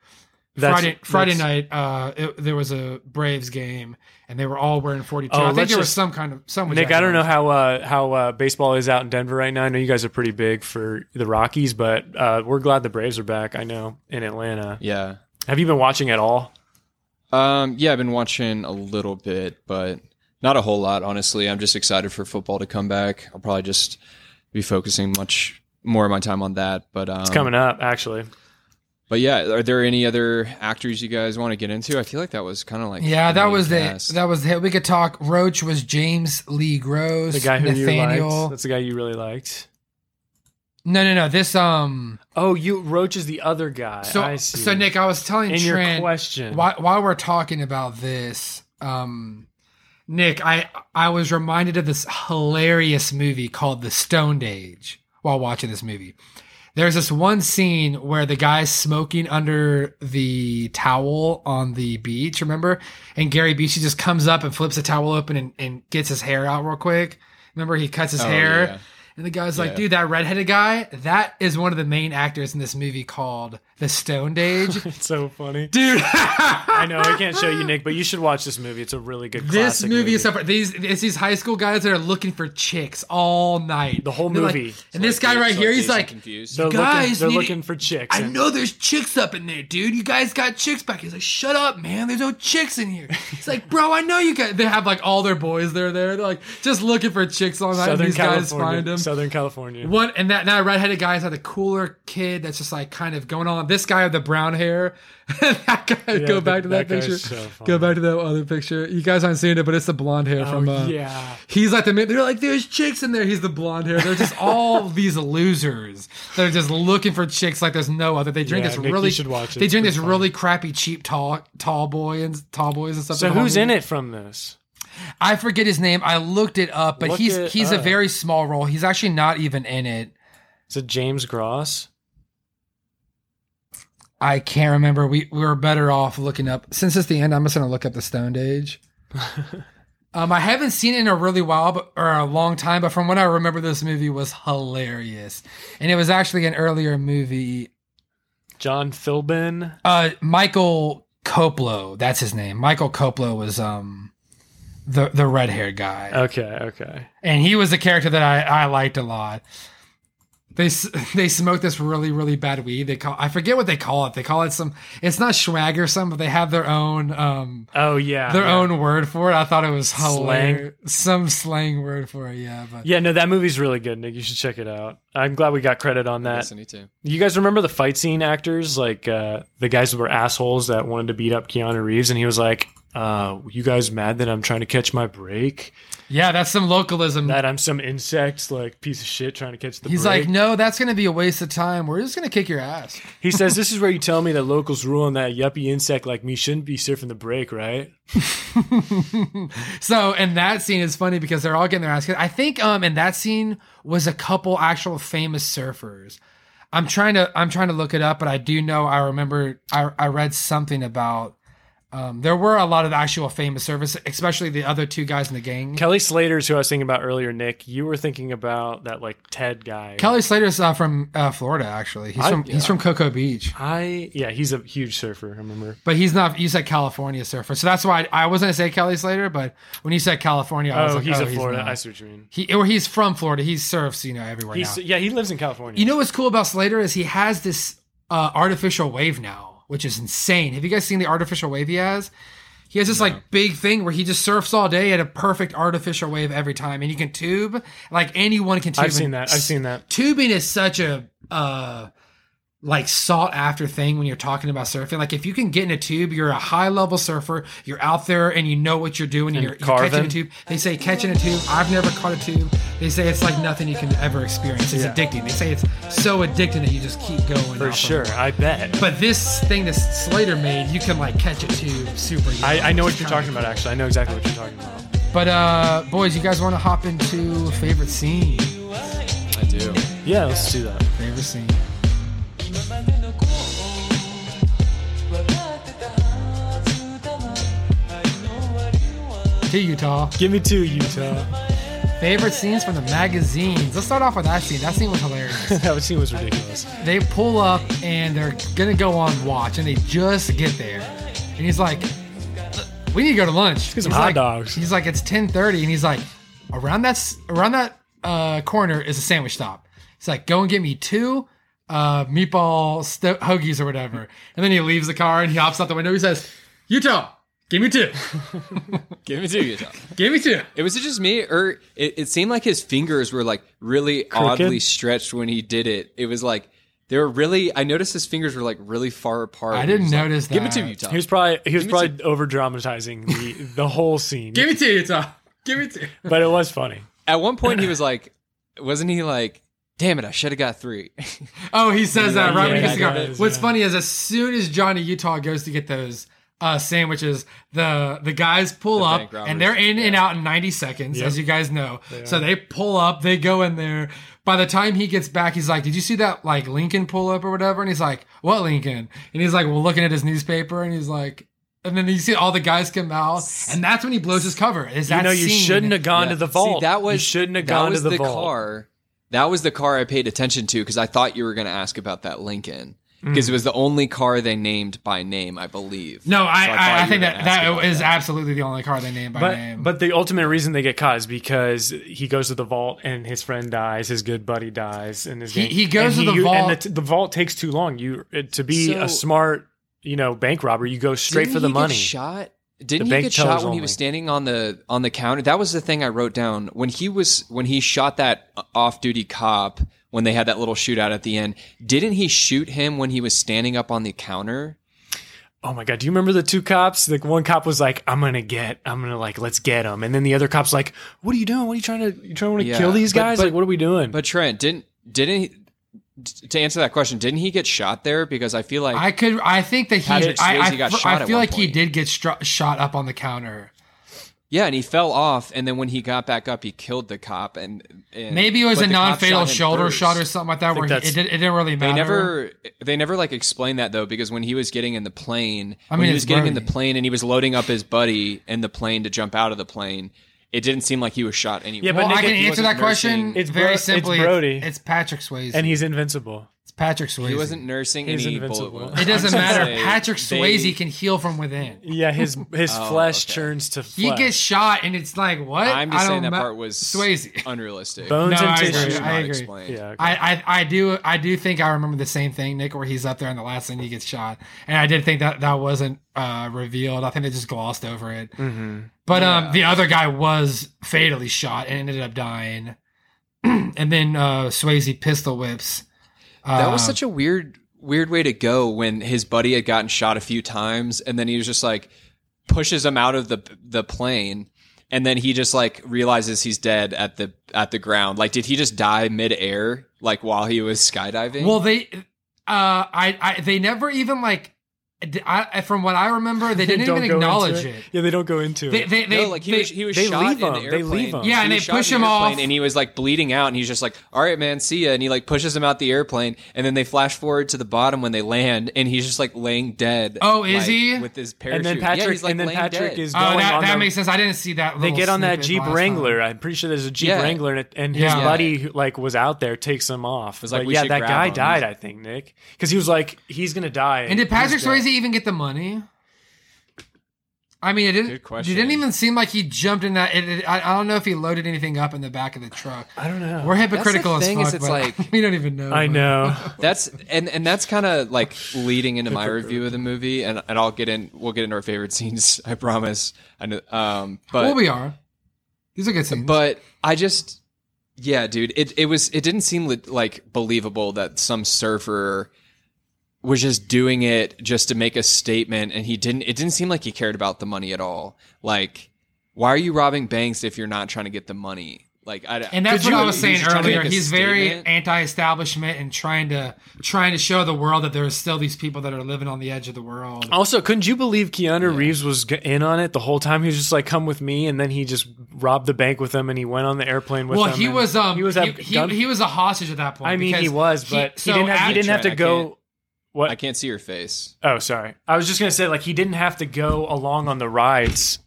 S2: That's-
S1: Friday Friday
S2: that's-
S1: night, uh, it, there was a Braves game, and they were all wearing 42.
S2: Oh,
S1: I think
S2: let's
S1: there was
S2: just-
S1: some kind of some. with
S2: Nick,
S1: Jack
S2: I don't know
S1: Johnson.
S2: how uh, how uh, baseball is out in Denver right now. I know you guys are pretty big for the Rockies, but uh, we're glad the Braves are back. I know in Atlanta.
S3: yeah,
S2: Have you been watching at all?
S3: um, yeah. I've been watching a little bit, but not a whole lot, honestly. I'm just excited for football to come back. I'll probably just be focusing much more of my time on that. But um,
S2: It's coming up, actually.
S3: But yeah, are there any other actors you guys want to get into? I feel like that was kind of like
S1: Yeah,
S3: the
S1: that
S3: main
S1: was
S3: cast.
S1: the that was the hit. We could talk. Roach was James Lee Gross.
S2: The guy who you
S1: Nathaniel.
S2: liked. That's the guy you really liked.
S1: No, no, no. This um.
S2: Oh, you Roach is the other guy.
S1: So
S2: I see.
S1: so Nick, I was telling
S2: in your
S1: Trent.
S2: question,
S1: While, while we're talking about this, um, Nick, I I was reminded of this hilarious movie called The Stoned Age while watching this movie. There's this one scene where the guy's smoking under the towel on the beach, remember? And Gary Busey just comes up and flips the towel open and, and gets his hair out real quick. Remember, he cuts his
S3: Oh,
S1: hair.
S3: yeah.
S1: And the guy's like,
S3: Yeah.
S1: dude, that redheaded guy, that is one of the main actors in this movie called the Stone Age.
S2: It's so funny.
S1: Dude,
S2: I know I can't show you Nick, but you should watch this movie. It's a really good.
S1: this
S2: classic
S1: movie, is so these it's these high school guys that are looking for chicks all night.
S2: The whole
S1: They're like-
S2: movie.
S1: and this guy right here, he's like,
S3: confused.
S2: They're looking,
S1: guys
S2: they're
S1: need-
S2: looking for chicks.
S1: I know there's chicks up in there, dude. You guys got chicks back. He's like, shut up, man. There's no chicks in here. It's like, bro, I know you guys. They have like all their boys. They're there. They're like just looking for chicks all night. and
S2: Southern
S1: these guys
S2: California.
S1: find them.
S2: Southern California.
S1: One and that now redheaded guy's had the cooler kid that's just like kind of going on. This guy with the brown hair, that guy. go
S2: the-
S1: back to that,
S2: that guy's
S1: picture.
S2: so funny.
S1: go back to that other picture. You guys aren't seeing it, but it's the blonde hair
S2: Oh,
S1: from. Uh,
S2: yeah.
S1: He's like the man. They're like, there's chicks in there. He's the blonde hair. They're just all these losers that are just looking for chicks like there's no other. They drink
S2: Yeah,
S1: this
S2: Nick, you
S1: really.
S2: should watch it.
S1: They
S2: It's
S1: drink
S2: pretty
S1: this
S2: funny.
S1: really crappy cheap tall tall boy and tall boys and stuff.
S2: So
S1: in the
S2: who's
S1: whole
S2: in
S1: movie.
S2: it from this?
S1: I forget his name. I looked it up, but
S2: Look
S1: he's
S2: it
S1: he's a
S2: up.
S1: very small role. He's actually not even in it.
S2: Is it James Gross?
S1: I can't remember. We we were better off looking up. Since it's the end, I'm just gonna look up the Stone Age. um, I haven't seen it in a really while, but, or a long time. But from what I remember, this movie was hilarious, and it was actually an earlier movie.
S2: John Philbin.
S1: Uh, Michael Coplo, that's his name. Michael Coplo was um the the red haired guy,
S2: Okay, okay.
S1: and he was a character that I I liked a lot. They s- they smoke this really really bad weed. They call I forget what they call it. They call it some. It's not swag or something, but they have their own um
S2: Oh yeah.
S1: their
S2: yeah.
S1: own word for it. I thought it was
S2: Slang.
S1: hilarious. Some slang word for it, yeah. But
S2: Yeah, no, that movie's really good, Nick. You should check it out. I'm glad we got credit on that.
S3: Yes, I need to.
S2: You guys remember the fight scene actors, like uh, the guys who were assholes that wanted to beat up Keanu Reeves, and he was like, uh, "You guys mad that I'm trying to catch my break?
S1: yeah, that's some localism.
S2: That I'm some insect, like piece of shit, trying to catch the
S1: He's
S2: break?"
S1: like, no, that's gonna be a waste of time. We're just gonna kick your ass.
S2: He says, "This is where you tell me that locals rule and that yuppie insect like me shouldn't be surfing the break, right?"
S1: So, and that scene is funny because they're all getting their ass kicked. I think, um, in that scene was a couple actual famous surfers. I'm trying to, I'm trying to look it up, but I do know I remember I, I read something about. Um, there were a lot of actual famous surfers, especially the other two guys in the gang.
S2: Kelly Slater's who I was thinking about earlier, Nick. You were thinking about that like Ted guy.
S1: Kelly Slater's uh, from uh, Florida, actually. He's
S2: I-
S1: from he's from Cocoa Beach,
S2: I yeah, he's a huge surfer. I remember.
S1: but he's not. You said California surfer, so that's why I, I was gonna say Kelly Slater, but when you said California, I was
S2: Oh,
S1: like,
S2: he's
S1: oh,
S2: a Florida.
S1: not.
S2: I see what you mean.
S1: he or he's from Florida. He surfs, you know, everywhere
S2: He's,
S1: now.
S2: yeah, he lives in California.
S1: You know what's cool about Slater is he has this uh, artificial wave now, which is insane. Have you guys seen the artificial wave he has? He has this like big thing where he just surfs all day at a perfect artificial wave every time, and you can tube like anyone can tube.
S2: I've seen
S1: and
S2: that. I've seen that.
S1: tubing is such a uh like sought after thing when you're talking about surfing. Like if you can get in a tube, you're a high level surfer. You're out there and you know what you're doing. And you're, you're catching a
S2: carving.
S1: tube. They say catching a tube. I've never caught a tube. They say it's like nothing you can ever experience. It's addicting. They say it's so addicting that you just keep going. off
S2: For
S1: of
S2: sure,
S1: it.
S2: I bet.
S1: But this thing that Slater made, you can like catch a tube super. easy.
S2: I, I know
S1: It's
S2: what you're
S1: kinda
S2: talking about. Actually, I know exactly what you're talking about.
S1: cool. But uh, boys, you guys want to hop into favorite scene?
S3: I do.
S2: Yeah, let's do that.
S1: Favorite scene. To Utah.
S2: Give me two, Utah.
S1: Favorite scenes from the magazines. Let's start off with that scene. That scene was hilarious.
S2: that scene was ridiculous.
S1: they pull up and they're gonna go on watch, and they just get there, and he's like, "We need to go to lunch."
S2: get some
S1: He's
S2: hot
S1: like-
S2: dogs.
S1: He's like, "It's 10:30," and he's like, "Around that s- around that uh, corner is a sandwich stop." He's like, "Go and get me two uh, meatball sto- hoagies or whatever," and then he leaves the car and he hops out the window. He says, "Utah, give me two,
S3: Give it to you. Tom.
S1: give me two.
S3: It was it just me, or it, it seemed like his fingers were like really oddly stretched when he did it. It was like they were really. I noticed his fingers were like really far apart.
S1: I
S3: He was
S1: didn't
S3: like,
S1: notice
S3: Give it
S1: that.
S3: to Utah.
S2: He was probably he was
S3: me
S2: probably over dramatizing the the whole scene,
S1: Give me two, Utah, give me two.
S2: but it was funny.
S3: At one point, he was like, "Wasn't he like?" Damn it! I should have got three.
S1: Oh, he says that right when he
S2: Yeah,
S1: gets the car.
S2: he does,
S1: What's
S2: yeah.
S1: funny is as soon as Johnny Utah goes to get those uh, sandwiches, the the guys pull up
S3: bank robbers.
S1: and they're in and out in 90 seconds,
S2: Yep.
S1: as you guys know. so they pull up, they go in there. By the time he gets back, he's like, "Did you see that like Lincoln pull up or whatever?" And he's like, "What Lincoln?" And he's like, "Well, looking at his newspaper." And he's like. And then you see all the guys come out, and that's when he blows his cover. Is that
S2: you know, you
S1: scene.
S2: shouldn't have gone
S3: Yeah.
S2: to the vault.
S3: See, that was
S2: you shouldn't have
S3: that
S2: gone
S3: was
S2: to the, vault.
S3: car. That was the car I paid attention to because I thought you were going to ask about that Lincoln,
S2: Hmm.
S3: because it was the only car they named by name, I believe.
S1: No, I,
S3: So thought
S1: I,
S3: you
S1: I
S3: were
S1: think
S3: gonna
S1: that
S3: ask
S1: that
S3: about
S1: is absolutely the only car they named by
S2: But
S1: name.
S2: but the ultimate reason they get caught is because he goes to the vault and his friend dies, his good buddy dies, and his
S1: He-
S2: gang-
S1: he goes
S2: and
S1: to the
S2: you- and
S1: vault-
S2: the, the vault takes too long. You it- to be
S3: So-
S2: a smart, you know, bank robber, you go straight
S3: Didn't
S2: for the
S3: he get
S2: money.
S3: shot. Didn't he
S2: bank
S3: get
S2: tellers
S3: shot when
S2: only.
S3: he was standing on the on the counter? That was the thing I wrote down when he was when he shot that off duty cop when they had that little shootout at the end. Didn't he shoot him when he was standing up on the counter?
S2: Oh my god! Do you remember the two cops? The one cop was like, "I'm gonna get, I'm gonna like, let's get him," and then the other cop's like, "What are you doing? What are you trying to? You trying to
S3: Yeah,
S2: kill these
S3: but-
S2: guys?
S3: but-
S2: like, what are we doing?"
S3: But Trent didn't didn't he, to answer that question. Didn't he get shot there? Because I feel like
S1: I could. I think that he. I,
S3: Patrick
S1: I,
S3: Swayze got
S1: I
S3: shot at
S1: feel
S3: one
S1: like he
S3: point.
S1: did get stru- shot up on the counter.
S3: yeah, and he fell off, and then when he got back up, he killed the cop, and, and-
S1: Maybe it was
S3: but
S1: a
S3: the cop
S1: non-fatal
S3: shot him
S1: shoulder
S3: first.
S1: shot or something like that. Where he, it,
S2: that's-
S1: did, it didn't really matter.
S3: They never they never like explain that though because when he was getting in the plane,
S1: I
S3: when
S1: mean,
S3: he was
S1: it's
S3: getting in the
S1: Brody.
S3: plane and he was loading up his buddy in the plane to jump out of the plane, it didn't seem like he was shot anywhere.
S2: Yeah, but
S1: Well,
S2: Nick,
S1: I can
S2: he
S1: answer
S3: wasn't
S1: that question
S3: nursing-
S2: It's Bro-
S1: very
S2: it's
S1: simply.
S2: Brody.
S1: It's, Patrick Swayze.
S2: and he's invincible.
S1: it's Patrick Swayze.
S3: he wasn't nursing
S2: He's
S3: any
S2: invincible.
S3: bullet
S2: It
S1: It
S3: wounds.
S1: doesn't
S3: I'm just
S1: matter.
S3: saying
S1: Patrick
S3: they-
S1: Swayze can heal from within.
S2: Yeah, his his
S3: Oh,
S2: flesh
S3: okay.
S2: churns to
S1: He
S2: flesh.
S1: gets shot, and it's like what?
S3: I'm just
S1: I
S3: saying
S1: don't
S3: that
S1: ma-
S3: part was
S1: Swayze.
S3: unrealistic.
S2: bones
S1: No,
S2: and
S1: I agree.
S2: tissue.
S1: I agree.
S2: Yeah, okay.
S1: I, I I do I do think I remember the same thing, Nick, where he's up there and the last thing he gets shot, and I did think that that wasn't uh, revealed. I think they just glossed over it.
S2: Mm-hmm.
S1: But
S3: Yeah.
S1: um, the other guy was fatally shot and ended up dying, and then uh, Swayze pistol whips. um,
S3: That
S2: Um,
S3: was such a weird, weird way to go when his buddy had gotten shot a few times, and then he was just like pushes him out of the the plane, and then he just like realizes he's dead at the at the ground. Like, did he just die midair, like while he was skydiving?
S1: Well, they, uh, I, I, they never even like, d I from what I remember, they didn't
S2: don't
S1: even
S2: go into
S1: acknowledge it.
S2: Yeah, they don't go into
S1: They,
S2: it.
S1: they, they,
S3: no, like he
S1: they-
S3: was he was
S2: they
S3: shot
S2: leave
S3: in
S2: him.
S3: the
S2: They
S3: airplane.
S2: leave him.
S3: He
S1: Yeah, and
S3: was
S1: they
S3: shot in
S1: push
S3: the
S1: him
S3: airplane,
S1: off.
S3: and he was like bleeding out, and he's just like, "All right, man, see ya." And he like pushes him out the airplane, and then they flash forward to the bottom when they land, and he's just like laying dead.
S1: Oh, is
S3: like,
S1: he?
S3: with his
S2: And
S3: parachute?
S2: then
S3: Yeah,
S2: Patrick,
S3: he's, like,
S2: and then
S3: laying
S2: Patrick
S3: dead.
S2: is going
S1: oh, that,
S2: on
S1: that
S2: the-
S1: makes sense. I didn't see that.
S2: They
S1: little
S2: get on that
S1: snippet
S2: Jeep
S1: last time.
S2: Wrangler. I'm pretty sure there's a Jeep
S3: Yeah.
S2: Wrangler, and, it- and his
S1: Yeah.
S2: buddy who, like was out there takes him off.
S3: Was like,
S2: But
S3: "We
S2: yeah,
S3: should
S2: that
S3: grab
S2: guy
S3: him."
S2: died, I think, Nick, because he was like, he's gonna die.
S1: And did Patrick
S2: He's dead.
S1: Swayze even get the money? I mean, it didn't.
S3: Good
S1: It
S3: question.
S1: didn't even seem like he jumped in that. It, it, I, I don't know if he loaded anything up in the back of the truck.
S2: I don't know.
S1: We're hypocritical as
S3: thing
S1: fuck.
S3: is it's
S1: but
S3: like-
S1: we don't even know.
S2: I
S1: but-
S2: know.
S3: That's and and that's kind of like leading into my review of the movie, and, and I'll get in. We'll get into our favorite scenes. I promise. I know, um, but
S1: well, we are. These are good scenes.
S3: but I just yeah, dude. It it was it didn't seem li- like believable that some surfer was just doing it just to make a statement, and he didn't. It didn't seem like he cared about the money at all. Like, why are you robbing banks if you're not trying to get the money? Like, I
S1: And that's
S3: Could
S1: what
S3: you-
S1: I was saying
S3: just trying to
S1: earlier.
S3: make a
S1: He's very
S3: statement?
S1: anti-establishment and trying to trying to show the world that there are still these people that are living on the edge of the world.
S2: Also, couldn't you believe Keanu Reeves was g- in on it the whole time? He was just like, "Come with me," and then he just robbed the bank with him, and he went on the airplane with
S1: well,
S2: them,
S1: he
S2: and
S1: was um
S2: he was
S1: he,
S2: at
S1: he,
S2: gun-
S1: he was a hostage at that point.
S2: I mean, he
S1: because
S2: was, but he,
S1: so
S2: didn't have, he
S1: after-
S2: didn't have to
S3: Trent, I can't-
S2: go. What?
S3: I can't see your face.
S2: Oh, sorry. I was just gonna say, like, he didn't have to go along on the rides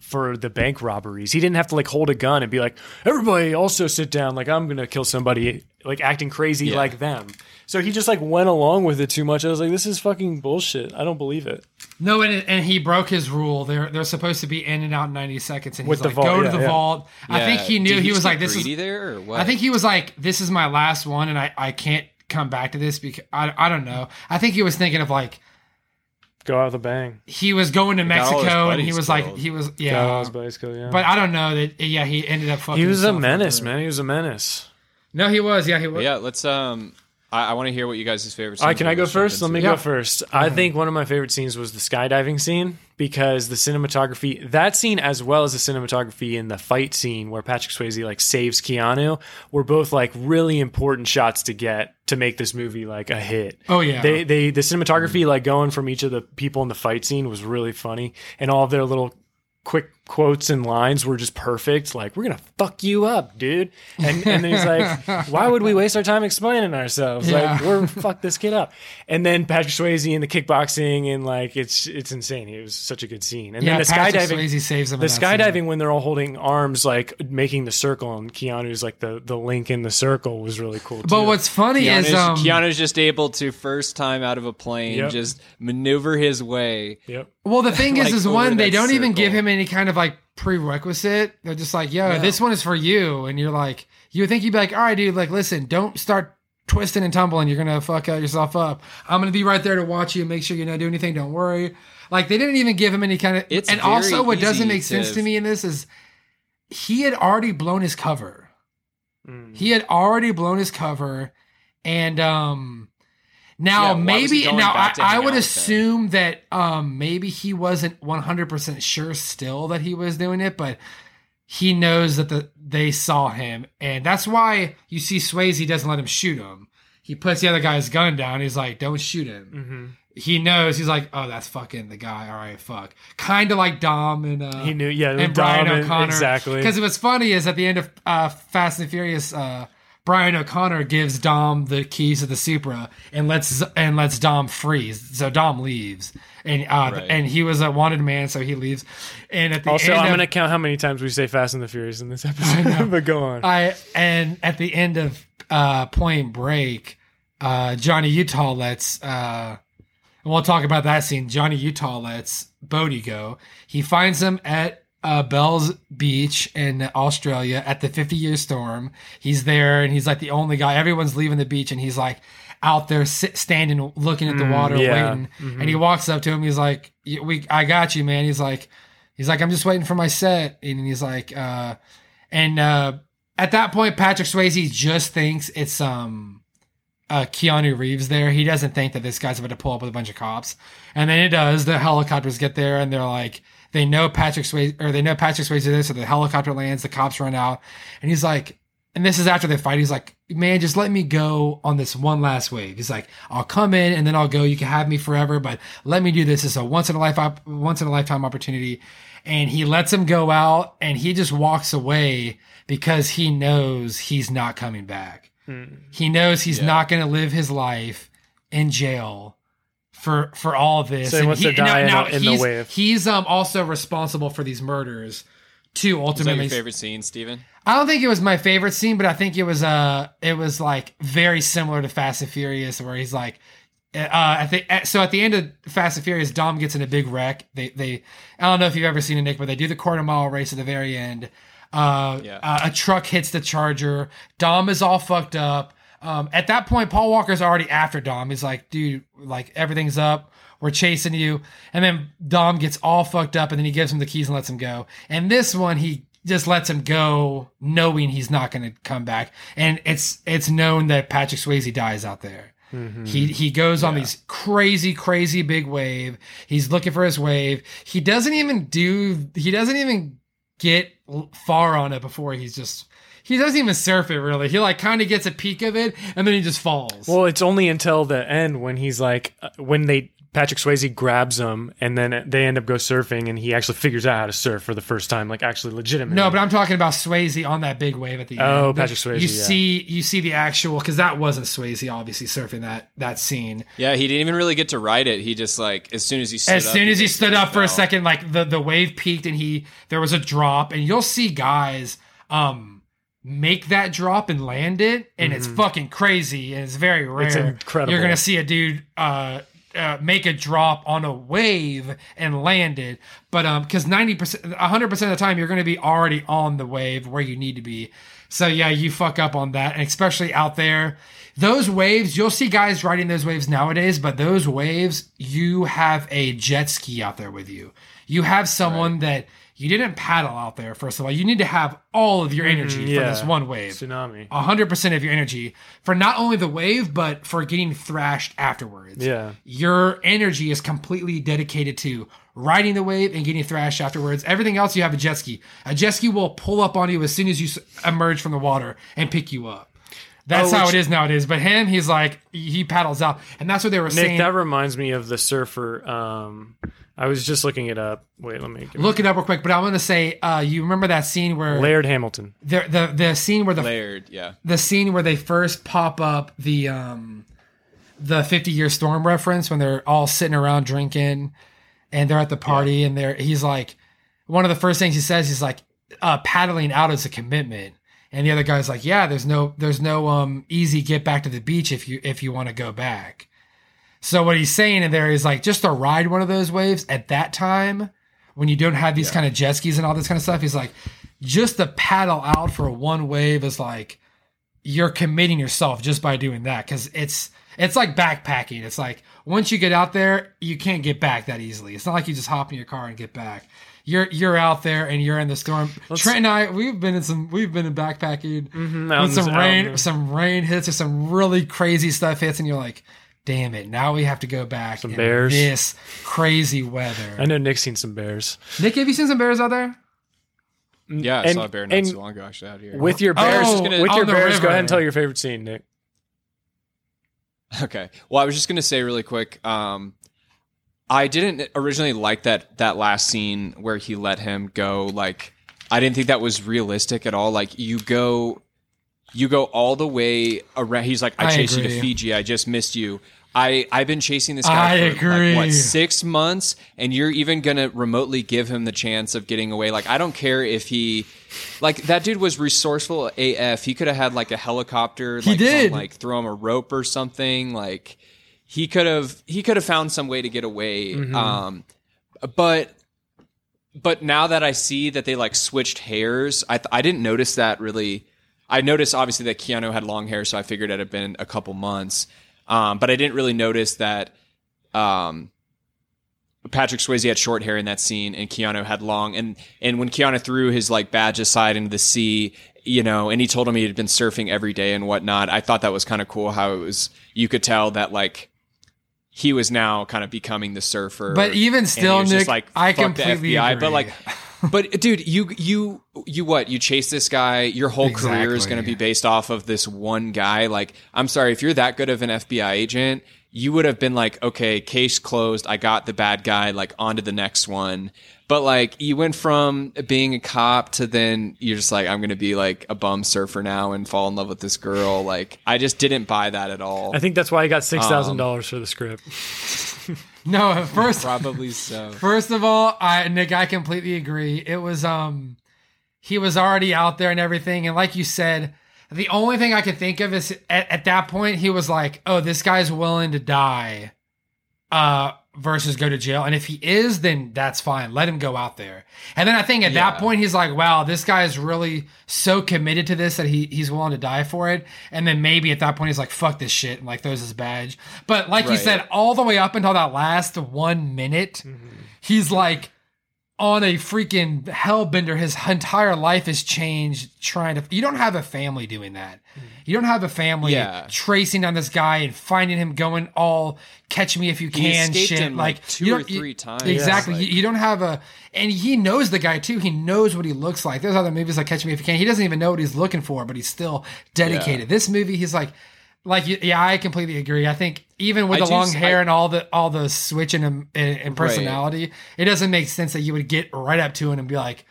S2: for the bank robberies. He didn't have to like hold a gun and be like, "Everybody, also sit down." Like, I'm gonna kill somebody. Like acting crazy
S3: Yeah.
S2: like them. So he just like went along with it too much. I was like, "This is fucking bullshit. I don't believe it."
S1: No, and, and he broke his rule. They're they're supposed to be in and out in ninety seconds, and
S2: With
S1: he's
S2: the
S1: like,
S2: vault,
S1: "Go
S2: yeah,
S1: to the
S2: yeah.
S1: vault." I think
S3: Yeah.
S1: he knew
S3: Did
S1: he, was
S3: just
S1: like,
S3: get
S1: "This
S3: greedy
S1: is."
S3: there or what?
S1: I think he was like, "This is my last one, and I I can't come back to this because I I don't know." I think he was thinking of like
S2: Go out with a bang.
S1: he was going to
S3: all his
S1: Mexico, and he
S3: buddies
S1: was like
S3: killed.
S1: he was
S2: Go out
S1: yeah.
S2: with his bicycle, yeah.
S1: But I don't know that. Yeah, he ended up fucking.
S2: he was a
S1: himself
S2: menace,
S1: over.
S2: man. He was a menace.
S1: No, he was. Yeah, he was.
S3: But yeah, let's. Um, I, I want to hear what you guys' favorite.
S2: All right,
S3: scenes
S2: can I
S3: were.
S2: go
S3: Let's jump
S2: first? Let
S3: into
S2: me
S3: it.
S2: go first. I think one of my favorite scenes was the skydiving scene because the cinematography, that scene as well as the cinematography in the fight scene where Patrick Swayze like saves Keanu, were both like really important shots to get to make this movie like a hit.
S1: Oh, yeah.
S2: They they the cinematography like going from each of the people in the fight scene was really funny and all of their little quick quotes and lines were just perfect. Like, we're gonna fuck you up, dude. And and then he's like, why would we waste our time explaining ourselves? Like,
S1: Yeah.
S2: we're fuck this kid up. And then Patrick Swayze in the kickboxing and like it's it's insane. It was such a good scene. And
S1: yeah,
S2: then the
S1: Patrick
S2: skydiving.
S1: Swayze saves them.
S2: The
S1: in that scene.
S2: skydiving when they're all holding arms, like making the circle, and Keanu's like the, the link in the circle was really cool. Too.
S1: But what's funny
S3: Keanu's,
S1: is um,
S3: Keanu's just able to first time out of a plane,
S2: Yep.
S3: just maneuver his way.
S2: yep.
S1: Well, the thing is,
S3: Like,
S1: is
S3: over
S1: one they
S3: that
S1: don't even give
S3: circle.
S1: him any kind of like prerequisite. They're just like, "Yo, this one is for you," and you're like, you would think you'd be like, "All right, dude, like, listen, don't start twisting and tumbling. You're gonna fuck out yourself up. I'm gonna be right there to watch you, make sure you don't do anything. Don't worry." Like they didn't even give him any kind of.
S3: It's
S1: and also,
S3: very
S1: what doesn't
S3: easy
S1: make sense
S3: to-
S1: to me in this is he had already blown his cover. He had already blown his cover, and um,
S3: Yeah,
S1: now
S3: why was
S1: maybe
S3: he going
S1: now I,
S3: back to
S1: I
S3: hang
S1: would
S3: out with them?
S1: assume that um maybe he wasn't one hundred percent sure still that he was doing it, but he knows that the they saw him, and that's why you see Swayze doesn't let him shoot him. He puts the other guy's gun down. He's like, "Don't shoot him."
S2: hmm
S1: He knows. He's like, "Oh, that's fucking the guy." All right, fuck. Kind of like Dom and uh,
S2: He knew, yeah.
S1: and Brian
S2: Dom
S1: O'Connor.
S2: exactly.
S1: Because what's funny is at the end of uh, Fast and Furious, uh, Brian O'Connor gives Dom the keys to the Supra and lets and lets Dom freeze. So Dom leaves, and uh,
S3: Right.
S1: and he was a wanted man, so he leaves. And at the
S2: Also,
S1: end
S2: I'm
S1: of,
S2: going to count how many times we say Fast and the Furious in this
S1: I know.
S2: episode. but go on.
S1: I and at the end of uh, Point Break, uh, Johnny Utah lets. Uh, and we'll talk about that scene. Johnny Utah lets Bodie go. He finds him at uh, Bell's Beach in Australia at the 50 year storm. He's there and he's like the only guy. Everyone's leaving the beach and he's like out there sit, standing, looking at the water,
S2: yeah.
S1: waiting. And he walks up to him. He's like, "Y- "We, I got you, man." He's like, "He's like, I'm just waiting for my set." And he's like, uh, and uh, at that point, Patrick Swayze just thinks it's um uh, Keanu Reeves there. He doesn't think that this guy's about to pull up with a bunch of cops. And then it does. The helicopters get there and they're like, they know Patrick Swayze, or they know Patrick Swayze there. So the helicopter lands, the cops run out. And he's like, and this is after the fight. He's like, man, just let me go on this one last wave. He's like, I'll come in and then I'll go. You can have me forever, but let me do this. It's a once in a life, op- once in a lifetime opportunity. And he lets him go out and he just walks away because he knows he's not coming back.
S2: Hmm.
S1: He knows he's
S3: Yeah.
S1: not going to live his life in jail for for all of this.
S2: So he wants to die in a- in the
S1: he's-
S2: wave.
S1: He's um also responsible for these murders too.
S3: Is that
S1: Ultimately,
S3: your favorite scene, Steven?
S1: I don't think it was my favorite scene, but I think it was uh it was like very similar to Fast and Furious, where he's like, uh, I think so. At the end of Fast and Furious, Dom gets in a big wreck. They they I don't know if you've ever seen it, Nick, but they do the quarter mile race at the very end. Uh,
S3: Yeah.
S1: uh, a truck hits the Charger. Dom is all fucked up. Um, at that point, Paul Walker's already after Dom. He's like, dude, like everything's up. We're chasing you. And then Dom gets all fucked up and then he gives him the keys and lets him go. And this one, he just lets him go knowing he's not going to come back. And it's, it's known that Patrick Swayze dies out there. He he goes on these crazy crazy big wave. He's looking for his wave. He doesn't even do he doesn't even get l- far on it before he's just he doesn't even surf it really. He like kind of gets a peek of it and then he just falls.
S2: Well, it's only until the end when he's like, uh, when they Patrick Swayze grabs him, and then they end up go surfing, and he actually figures out how to surf for the first time, like actually legitimately.
S1: no, but I'm talking about Swayze on that big wave at the end.
S2: Oh, Patrick Swayze,
S1: You
S2: yeah.
S1: see, you see the actual because that wasn't Swayze obviously surfing that that scene.
S3: Yeah, he didn't even really get to ride it. He just like as soon as he stood
S1: as
S3: up,
S1: soon as he
S3: just
S1: stood up for a
S3: fell.
S1: second like the the wave peaked and he there was a drop and you'll see guys um make that drop and land it and it's
S2: Mm-hmm.
S1: fucking crazy and it's very rare
S2: incredible.
S1: you're gonna see a dude uh uh, make a drop on a wave and land it, but um, because ninety percent, hundred percent of the time, you're going to be already on the wave where you need to be. So yeah, you fuck up on that, and especially out there, those waves. You'll see guys riding those waves nowadays, but those waves, you have a jet ski out there with you. You have someone that you didn't paddle out there. First of all, you need to have all of your energy for
S2: yeah.
S1: this one wave
S2: tsunami.
S1: 100% of your energy for not only the wave but for getting thrashed afterwards.
S2: Yeah.
S1: Your energy is completely dedicated to riding the wave and getting thrashed afterwards. Everything else you have a jet ski. A jet ski will pull up on you as soon as you s- emerge from the water and pick you up. That's
S2: Oh,
S1: how
S2: which-
S1: it is nowadays. But him, he's like he paddles out, and that's what they were
S2: Nick,
S1: saying.
S2: that reminds me of the surfer. Um, I was just looking it up. Wait, let me
S1: Look it up real quick. But I want to say, uh, you remember that scene where
S2: Laird Hamilton.
S1: the, the the scene where the
S3: Layered, yeah.
S1: the scene where they first pop up the um the 50 year storm reference when they're all sitting around drinking and they're at the party and they're he's like one of the first things he says he's like uh paddling out is a commitment and the other guy's like yeah there's no there's no um easy get back to the beach if you if you want to go back so what he's saying in there is like just to ride one of those waves at that time when you don't have these kind of jet skis and all this kind of stuff he's like just to paddle out for one wave is like you're committing yourself just by doing that because it's it's like backpacking. It's like once you get out there, you can't get back that easily. It's not like you just hop in your car and get back. You're you're out there and you're in the storm. Trent and I, we've been in some, we've been in backpacking
S2: out
S1: when
S2: in the-
S1: Mm-hmm. some
S2: out in
S1: rain,
S2: the-
S1: some rain hits or some really crazy stuff hits, and you're like, damn it, now we have to go back. Some
S2: bears.
S1: this crazy
S2: I
S1: weather.
S2: know Nick's seen some bears.
S1: Nick, have you seen some bears out there?
S3: Yeah,
S2: Mm,
S3: I
S2: and-
S3: saw a bear not
S2: and
S3: too long ago, actually, out here.
S2: With your bears,
S1: Oh,
S2: with
S1: on
S2: your
S1: the
S2: bears,
S1: river.
S2: go ahead and tell your favorite scene, Nick.
S3: Okay. Well, I was just gonna say really quick. Um, I didn't originally like that that last scene where he let him go. Like, I didn't think that was realistic at all. Like, you go, you go all the way around. He's like, I,
S1: I
S3: chased you
S1: agree.
S3: to Fiji. I just missed you. I I've been chasing this guy
S1: I
S3: for like,
S1: agree.
S3: what six months, and you're even gonna remotely give him the chance of getting away. Like, I don't care if he. Like that dude was resourceful AF. He could have had like a helicopter. He like, from,
S1: did.
S3: like throw him a rope or something. Like he could have he could have found some way to get away. Um, but but now that I see that they like switched hairs, I th- I didn't notice that really. I noticed obviously that Keanu had long hair, so I figured it had been a couple months. Um, but I didn't really notice that um, Patrick Swayze had short hair in that scene, and Keanu had long. And and when Keanu threw his like badge aside into the sea, you know, and he told him he had been surfing every day and whatnot. I thought that was kind of cool. How it was, you could tell that like he was now kind of becoming the surfer.
S1: But even
S3: and he
S1: still,
S3: was just
S1: Nick, I
S3: "Fuck the
S1: completely agree.
S3: But like, but dude, you you you what? You chase this guy. Your whole career is
S1: Exactly.
S3: going to be based off of this one guy. Like, I'm sorry, if you're that good of an FBI agent, you would have been like, okay, case closed. I got the bad guy. Like, on to the next one. But like, you went from being a cop to then you're just like, I'm going to be like a bum surfer now and fall in love with this girl. Like, I just didn't buy that at all.
S2: I think that's why I got six thousand
S1: Um,
S2: dollars for the script.
S1: No, at first
S3: Probably so.
S1: First of all, I Nick, I completely agree. It was um he was already out there and everything, and like you said, the only thing I could think of is at, at that point he was like, Oh, this guy's willing to die uh versus go to jail. And if he is, then that's fine. Let him go out there. And then I think at
S3: Yeah.
S1: that point he's like, Wow, this guy is really so committed to this that he he's willing to die for it. And then maybe at that point he's like, fuck this shit and like throws his badge. But like you
S3: Right.
S1: said, all the way up until that last one minute he's like on a freaking hellbender. His entire life has changed trying to. You don't have a family doing that. You don't have a family
S3: Yeah.
S1: tracing down this guy and finding him going all catch me if you
S3: He
S1: can
S3: escaped
S1: shit.
S3: him,
S1: like,
S3: like, two
S1: you
S3: or
S1: don't- you-
S3: three times.
S1: Exactly.
S3: Like-
S1: you, you don't have a. And he knows the guy too. He knows what he looks like. There's other movies like Catch Me If You Can. He doesn't even know what he's looking for, but he's still dedicated. This movie, he's like. Like you- yeah, I completely agree. I think even with
S3: I
S1: the long
S3: just- I-
S1: hair and all the all the switching and, and, and personality, it doesn't make sense that you would get right up to him and be like,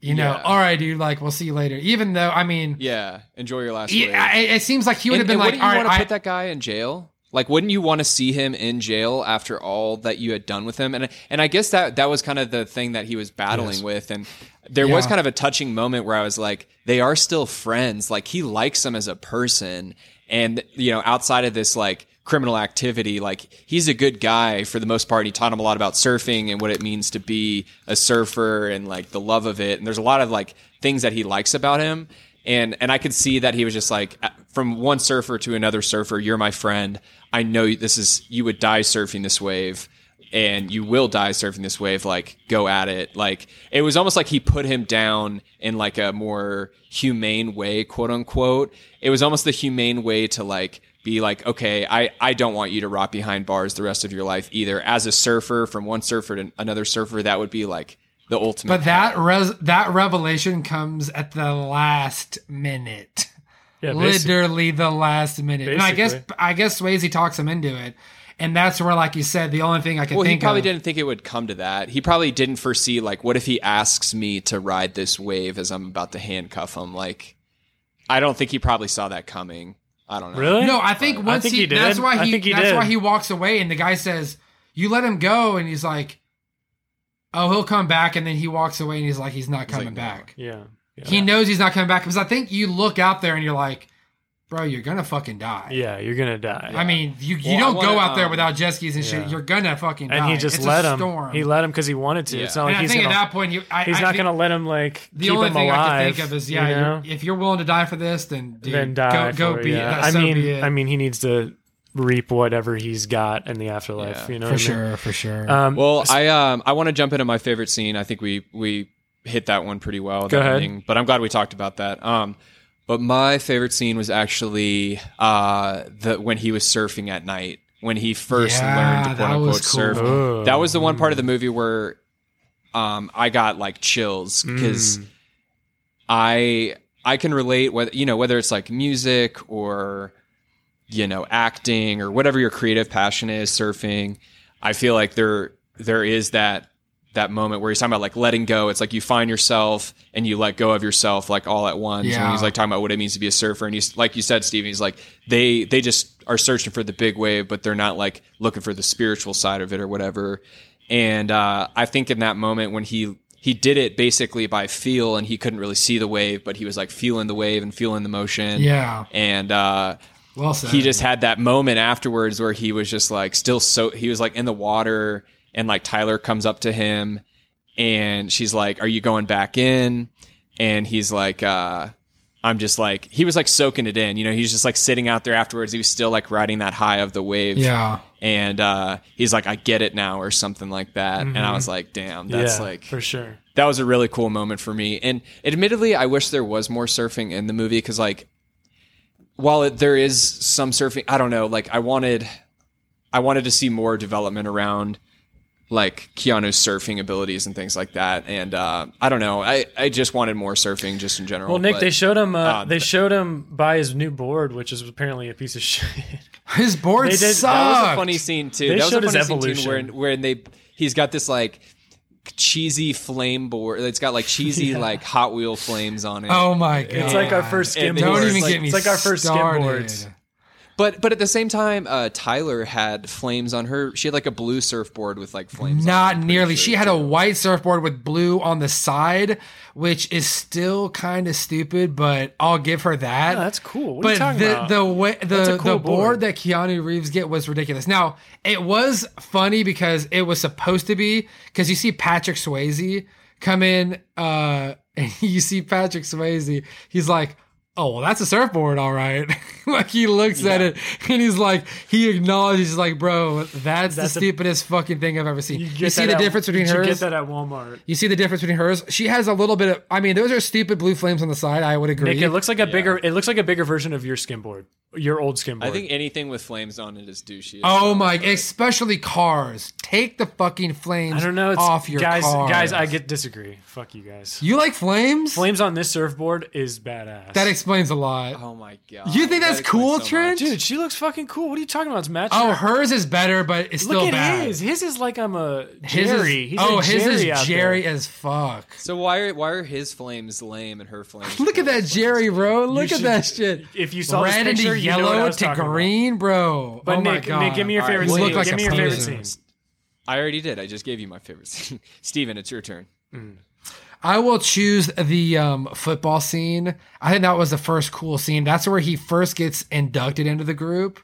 S1: you know,
S3: Yeah.
S1: all right, dude, like we'll see you later. Even though, I mean,
S3: Yeah. Enjoy your last. wave.
S1: yeah, it, it seems like he would have
S3: And-
S1: been
S3: and
S1: like,
S3: wouldn't
S1: all
S3: you
S1: right,
S3: want to
S1: I,
S3: put that guy in jail? Like, wouldn't you want to see him in jail after all that you had done with him? And and I guess that that was kind of the thing that he was battling with. And there was
S1: Yeah.
S3: kind of a touching moment where I was like, they are still friends. Like he likes him as a person, and you know, outside of this like criminal activity, like he's a good guy for the most part. He taught him a lot about surfing and what it means to be a surfer and like the love of it. And there's a lot of like things that he likes about him and and I could see that he was just like uh, from one surfer to another surfer. You're my friend. I know this is you would die surfing this wave, and you will die surfing this wave. Like go at it. Like it was almost like he put him down in like a more humane way, quote unquote. It was almost the humane way to like be like, okay, I, I don't want you to rot behind bars the rest of your life either. As a surfer, from one surfer to another surfer, that would be like the ultimate.
S1: but that res, that revelation comes at the last minute.
S2: Yeah, basically.
S1: literally the last minute. And I guess
S2: Basically.
S1: I guess Swayze talks him into it, and that's where, like you said, the only thing I can
S3: Well, he
S1: think
S3: probably
S1: of.
S3: didn't think it would come to that. He probably didn't foresee like, what if he asks me to ride this wave as I'm about to handcuff him? Like, I don't think he probably saw that coming. I don't know.
S2: Really?
S1: No, I think once
S2: think
S1: he,
S2: he did.
S1: that's why
S2: I
S1: he,
S2: think he
S1: that's
S2: did.
S1: why he walks away, and the guy says, "You let him go," and he's like, "Oh, he'll come back," and then he walks away, and he's like, "He's not
S3: like,
S1: coming
S3: "No."
S1: back."
S2: Yeah. Yeah.
S1: He knows he's not coming back because I think you look out there and you're like, "Bro, you're gonna fucking die."
S2: yeah, you're gonna die.
S1: I mean, you, you
S3: Well, I
S1: don't
S3: wanna,
S1: go out there
S3: um,
S1: without jet skis and shit.
S2: yeah.
S1: You're gonna fucking die.
S2: and he just
S1: It's a
S2: let him.
S1: Storm.
S2: He let him because he wanted to. It's
S3: Yeah.
S2: not
S1: and
S2: like
S1: I
S2: he's
S1: think
S2: gonna.
S1: at that point, you, I,
S2: he's
S1: I
S2: not
S1: think
S2: gonna let him like
S1: The
S2: keep
S1: only
S2: him
S1: thing I
S2: alive.
S1: can think of is
S2: you
S1: yeah,
S2: know?
S1: you're- if you're willing to die for this, then dude,
S2: then
S1: Go,
S2: die. for
S1: go
S2: it,
S1: be.
S2: yeah.
S1: that-
S2: I
S1: so
S2: mean,
S1: be it.
S2: I mean, he needs to reap whatever he's got in the afterlife.
S3: Yeah.
S2: You know,
S1: for
S2: what I mean?
S1: sure, for sure.
S2: Um,
S3: Well, I um I want to jump into my favorite scene. I think we we hit that one pretty
S2: Go
S3: well. that
S2: ahead.
S3: ending, but I'm glad we talked about that. Um, but my favorite scene was actually uh the when he was surfing at night when he first
S1: Yeah,
S3: learned to
S1: that
S3: quote unquote
S1: was cool.
S3: surf.
S2: Oh.
S3: That was the one part of the movie where um I got like chills
S2: Mm,
S1: Mm.
S3: because I I can relate whether you know whether it's like music or you know acting or whatever your creative passion is surfing i feel like there there is that that moment where he's talking about like letting go it's like you find yourself and you let go of yourself like all at once and
S1: Yeah.
S3: he's like talking about what it means to be a surfer and he's like you said steven he's like they they just are searching for the big wave but they're not like looking for the spiritual side of it or whatever and uh, i think in that moment when he he did it basically by feel and he couldn't really see the wave but he was like feeling the wave and feeling the motion
S1: yeah,
S3: and uh
S1: well said.
S3: he just had that moment afterwards where he was just like still so he was like in the water and like Tyler comes up to him and she's like are you going back in and he's like uh I'm just like he was like soaking it in you know he was just like sitting out there afterwards he was still like riding that high of the wave
S1: yeah,
S3: and uh he's like I get it now or something like that and I was like damn that's
S2: yeah,
S3: like
S2: for sure.
S3: that was a really cool moment for me. And admittedly, I wish there was more surfing in the movie because, like, while it, there is some surfing, I don't know. Like, I wanted, I wanted to see more development around like Keanu's surfing abilities and things like that. And uh, I don't know. I I just wanted more surfing just in general.
S2: Well, Nick,
S3: but-
S2: they showed him. Uh,
S3: um,
S2: they showed him by his new board, which is apparently a piece of shit.
S1: his board
S2: They did- that was a
S1: sucked.
S3: That was a funny scene too.
S2: They
S3: that was
S2: showed
S3: a
S2: his
S3: funny scene too,
S2: evolution.
S3: where where they he's got this like cheesy flame board. It's got like cheesy like Hot Wheel flames on it.
S1: Oh my god!
S2: It's like our first
S3: And
S2: skimboard.
S3: they
S1: Don't even
S2: it's like,
S1: get me.
S2: It's like our first
S1: started.
S2: skimboards.
S3: But but at the same time, uh, Tyler had flames on her. She had like a blue surfboard with like flames.
S1: Not
S3: on it, I'm pretty
S1: nearly.
S3: sure,
S1: She had
S3: too.
S1: a white surfboard with blue on the side, which is still kind of stupid, but I'll give her that.
S2: Yeah, Oh, that's cool. What
S1: but
S2: are you talking
S1: the
S2: about?
S1: the way
S2: That's
S1: the
S2: a cool
S1: the
S2: board.
S1: board that Keanu Reeves get was ridiculous. Now it was funny because it was supposed to be because you see Patrick Swayze come in, uh, and you see Patrick Swayze. He's like. Oh well, that's a surfboard, all right. like he looks at it and he's like, he acknowledges, he's like, bro, that's,
S2: That's a-
S1: the stupidest fucking thing I've ever seen. You,
S2: get
S1: see
S2: that
S1: the
S2: at-
S1: difference between
S2: did
S1: hers.
S2: You get that at Walmart.
S1: You see the difference between hers. She has a little bit of. I mean, those are stupid blue flames on the side. I would agree.
S2: Nick, it looks like a bigger. It looks like a bigger version of your skimboard. Your old skimboard.
S3: I think anything with flames on it is douchey.
S1: Oh my! Especially cars. Take the fucking flames.
S2: I don't know. It's,
S1: off your
S2: guys.
S1: car.
S2: Guys, I get disagree. Fuck you guys.
S1: You like flames?
S2: Flames on this surfboard is badass.
S1: That explains a lot.
S3: Oh my god.
S1: You think that's
S3: That explains
S1: cool,
S3: much.
S1: Trent?
S2: Dude, she looks fucking cool. What are you talking about? It's matching.
S1: Oh,
S2: her-
S1: hers is better, but it's
S2: Look
S1: still
S2: at
S1: bad.
S2: his. His is like I'm a
S1: His is-
S2: Jerry. He's
S1: oh,
S2: a
S1: his
S2: Jerry out
S1: is
S2: there.
S1: Jerry as fuck.
S3: So why are why are his flames lame and her flames?
S1: Look at that Jerry, bro. Look at
S2: should-
S1: that shit.
S2: If you saw
S1: Red
S2: this picture,
S1: into
S2: you know what I
S1: yellow
S2: was
S1: to
S2: talking about.
S1: green, bro.
S2: But
S1: oh my
S2: Nick,
S1: god.
S2: Nick, give me your
S3: All right,
S2: favorite
S1: you
S2: scene.
S1: look like
S2: give
S1: a
S2: me your favorite
S1: poser.
S2: scene.
S3: I already did. I just gave you my favorite scene. Steven, it's your turn.
S1: I will choose the um, football scene. I think that was the first cool scene. That's where he first gets inducted into the group.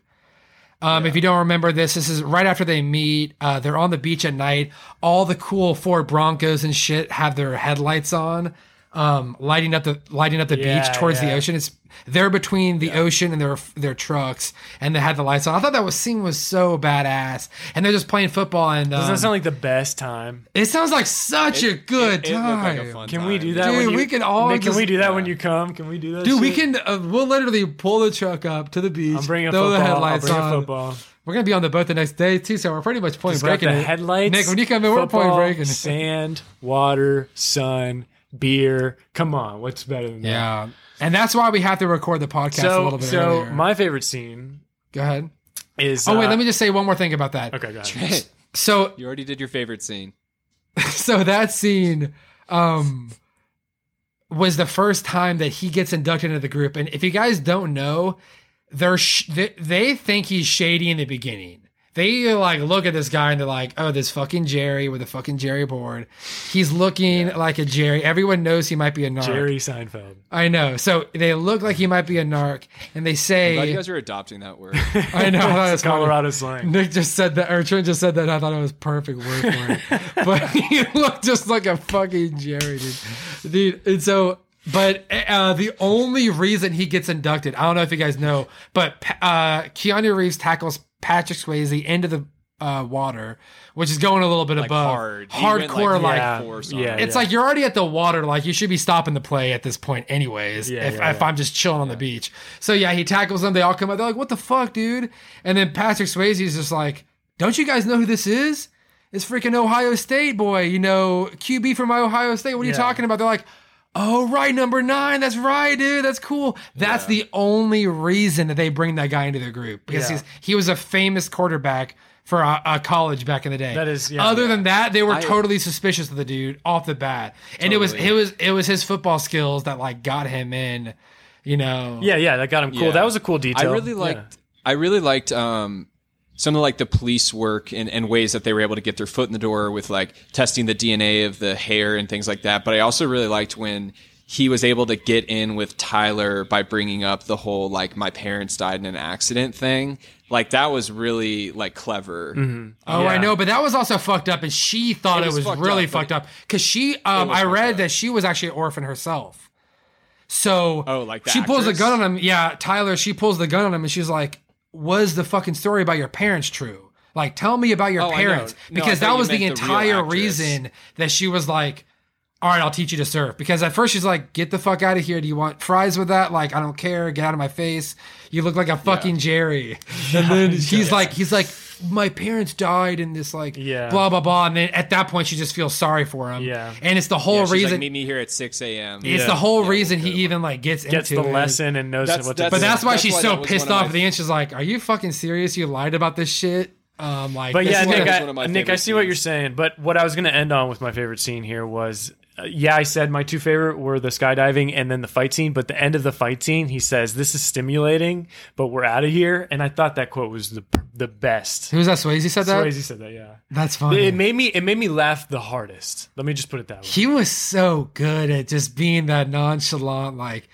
S1: Um, If you don't remember this, this is right after they meet. Uh, they're on the beach at night. All the cool Ford Broncos and shit have their headlights on, um, lighting up the lighting up the
S2: Yeah,
S1: beach towards
S2: yeah.
S1: the ocean. It's they're between the ocean and their their trucks, and they had the lights on. I thought that was scene was so badass, and they're just playing football. And
S2: Doesn't
S1: um,
S2: that sound like the best time?
S1: it sounds like such a good
S3: It looked
S1: time.
S3: like a fun
S2: Can we
S3: time.
S2: do that?
S1: Dude,
S2: when you,
S1: we can all
S2: Nick,
S1: just-
S2: can we do that when you come? Can we do that?
S1: Dude, we
S2: shit?
S1: can. Uh, we'll literally pull the truck up to the beach.
S2: I'm bringing a
S1: throw
S2: football.
S1: the
S2: I'll
S1: headlights
S2: bring a
S1: on.
S2: football.
S1: We're gonna be on the boat the next day too, so we're pretty much point
S2: It's got
S1: breaking
S2: the
S1: it.
S2: headlights.
S1: Nick, when you come in, we're
S2: football,
S1: point breaking it.
S2: Sand, water, sun, beer. Come on, what's better than that?
S1: Yeah. And that's why we have to record the podcast a
S2: So,
S1: little bit
S2: so
S1: earlier.
S2: my favorite scene
S1: Go ahead.
S2: is.
S1: Oh wait,
S2: uh,
S1: let me just say one more thing about that.
S2: Okay, go ahead.
S3: Hey,
S1: So
S3: you already did your favorite scene.
S1: so that scene um was the first time that he gets inducted into the group and if you guys don't know they're sh- they, they think he's shady in the beginning they like look at this guy and they're like oh this fucking jerry with a fucking jerry board he's looking like a jerry everyone knows he might be a narc
S2: Jerry Seinfeld.
S1: i know so they look like he might be a narc and they
S3: I'm glad
S1: say
S3: you guys are adopting that word.
S1: i know I thought it
S2: It's
S1: was
S2: a
S1: funny.
S2: Colorado slang.
S1: Nick just said that, or Trent just said that. and I thought it was perfect word for it, but he looked just like a fucking Jerry, dude. dude and so, but uh, the only reason he gets inducted, I don't know if you guys know, but uh, Keanu Reeves tackles Patrick Swayze into the uh, water, which is going a little bit
S3: Like
S1: above
S3: hard. He went,
S1: hardcore, like.
S3: like,
S2: Yeah,
S3: force on
S2: yeah,
S3: it.
S1: It's like you're already at the water. Like you should be stopping the play at this point, anyways.
S2: Yeah,
S1: if,
S2: yeah,
S1: if
S2: yeah.
S1: I'm just chilling on the beach. So yeah, he tackles them. They all come out. They're like, "What the fuck, dude?" And then Patrick Swayze is just like, "Don't you guys know who this is? It's freaking Ohio State boy. You know, QB from Ohio State. What are you
S2: Yeah.
S1: talking about?" They're like. Oh right, number nine. That's right, dude. That's cool. That's the only reason that they bring that guy into their group because
S2: Yeah.
S1: he's, he was a famous quarterback for a, a college back in the day.
S2: That is- yeah.
S1: Other than that, they were
S3: I-
S1: totally suspicious of the dude off the bat, and it was
S3: Totally.
S1: it was it was his football skills that like got him in, you know.
S2: Yeah, yeah, that got him cool.
S3: Yeah.
S2: That was a cool detail.
S3: I really
S2: Yeah.
S3: liked. I really liked um, some of like the police work and, and ways that they were able to get their foot in the door with like testing the DNA of the hair and things like that. But I also really liked when he was able to get in with Tyler by bringing up the whole like my parents died in an accident thing. Like that was really like clever.
S1: Oh, I
S2: Yeah.
S1: know, but that was also fucked up, and she thought
S3: It
S1: it was,
S3: was fucked
S1: really
S3: up, but
S1: fucked up because she. Um,
S3: was
S1: I
S3: fucked
S1: read
S3: up.
S1: that she was actually an orphan herself. So
S3: Oh, like the
S1: she pulls the
S3: actress?
S1: gun on him. Yeah, Tyler. She pulls the gun on him, and she's like, "Was the fucking story about your parents true? Like, tell me about your
S3: Oh, I know.
S1: parents
S3: No, I
S1: because
S3: thought
S1: that
S3: you
S1: was the
S3: meant the real
S1: entire
S3: actress.
S1: reason that she was like." All right, I'll teach you to surf. Because at first she's like, "Get the fuck out of here! Do you want fries with that? Like, I don't care. Get out of my face. You look like a fucking Jerry." And then he's like, he's like, "My parents died in this like
S2: Yeah.
S1: blah blah blah." And then at that point she just feels sorry for him.
S2: Yeah.
S1: and it's the whole
S3: Yeah, she's
S1: reason.
S3: like, meet me here at six a.m.
S1: it's
S2: Yeah.
S1: the whole
S3: Yeah,
S1: reason
S3: good
S1: he even like gets
S2: gets the
S1: into it.
S2: lesson and knows
S3: That's-
S2: what to
S1: But
S3: Yeah.
S1: that's why
S3: That's
S1: she's
S3: why
S1: so
S3: that was
S1: pissed
S3: one of
S1: off
S3: my-
S1: at the end. She's like, "Are you fucking serious? You lied about this shit." Um, like,
S2: But
S1: this
S2: yeah,
S1: is what-
S2: Nick,
S3: was
S2: I,
S3: one of my
S2: Nick, I
S3: favorite
S2: see what
S3: scenes.
S2: you're saying. But what I was going to end on with my favorite scene here was, uh, yeah, I said my two favorite were the skydiving and then the fight scene. But the end of the fight scene, he says, "This is stimulating, but we're out of here." And I thought that quote was the the best.
S1: who's that? Swayze said that.
S2: Swayze said that, yeah.
S1: That's funny.
S2: It made me it made me laugh the hardest. Let me just put it that way.
S1: he was so good at just being that nonchalant like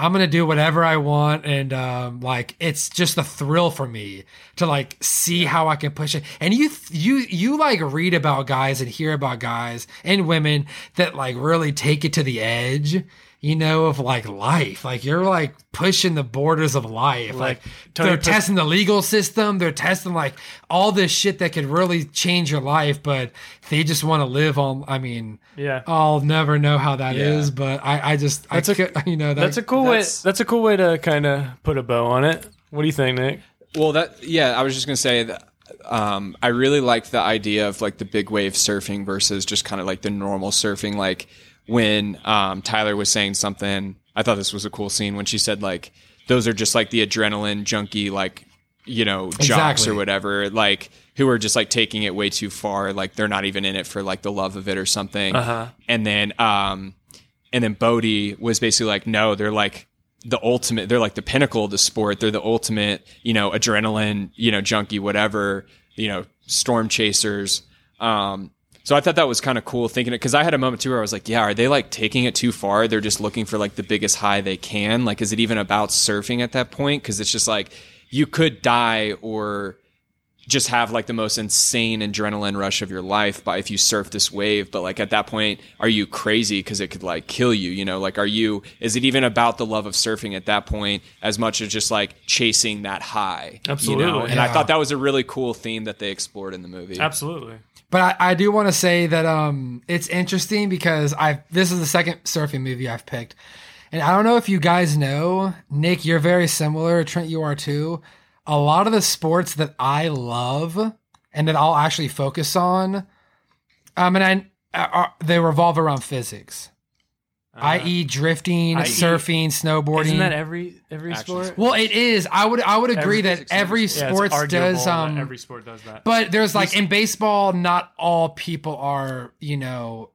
S1: i'm gonna do whatever i want and um like it's just a thrill for me to like see how i can push it and you you you like read about guys and hear about guys and women that like really take it to the edge you know of like life like you're like pushing the borders of life like,
S2: Like, Tony
S1: they're
S2: Pres-
S1: testing the legal system they're testing like all this shit that could really change your life but they just want to live on i mean
S2: Yeah.
S1: I'll never know how that is,
S3: Yeah.
S1: but I, I just I
S2: a-
S1: could, you know that,
S2: that's a cool
S3: that's-
S2: way. That's a cool way to kind of put a bow on it. What do you think, Nick?
S3: Well, that yeah, I was just gonna say that um, I really liked the idea of like the big wave surfing versus just kind of like the normal surfing. Like when um, Tyler was saying something, I thought this was a cool scene when she said like those are just like the adrenaline junkie like you know jocks
S1: Exactly.
S3: or whatever like who are just like taking it way too far like they're not even in it for like the love of it or something and then um and then Bodie was basically like, no, they're like the ultimate, they're like the pinnacle of the sport. They're the ultimate, you know, adrenaline, you know, junkie, whatever, you know, storm chasers. Um, so I thought that was kind of cool thinking it because I had a moment too where I was like, yeah, are they like taking it too far? They're just looking for like the biggest high they can. Like, is it even about surfing at that point? Because it's just like you could die or just have like the most insane adrenaline rush of your life by if you surf this wave but like at that point are you crazy because it could like kill you you know like are you is it even about the love of surfing at that point as much as just like chasing that high you know
S2: Absolutely.
S3: and i
S1: Yeah.
S3: thought that was a really cool theme that they explored in the movie
S2: Absolutely.
S1: But I, I do want to say that um, it's interesting because I this is the second surfing movie I've picked, and I don't know if you guys know, Nick, you're very similar. Trent, you are too. A lot of the sports that I love and that I'll uh, actually focus on, um, and I are, they revolve around physics. i.e., drifting,
S2: I.e.
S1: surfing, snowboarding.
S2: Uh, E Isn't that every every
S3: Action
S2: sport?
S3: sport.
S1: well, it is. I would I would agree
S2: Every-
S1: that every
S2: Yeah, it's
S1: sports
S2: arguable
S1: does
S2: that
S1: um
S2: every sport does that.
S1: but there's like in baseball, not all people are, you know,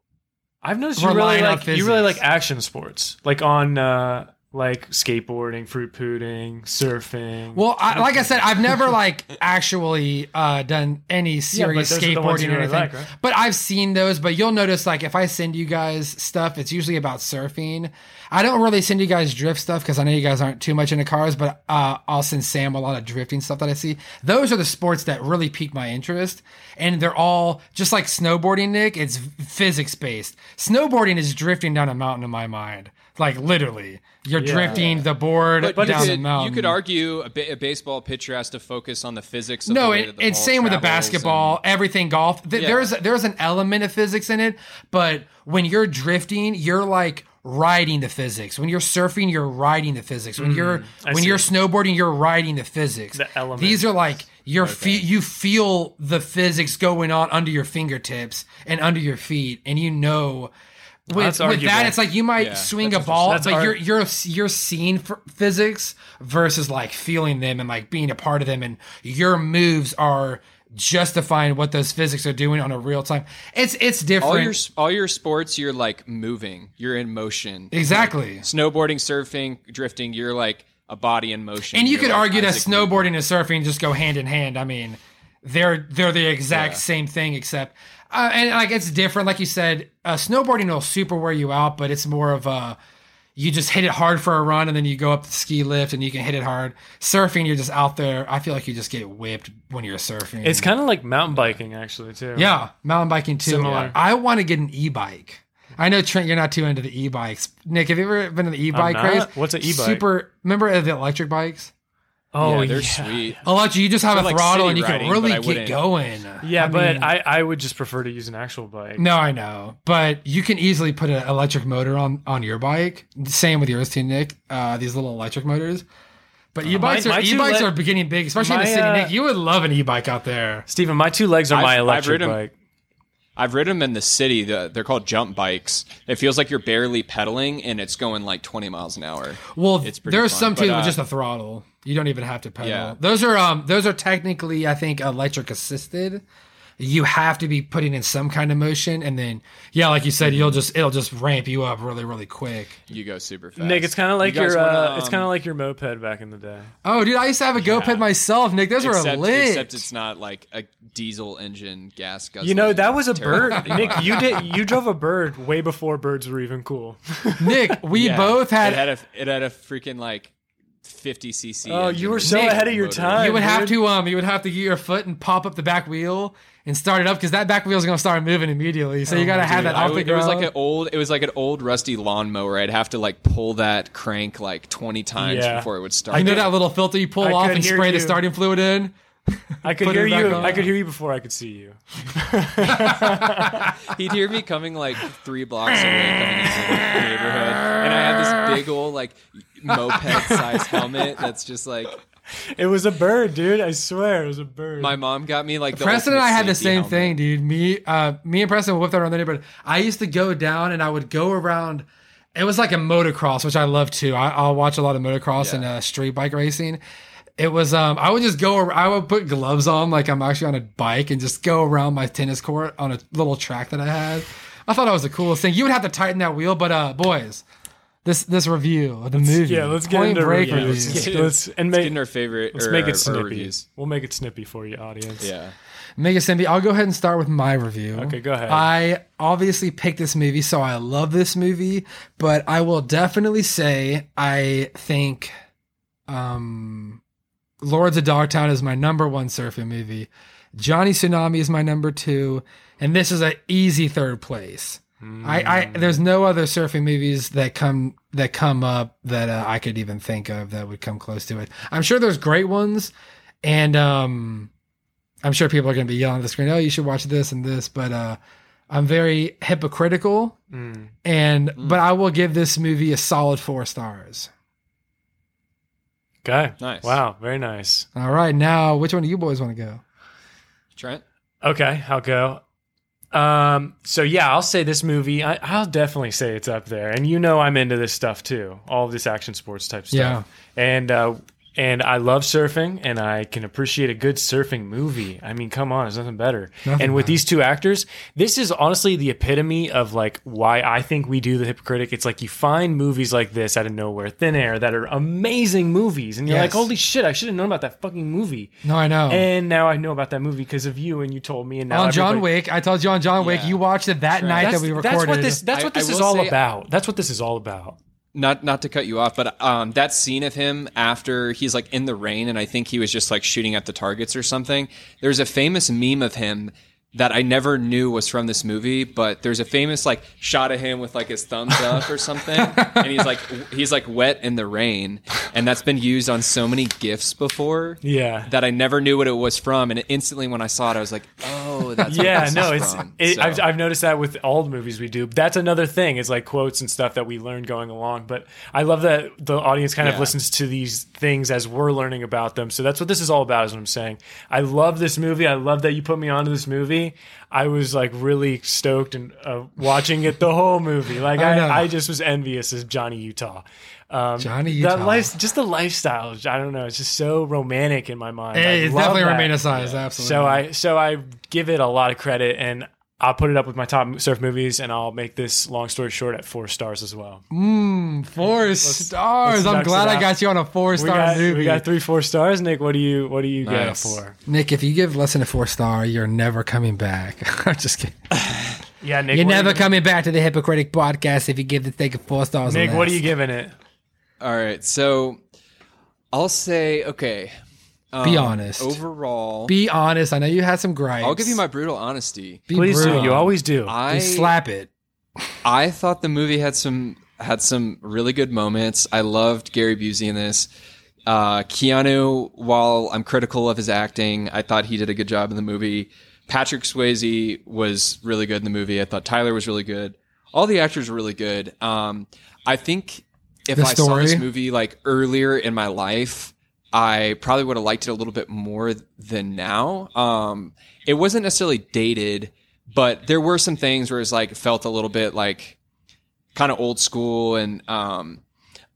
S2: I've noticed you really
S1: relying on
S2: like you really
S1: physics.
S2: like action sports, like on uh, like skateboarding, fruit pooting, surfing.
S1: Well, I, like I said, I've never like actually uh, done any
S2: Yeah, but
S1: serious
S2: those are the ones
S1: skateboarding
S2: you
S1: or
S2: really
S1: anything.
S2: like, right?
S1: But I've seen those. But you'll notice, like, if I send you guys stuff, it's usually about surfing. I don't really send you guys drift stuff because I know you guys aren't too much into cars. But uh, I'll send Sam a lot of drifting stuff that I see. Those are the sports that really pique my interest, and they're all just like snowboarding. Nick, it's physics based. Snowboarding is drifting down a mountain in my mind. Like literally, you're drifting the board
S3: But you
S1: down the
S3: could,
S1: mountain.
S3: you could argue a, ba- a baseball pitcher has to focus on the physics. Of the
S1: No,
S3: way
S1: it,
S3: that the
S1: it's
S3: ball
S1: same with the
S3: travels and-
S1: basketball, everything golf. Th-
S3: Yeah.
S1: There's there's an element of physics in it, but when you're drifting, you're like riding the physics. When you're surfing, you're riding the physics. When
S3: Mm,
S1: you're when
S2: see.
S1: you're snowboarding, you're riding the physics.
S2: The element.
S1: These are like your feet. You feel the physics going on under your fingertips and under your feet, and you know. With,
S2: that's
S1: with that,
S2: arguable.
S1: it's like you might
S3: Yeah,
S1: swing a
S3: that's
S1: ball,
S2: interesting.
S1: but
S2: That's
S1: you're you're you're seeing f- physics versus like feeling them and like being a part of them, and your moves are justifying what those physics are doing on a real time. It's it's different.
S3: All your s- all your sports, you're like moving. You're in motion.
S1: exactly.
S3: Snowboarding, surfing, drifting. You're like a body in motion.
S1: And you
S3: You're
S1: could
S3: like
S1: argue that
S3: Isaac Newton.
S1: snowboarding and surfing just go hand in hand. I mean, they're they're the exact same thing, except uh, and like it's different. Like you said, uh, snowboarding will super wear you out, but it's more of a you just hit it hard for a run and then you go up the ski lift and you can hit it hard. Surfing, you're just out there. I feel like you just get whipped when you're surfing.
S2: it's kind of like mountain biking, actually, too.
S1: yeah, mountain biking too.
S2: Similar.
S1: I want to get an e-bike. I know Trent, you're not too into the e-bikes. Nick, have you ever been to the e-bike
S2: not.
S1: craze?
S2: What's an e-bike?
S1: Super. Remember the electric bikes?
S2: Oh,
S3: yeah, they're
S2: yeah.
S3: sweet.
S1: Electric, you just have a
S3: like
S1: throttle
S3: city
S1: and you
S3: riding,
S1: can really
S3: but I
S1: get
S3: wouldn't-
S1: going.
S2: Yeah,
S1: I
S2: but
S1: mean,
S2: I, I would just prefer to use an actual bike.
S1: no, I know, but you can easily put an electric motor on on your bike. Same with yours too, Nick. Uh, these little electric motors.
S3: Uh,
S1: But e-bikes
S2: my
S1: are
S2: two
S1: e-bikes
S2: le-
S1: are beginning big, especially in
S2: my,
S1: the city.
S2: uh,
S1: Nick, you would love an e-bike out there.
S2: Steven, my two legs are
S3: I've-
S2: my
S3: I've
S2: electric
S3: ridden-
S2: bike.
S3: I've ridden them in the city. The, they're called jump bikes. It feels like you're barely pedaling, and it's going like 20 miles an hour.
S1: Well,
S3: It's pretty
S1: there's
S3: fun,
S1: some too
S3: but,
S1: with
S3: uh,
S1: just a throttle. You don't even have to pedal.
S3: Yeah.
S1: Those are um those are technically I think electric assisted. You have to be putting in some kind of motion, and then yeah, like you
S3: Mm-hmm.
S1: said, you'll just it'll just ramp you up really really quick.
S3: You go super fast.
S2: Nick, it's kind of like
S3: You guys
S2: your
S3: wanna,
S2: uh, it's
S3: um,
S2: kind of like your moped back in the day.
S1: Oh, dude, I used to have a GoPed myself, Nick. Those were
S3: except,
S1: lit.
S3: except it's not like a diesel engine gas guzzling.
S2: You know, that was a bird.
S3: terrible
S2: Nick,
S3: e-bike.
S2: you did you drove a bird way before birds were even cool.
S1: Nick, we
S3: Yeah.
S1: both had.
S3: it had a it had a freaking like 50 cc.
S2: Oh,
S3: engine
S2: you were
S3: with
S2: so
S3: a
S2: ahead of your
S3: motor.
S2: time.
S1: you would have
S2: dude.
S1: to um, you would have to get your foot and pop up the back wheel and start it up because that back wheel is gonna start moving immediately. So you gotta have that
S3: Oh, I
S1: off
S3: would-
S1: the
S3: it was
S1: ground.
S3: like an old it was like an old rusty lawnmower. I'd have to like pull that crank like 20 times
S2: Yeah.
S3: before it would start.
S1: you know that little filter you pull
S2: I
S1: off
S2: could
S1: and
S2: hear
S1: spray the
S2: you.
S1: starting fluid in.
S2: I could
S1: Put
S2: hear
S1: it back
S2: you.
S1: on.
S2: I could hear you before I could see you.
S3: He'd hear me coming like three blocks away, coming into the neighborhood, and I had this big old like moped-sized helmet that's just like.
S2: It was a bird, dude. I swear, it was a bird.
S3: My mom got me like. The
S1: Preston and
S3: ultimate
S1: I had the
S3: safety
S1: same
S3: helmet.
S1: thing, dude. Me, uh, me and Preston whipped around the neighborhood. I used to go down and I would go around. It was like a motocross, which I love too. I, I'll watch a lot of motocross and uh, street bike racing. It was um, I would just go. ar- I would put gloves on, like I'm actually on a bike, and just go around my tennis court on a little track that I had. I thought that was the coolest thing. You would have to tighten that wheel, but uh, boys, this this review of the movie,
S2: yeah, let's get
S1: Point
S2: into
S1: Break
S2: yeah,
S1: review.
S2: let's, just- let's- and make
S3: In our favorite.
S2: let's
S3: or
S2: make
S3: our- our
S2: it snippy.
S3: reviews.
S2: We'll make it snippy for you, audience.
S3: Yeah.
S1: Mega Simbi, I'll go ahead and start with my review.
S2: Okay, go ahead.
S1: I obviously picked this movie, so I love this movie, but I will definitely say I think um Lords of Dogtown is my number one surfing movie. Johnny Tsunami is my number two, and this is an easy third place. I,
S2: Hmm.
S1: I there's no other surfing movies that come that come up that uh, I could even think of that would come close to it. I'm sure there's great ones, and um, I'm sure people are going to be yelling at the screen, "Oh, you should watch this and this," but uh, I'm very hypocritical,
S2: Mm.
S1: and but I will give this movie a solid four stars.
S2: Okay.
S3: Nice.
S2: Wow. Very nice.
S1: All right, now which one do you boys want to go?
S3: Trent.
S2: Okay, I'll go. Um, so yeah, I'll say this movie. I, I'll definitely say it's up there, and you know I'm into this stuff too, all of this action sports type stuff. Yeah. And uh, and I love surfing, and I can appreciate a good surfing movie. I mean, come on, there's nothing better. and with these two actors, this is honestly the epitome of like why I think we do the hypocritic. It's like you find movies like this out of nowhere, thin air, that are amazing movies, and you're
S1: Yes.
S2: like, holy shit, I should have known about that fucking movie.
S1: No, I know.
S2: And now I know about that movie because of you, and you told me, and now
S1: Oh. on John
S2: everybody-
S1: Wick, I told you on John Wick,
S3: Yeah.
S1: you watched it that night that we recorded.
S2: what this. That's
S3: I-
S2: what this
S3: I
S2: is
S3: will
S2: all
S3: say-
S2: about. That's what this is all about.
S3: not not to cut you off, but um, that scene of him after he's like in the rain, and I think he was just like shooting at the targets or something. There's a famous meme of him that I never knew was from this movie, but there's a famous like shot of him with like his thumbs up or something, and he's like w- he's like wet in the rain, and that's been used on so many gifs before.
S2: Yeah.
S3: that I never knew what it was from, and instantly when I saw it, I was like, oh, that's what
S2: yeah,
S3: this
S2: no,
S3: is
S2: it's.
S3: from.
S2: It,
S3: So-
S2: I've, I've noticed that with all the movies we do. That's another thing. It's like quotes and stuff that we learn going along. But I love that the audience kind of
S3: Yeah.
S2: listens to these things as we're learning about them. So that's what this is all about. Is what I'm saying. I love this movie. I love that you put me onto this movie. I was like really stoked and uh, watching it the whole movie. Like
S1: I know.
S2: I, I just was envious of Johnny Utah. Um,
S1: Johnny
S2: That
S1: Utah.
S2: life, just the lifestyle. I don't know. It's just so romantic in my mind. I
S1: Hey, it's
S2: love
S1: definitely
S2: that.
S1: romanticized, absolutely.
S2: So I so I give it a lot of credit, and I'll put it up with my top surf movies, and I'll make this long story short at four stars as well.
S1: 4 stars. I'm
S2: duck
S1: glad
S2: to
S1: I
S2: that.
S1: got you on a four
S2: We
S1: star
S2: got,
S1: movie.
S2: we got three four stars, Nick. What do you what do you get
S3: Nice.
S2: for?
S1: Nick, if you give less than a four star, you're never coming back. I'm just kidding.
S2: Yeah, Nick.
S1: You're
S2: what
S1: never
S2: are you,
S1: coming back to the Hypocritic podcast if you give the thing four stars. or
S2: Nick, what
S1: less.
S2: are you giving it?
S3: All right, so I'll say okay. um,
S1: Be honest.
S3: Overall,
S1: Be honest. I know you had some gripes.
S3: I'll give you my brutal honesty.
S1: Be
S2: Please
S1: brutal.
S2: do. You always do.
S1: You
S3: I
S1: slap it.
S3: I thought the movie had some had some really good moments. I loved Gary Busey in this. Uh, Keanu, while I'm critical of his acting, I thought he did a good job in the movie. Patrick Swayze was really good in the movie. I thought Tyler was really good. All the actors were really good. Um, I think if
S1: The
S3: I saw this
S1: story?
S3: movie like earlier in my life, I probably would have liked it a little bit more than now. Um, it wasn't necessarily dated, but there were some things where it's like it felt a little bit like kind of old school and um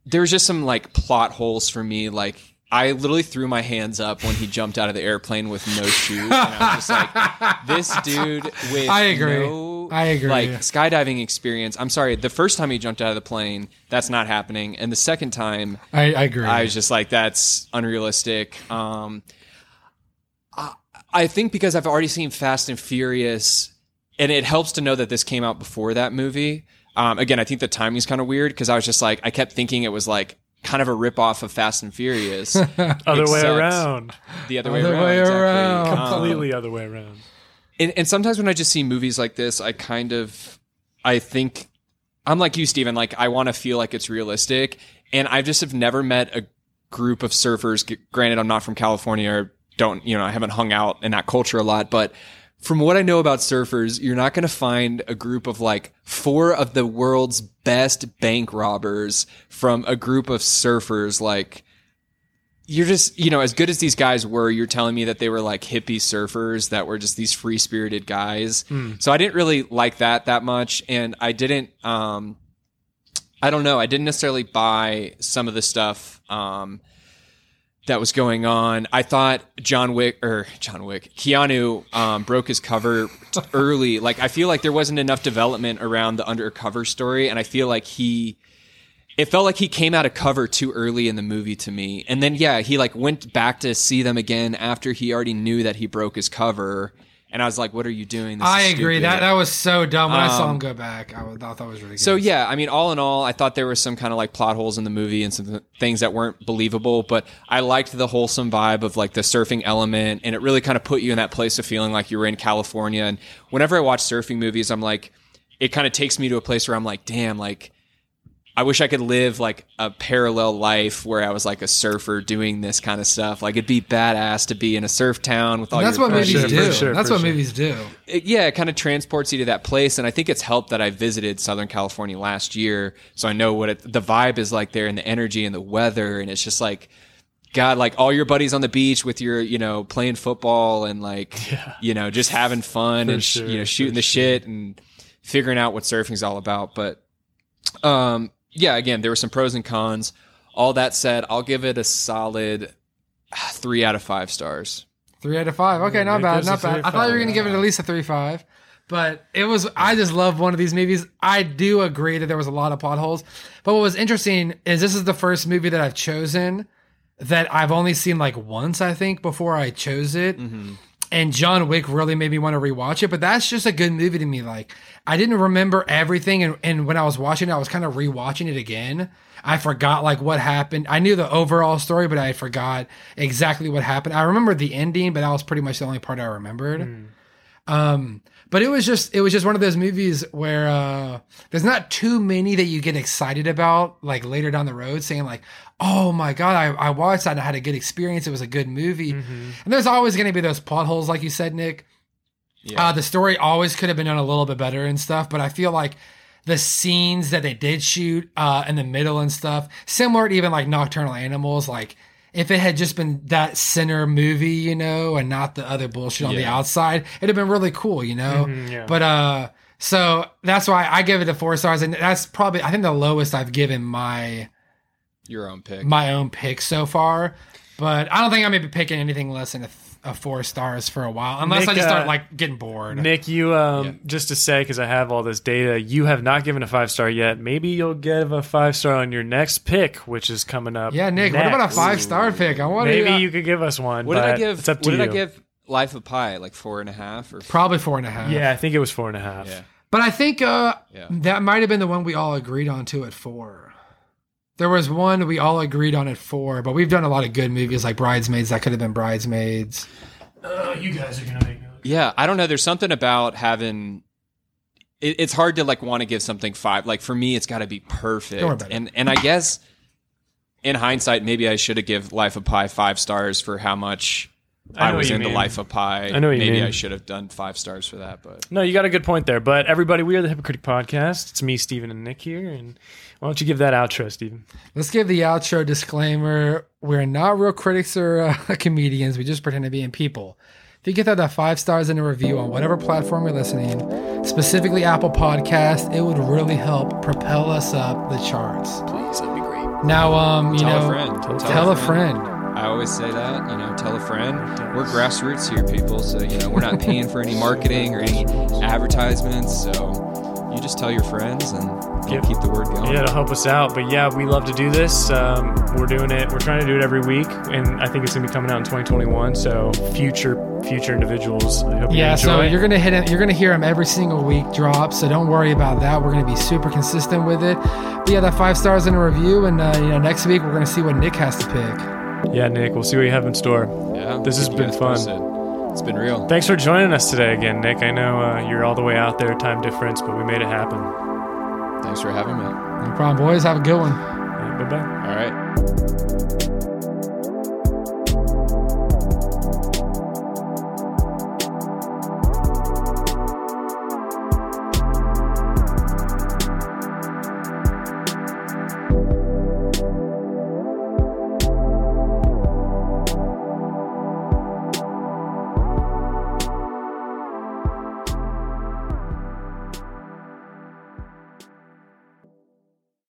S3: there was just some like plot holes for me like I literally threw my hands up when he jumped out of the airplane with no shoes. And I was just like, this dude with
S1: I agree.
S3: no,
S1: I agree.
S3: like skydiving experience. I'm sorry, the first time he jumped out of the plane, that's not happening. And the second time,
S1: I, I agree.
S3: I was just like, that's unrealistic. Um, I, I think because I've already seen Fast and Furious, and it helps to know that this came out before that movie. Um, again, I think the timing's kind of weird because I was just like, I kept thinking it was like kind of a ripoff of Fast and Furious.
S2: Other way
S3: Except
S2: around.
S3: The other way
S1: Other
S3: around.
S1: way
S3: exactly.
S1: around.
S3: Um,
S2: Completely other way around.
S3: and, and sometimes when I just see movies like this, I kind of, I think, I'm like you, Steven. Like I want to feel like it's realistic, and I just have never met a group of surfers. G- Granted, I'm not from California, or don't you know, I haven't hung out in that culture a lot, but from what I know about surfers, you're not going to find a group of like four of the world's best bank robbers from a group of surfers like you're just you know as good as these guys were you're telling me that they were like hippie surfers that were just these free spirited guys so i didn't really like that that much and i didn't um i don't know i didn't necessarily buy some of the stuff um that was going on i thought john wick or john wick keanu um, broke his cover t- early like i feel like there wasn't enough development around the undercover story and i feel like he it felt like he came out of cover too early in the movie to me. And then yeah, he like went back to see them again after he already knew that he broke his cover. And I was like, "What are you doing?" This is
S1: I agree.
S3: stupid." Um,
S1: That that was so dumb. When I saw him go back, I, was- I thought it was really good.
S3: So yeah, I mean, all in all, I thought there was some kind of like plot holes in the movie and some th- things that weren't believable. But I liked the wholesome vibe of like the surfing element, and it really kind of put you in that place of feeling like you were in California. And whenever I watch surfing movies, I'm like, it kind of takes me to a place where I'm like, damn, like I wish I could live like a parallel life where I was like a surfer doing this kind of stuff. Like it'd be badass to be in a surf town with all
S1: that's
S3: your
S1: what
S3: friends.
S1: movies
S2: sure,
S1: do.
S2: for sure,
S1: that's
S2: for
S1: what
S2: sure.
S1: movies do.
S3: It- yeah, it kind of transports you to that place. And I think it's helped that I visited Southern California last year. So I know what it, the vibe is like there and the energy and the weather. And it's just like, God, like all your buddies on the beach with your, you know, playing football and like, you know, just having fun
S2: For
S3: and, sh
S2: sure,
S3: you know,
S2: for
S3: shooting the
S2: sure.
S3: shit and figuring out what surfing's all about. But, um, yeah, again, there were some pros and cons. All that said, I'll give it a solid ah, three out of five stars.
S1: Three out of five. Okay,
S2: Yeah,
S1: not
S2: Nick
S1: bad,
S2: gives
S1: not
S2: it
S1: bad.
S2: three
S1: I thought you were
S2: five.
S1: gonna give it at least a three five, but it was. I just love one of these movies. I do agree that there was a lot of plot holes, but what was interesting is this is the first movie that I've chosen that I've only seen like once, I think, before I chose it.
S3: Mm-hmm.
S1: And John Wick really made me want to rewatch it, but that's just a good movie to me. Like I didn't remember everything, and, and when I was watching it, I was kind of rewatching it again. I forgot like what happened. I knew the overall story, but I forgot exactly what happened. I remember the ending, but that was pretty much the only part I remembered. Um, but it was just it was just one of those movies where uh, there's not too many that you get excited about like later down the road, saying like, "Oh my god, I, I watched that and I had a good experience. It was a good movie."
S3: Mm-hmm.
S1: And there's always going to be those plot holes, like you said, Nick.
S3: Yeah.
S1: Uh, the story always could have been done a little bit better and stuff, but I feel like the scenes that they did shoot uh, in the middle and stuff, similar to even like Nocturnal Animals, like if it had just been that center movie, you know, and not the other bullshit on the
S3: Yeah.
S1: outside, it'd have been really cool, you know.
S2: Mhm, yeah.
S1: But uh, so that's why I give it a four stars, and that's probably I think the lowest I've given my
S3: Your own pick.
S1: my own pick so far. But I don't think I'm gonna be picking anything less than a, th- a four stars for a while, unless I
S2: Nick,
S1: just start
S2: uh,
S1: like getting bored.
S2: Nick, you um,
S3: Yeah.
S2: just to say because I have all this data, you have not given a five star yet. Maybe you'll give a five star on your next pick, which is coming up.
S1: Yeah, Nick, what about a
S2: next.
S1: five star pick? I want
S2: Maybe
S1: to
S2: you could give us one.
S3: what did I
S2: but
S3: give?
S2: It's up
S3: What
S2: to
S3: did I
S2: you.
S3: give Life of Pi? Like four and a half or
S1: probably four and a half.
S2: Yeah, I think it was four and a half.
S3: Yeah.
S1: but I think uh,
S3: Yeah.
S1: that might have been the one we all agreed on too at four. There was one we all agreed on at four, but we've done a lot of good movies like Bridesmaids. That could have been Bridesmaids.
S2: Oh, you guys are gonna make.
S3: Yeah, I don't know. There's something about having. It, it's hard to like want to give something five. Like for me, it's got to be perfect.
S1: Don't worry about it.
S3: and and I guess in hindsight, maybe I should have give Life of Pi five stars for how much
S2: I
S3: I,
S2: know what
S3: was
S2: you
S3: into
S2: mean.
S3: Life of Pi.
S2: I know what you
S3: maybe
S2: mean.
S3: I should have done five stars for that, but
S2: No, you got a good point there. But everybody, we are the Hypocritic Podcast. It's me, Steven, and Nick here. And why don't you give that outro, Steven?
S1: Let's give the outro disclaimer. We're not real critics or uh, comedians. We just pretend to be in people. If you get that, that five stars in a review on whatever platform you're listening, specifically Apple Podcast, it would really help propel us up the charts.
S3: please, that'd be great.
S1: Now, um, you
S3: Tell
S1: know,
S3: a friend. Tell,
S1: tell a friend.
S3: I always say that, you know, tell a friend. We're grassroots here, people. So, you know, we're not paying for any marketing or any advertisements. So you just tell your friends and you'll
S2: Yep.
S3: keep the word going.
S2: Yeah, it'll help us out. But yeah, we love to do this. Um, we're doing it. We're trying to do it every week, and I think it's gonna be coming out in 2021. So future future individuals, I hope you
S1: Yeah,
S2: enjoy.
S1: so you're gonna hit it. You're gonna hear them every single week drop. So don't worry about that. We're gonna be super consistent with it. But yeah, that five stars in a review, and uh, you know, next week we're gonna see what Nick has to pick.
S2: yeah, Nick. We'll see what you have in store.
S3: Yeah,
S2: This has
S3: keep you
S2: been
S3: guys
S2: fun.
S3: posted. It's been real.
S2: Thanks for joining us today again, Nick. I know uh, you're all the way out there, time difference, but we made it happen.
S3: Thanks for having me.
S1: No problem, boys. Have a good one.
S2: Yeah, bye bye.
S3: All right.